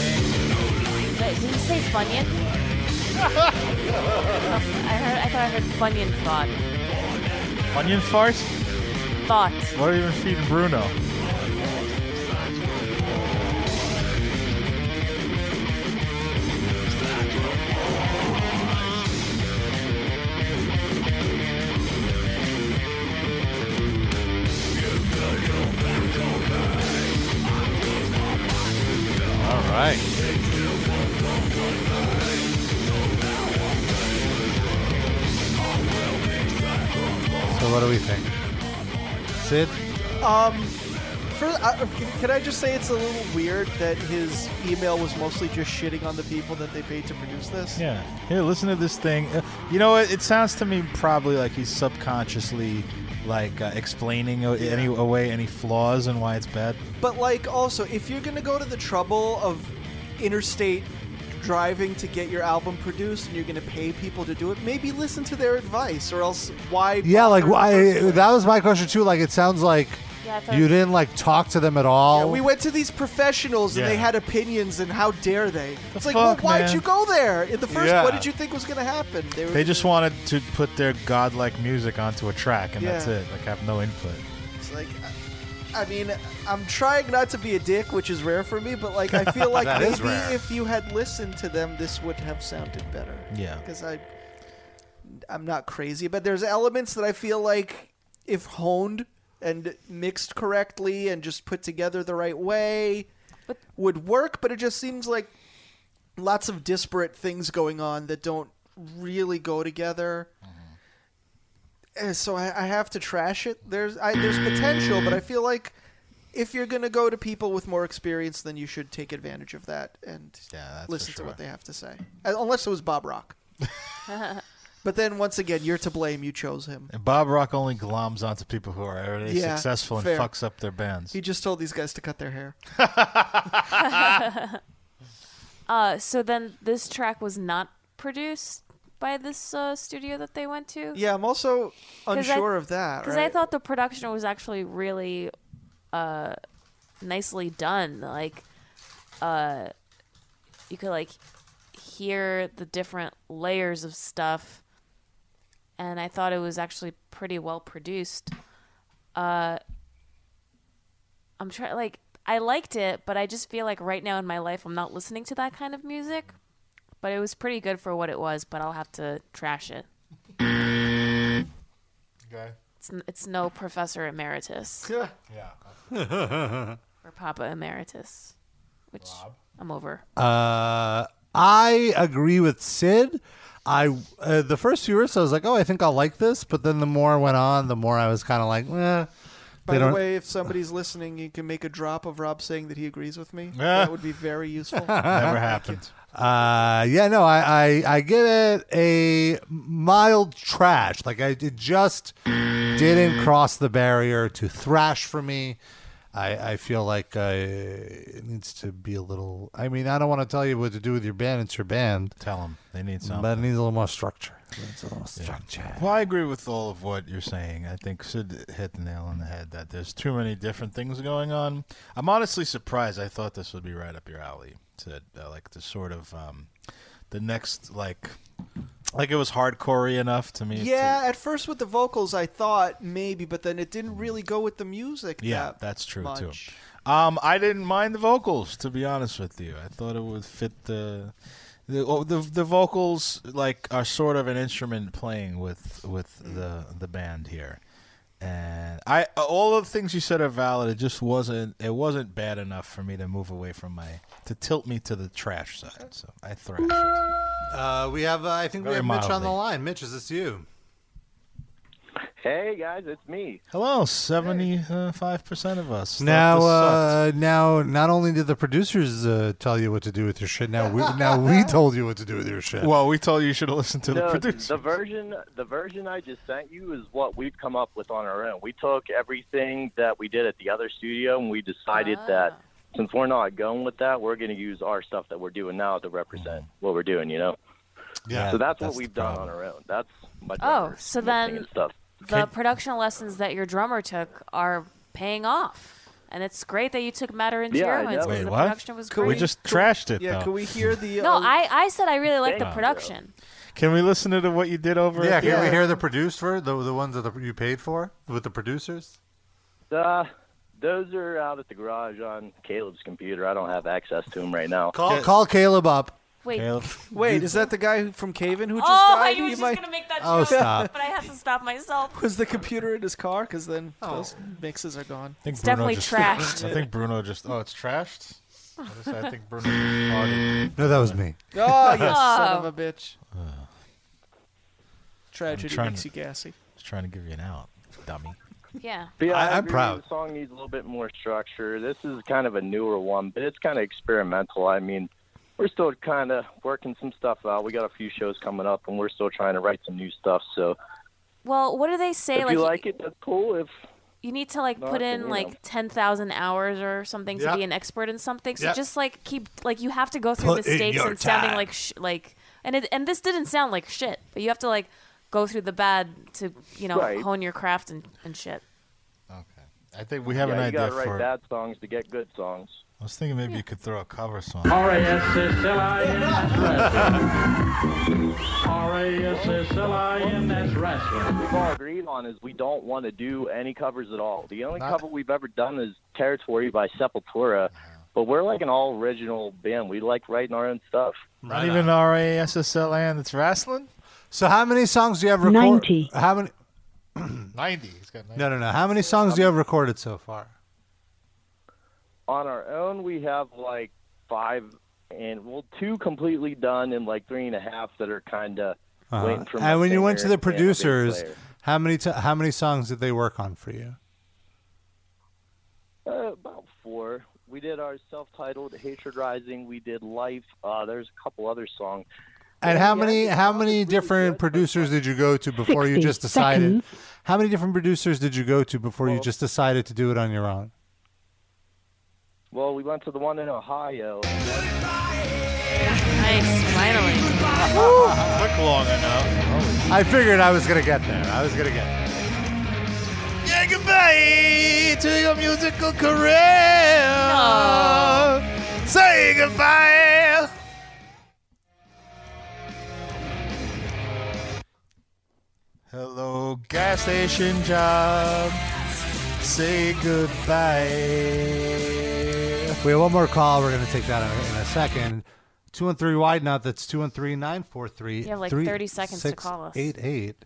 But did he say Funyun? Oh, I heard. I thought I heard Funyun thought. Onion farts? Thought. What are you even feeding Bruno? what do we think? Sid? Um, for, uh, can I just say it's a little weird that his email was mostly just shitting on the people that they paid to produce this? Yeah. Here, listen to this thing. Uh, You know what? It sounds to me probably like he's subconsciously like uh, explaining a- any away any flaws and why it's bad. But like, also, if you're gonna go to the trouble of interstate driving to get your album produced, and you're gonna pay people to do it, maybe listen to their advice, or else why? Yeah, like why? That was my question too. Like, it sounds like Yeah, I thought- you didn't like talk to them at all. Yeah, we went to these professionals and they Yeah. had opinions, and how dare they? It's like, fuck, well, why'd man? you go there in the first? Yeah. What did you think was gonna happen? were They just wanted to put their godlike music onto a track, and that's Yeah. it. Like have no input. It's like, I, I mean, I'm trying not to be a dick, which is rare for me, but like, I feel like That is maybe rare. if you had listened to them, this would have sounded better. Yeah. Because I, I'm not crazy, but there's elements that I feel like if honed and mixed correctly and just put together the right way, would work. But it just seems like lots of disparate things going on that don't really go together. Eh, So I, I have to trash it. There's I, there's potential, but I feel like if you're gonna go to people with more experience, then you should take advantage of that and that's for listen to sure. what they have to say. Uh, Unless it was Bob Rock, but then once again, you're to blame. You chose him. And Bob Rock only gloms onto people who are already Yeah, successful and fair. fucks up their bands. He just told these guys to cut their hair. Uh, so then this track was not produced by this uh, studio that they went to. Yeah, I'm also 'Cause unsure I, of that. Because I right? thought the production was actually really uh, nicely done. Like, uh, you could like hear the different layers of stuff, and I thought it was actually pretty well produced. Uh, I'm trying like I liked it, but I just feel like right now in my life I'm not listening to that kind of music. But it was pretty good for what it was. But I'll have to trash it. Okay. It's, n- it's no professor emeritus. Yeah. uh, Or Papa emeritus, which I'm over. Uh, I agree with Sid. I uh, the first few riffs, I was like, oh, I think I'll like this. But then the more I went on, the more I was kind of like, eh. By they the don't- way, if somebody's listening, you can make a drop of Rob saying that he agrees with me. that would be very useful. happened. Uh, yeah, no, I, I I give it a mild trash. Like I it just didn't cross the barrier to thrash for me. I, I feel like uh, it needs to be a little. I mean, I don't want to tell you what to do with your band. It's your band. Tell them they need something. But it needs a little more structure. It needs a little more structure. Well, I agree with all of what you're saying. I think Sid hit the nail on the head that there's too many different things going on. I'm honestly surprised. I thought this would be right up your alley. To uh, like the sort of um, the next like like it was hardcore enough to me. to- Yeah, at first with the vocals, I thought maybe, but then it didn't really go with the music. yeah, that that's true much. too. Um, I didn't mind the vocals to be honest with you. I thought it would fit the. The, oh, the the vocals like are sort of an instrument playing with with the the band here, and I all of the things you said are valid. It just wasn't it wasn't bad enough for me to move away from my to tilt me to the trash side. So I thrash it. Uh, we have uh, I think Very we have Mitch on mildly. the line. Mitch, is this you? Hey guys, it's me. Hello, seventy five percent of us. thought Now, this sucked. uh, now, not only did the producers uh, tell you what to do with your shit, now we now we told you what to do with your shit. well, we told you you should have listened to the No, producer. the version the version I just sent you is what we've come up with on our own. We took everything that we did at the other studio and we decided Ah. that since we're not going with that, we're going to use our stuff that we're doing now to represent what we're doing. You know. Mm-hmm. Yeah, So that's, what that's the we've done on our own. That's my Oh, drummer's so mixing then and stuff. The production lessons that your drummer took are paying off, and it's great that you took matter into Yeah, I your hands know. because Wait, the what? production was Could great. we just trashed it Yeah, though. can we hear the? no, uh, I, I said I really like Thank the you. production. Can we listen to what you did over? Yeah, at can the- uh, we hear the producer, the the ones that the, you paid for with the producers? Uh, those are out at the garage on Caleb's computer. I don't have access to them right now. Call, call Caleb up. Wait. Wait, is that the guy who- from Caven who just oh, died? I was He just might- gonna make that Oh, joke, stop. but I have to stop myself. Was the computer in his car? Because then those mixes are gone. I think It's Bruno definitely just- trashed. I think Bruno just. Oh, it's trashed. What is that? I think Bruno just farted. No, that was me. Oh, you son of Oh. a bitch! Tragedy trying makes to- you gassy. Just trying to give you an out. dummy. Yeah. But yeah, I- I, I'm agree proud. The song needs a little bit more structure. This is kind of a newer one, but it's kind of experimental. I mean, we're still kind of working some stuff out. We got a few shows coming up, and we're still trying to write some new stuff. So Well, what do they say? if like you like it, that's cool. If you need to like No, put I in think, you like know. 10,000 hours or something to Yeah. be an expert in something. So Yeah. just like keep like you have to go through Put in mistakes your and sounding time. like sh- like and it and this didn't sound like shit, but you have to like go through the bad to, you know, Right. hone your craft and, and shit. I think we have yeah, an you idea gotta write for. bad songs to get good songs. I was thinking maybe you could throw a cover song. R-A-S-S-L-I-N, that's wrestling. R-A-S-S-L-I-N, that's What wrestling. we've all agreed on is we don't want to do any covers at all. The only cover we've ever done is Territory by Sepultura, but we're like an all original band. We like writing our own stuff. Not even R A S S L N. It's wrestling. So how many songs do you have recorded? Ninety. How many? Ninety. He's got No, no, no. How many songs do you have recorded so far? On our own, we have like five and well, two completely done and like three and a half that are kind of Uh-huh. waiting for. my And when you went to singer the and a bass producers, player. how many t- how many songs did they work on for you? Uh, about four. We did our self-titled "Hatred Rising." We did "Life." Uh, there's a couple other songs. And how many how many different producers did you go to before you 60 just decided? How many different producers did you go to before you just decided to do it on your own? Well, we went to the one in Ohio. Nice, finally. Took long enough. I figured I was gonna get there. I was gonna get. There. Yeah, goodbye to your musical career. Say goodbye. Hello, gas station job. Say goodbye. We have one more call. We're gonna take that in a, in a second. Two one three wide knot. That's two one three nine four three. You have, like, 30 seconds to call us. Eight eight.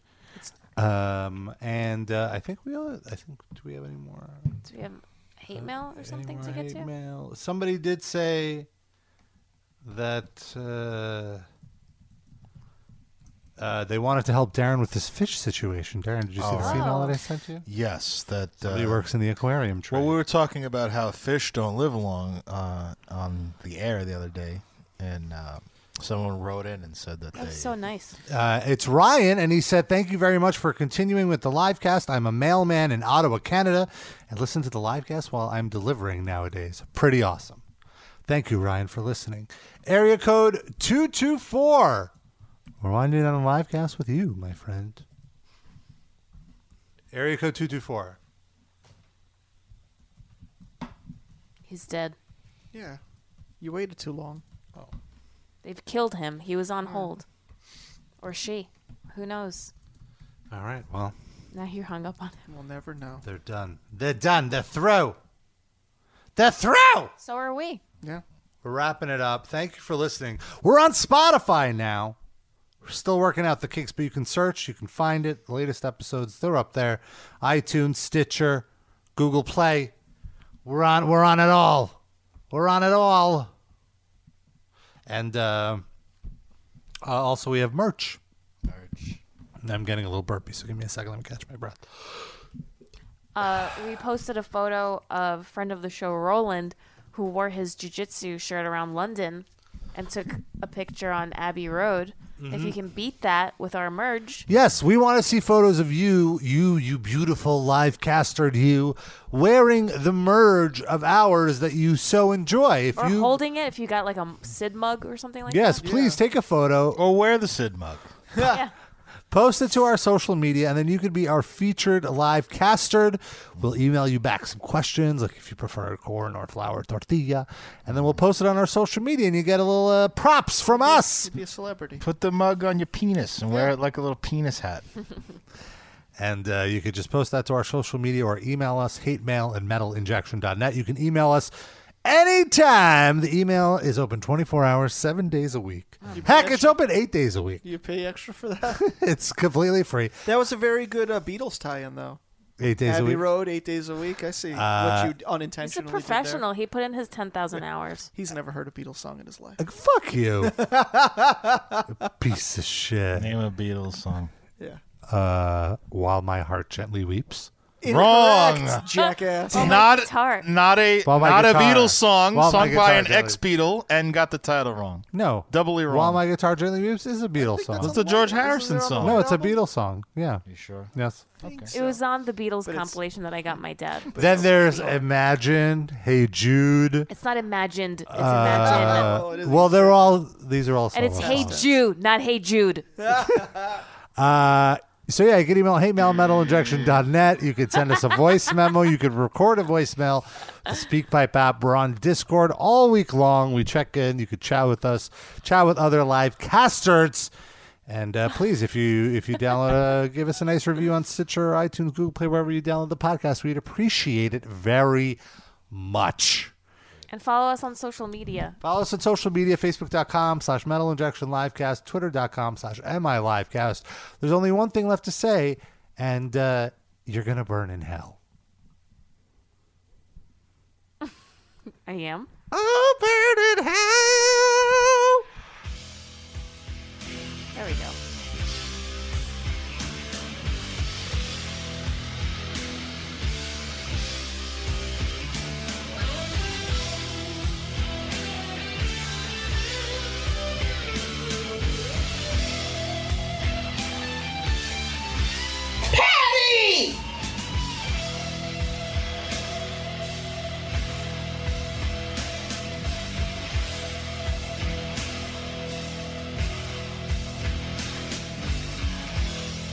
Um, and uh, I think we. all- I think do we have any more? Do we have hate mail or something to get to? Mail. Somebody did say that uh, uh, they wanted to help Darren with this fish situation. Darren, did you see the Oh. email that I Oh. sent you? Yes, that uh, Somebody works in the aquarium. Trade. Well, we were talking about how fish don't live long uh, on the air the other day, and uh, someone wrote in and said that they That's so nice. Uh, it's Ryan, and he said, Thank you very much for continuing with the live cast. I'm a mailman in Ottawa, Canada, and listen to the live cast while I'm delivering nowadays. Pretty awesome. Thank you, Ryan, for listening. Area code 224. We're winding down a live cast with you, my friend. Area code 224. He's dead. Yeah. You waited too long. Oh. Hmm. They've killed him. He was on hold. Or she. Who knows? All right, well, Now you're hung up on him. We'll never know. they're done. They're done. They're through. They're through. So are we. Yeah. We're wrapping it up. Thank you for listening. We're on Spotify now. We're still working out the kinks, but you can search, you can find it. The latest episodes, they're up there. iTunes, Stitcher, Google Play. We're on we're on it all. We're on it all. And uh, uh, also we have merch. Merch. I'm getting a little burpy, so give me a second. Let me catch my breath. Uh, we posted a photo of friend of the show Roland, who wore his jujitsu shirt around London, and took a picture on Abbey Road. If Mm-hmm. you Mhm. can beat that with our merge, Yes, we want to see photos of you, you, you beautiful live castered you, wearing the merge of ours that you so enjoy. If or you holding it, if you got like a Sid mug or something like yes, that. please take a photo or wear the Sid mug. Yeah. Post it to our social media, and then you could be our featured live castered. We'll email you back some questions, like if you prefer corn or flour tortilla, and then we'll post it on our social media, and you get a little uh, props from us. Be a celebrity. Put the mug on your penis and wear it like a little penis hat. And uh, you could just post that to our social media or email us, hate mail at metalinjection.net. You can email us anytime. The email is open 24 hours, seven days a week. Heck, it's open eight days a week. You pay extra for that. It's completely free. that was a very good uh, Beatles tie-in, though. Eight days Abbey a week. Road, eight days a week. I see Uh, what you He's a unintentionally did there. professional. He put in his ten thousand hours. He's never heard a Beatles song in his life. Like, fuck you. Piece of shit. Name a Beatles song. Yeah. uh, while my heart gently weeps. Wrong. jackass. Oh, my not guitar. not a While my not a guitar- Beatles song while my sung by guitar an gently- ex Beatle and got the title wrong. No, doubly wrong. While my guitar gently weeps is a Beatles song. It's a George Harrison song. No, it's a Beatles song. Yeah. You sure? Yes. It was on the Beatles compilation that I got my dad. Then there's Imagine, Hey Jude. It's not imagined. It's uh, imagined. well, they're all these are all. and it's solo Hey songs. Jude, not Hey Jude. Uh, so yeah, you can email hatemailmetalinjection.net. You could send us a voice memo. You could record a voicemail. The SpeakPipe app. We're on Discord all week long. We check in. You could chat with us, chat with other live casters, and uh, please, if you if you download, uh, give us a nice review on Stitcher, iTunes, Google Play, wherever you download the podcast. We'd appreciate it very much. and follow us on social media. Follow us on social media, facebook.com slash metal injection livecast, twitter.com slash mi livecast. There's only one thing left to say, and uh, you're going to burn in hell. I am. Oh, burn in hell. There we go. Patty!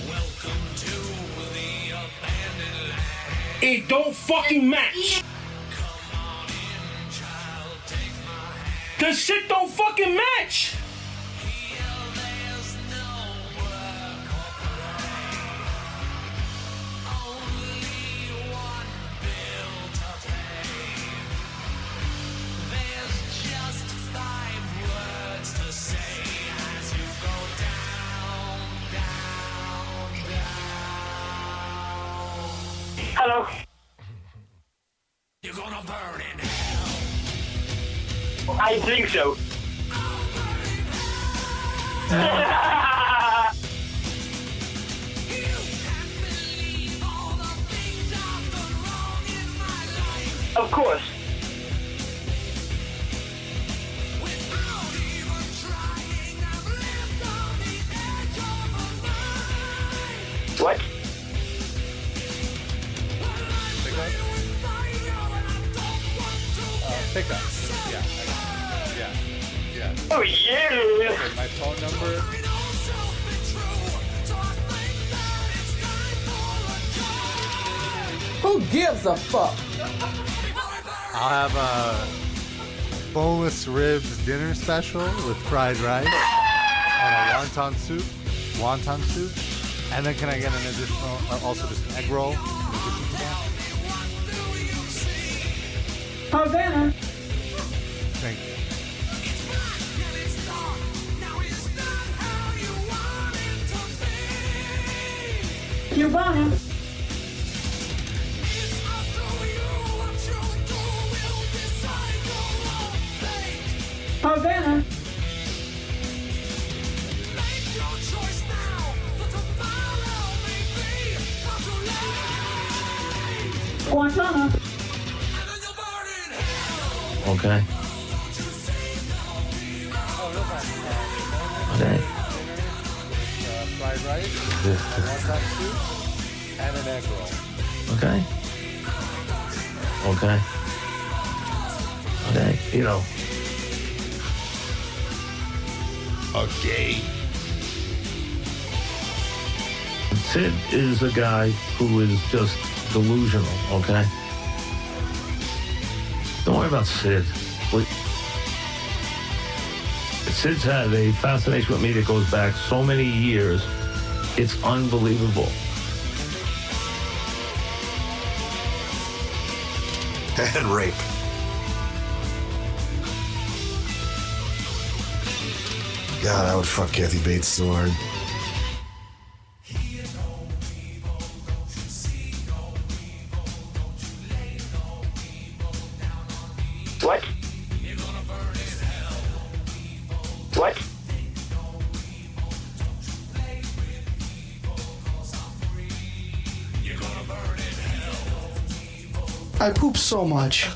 Welcome to the abandoned land. It don't fucking match. The shit don't fucking match. There's just five words to say as you go down, down, down. Hello. You're gonna burn in I think so. Of course. What? Pick up. Yeah. Yeah. Yeah. Oh, yeah. my phone number. Who gives a fuck? I'll have a boneless ribs dinner special with fried rice and a wonton soup. Wonton soup. And then can I get an additional, uh, also just an egg roll? Havana. Thank you. You're welcome. Havana. Guantanamo. Okay. Okay. fried rice, Yeah. wonton soup, and an egg roll. Okay. Okay. Okay. You know. Okay. Sid is a guy who is just delusional, okay? Don't worry about Sid. Wait. Sid's had a fascination with me that goes back so many years. It's unbelievable. And rape. God, I would fuck Kathy Bates so hard. What? What? I poop so much.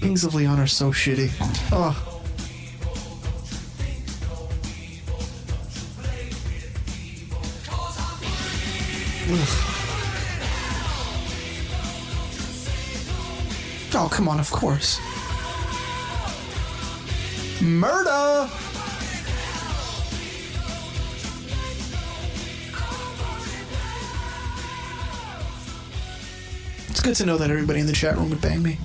Things of Leon are so shitty. Oh. Ugh. Oh, come on, of course. Murder! It's good to know that everybody in the chat room would bang me.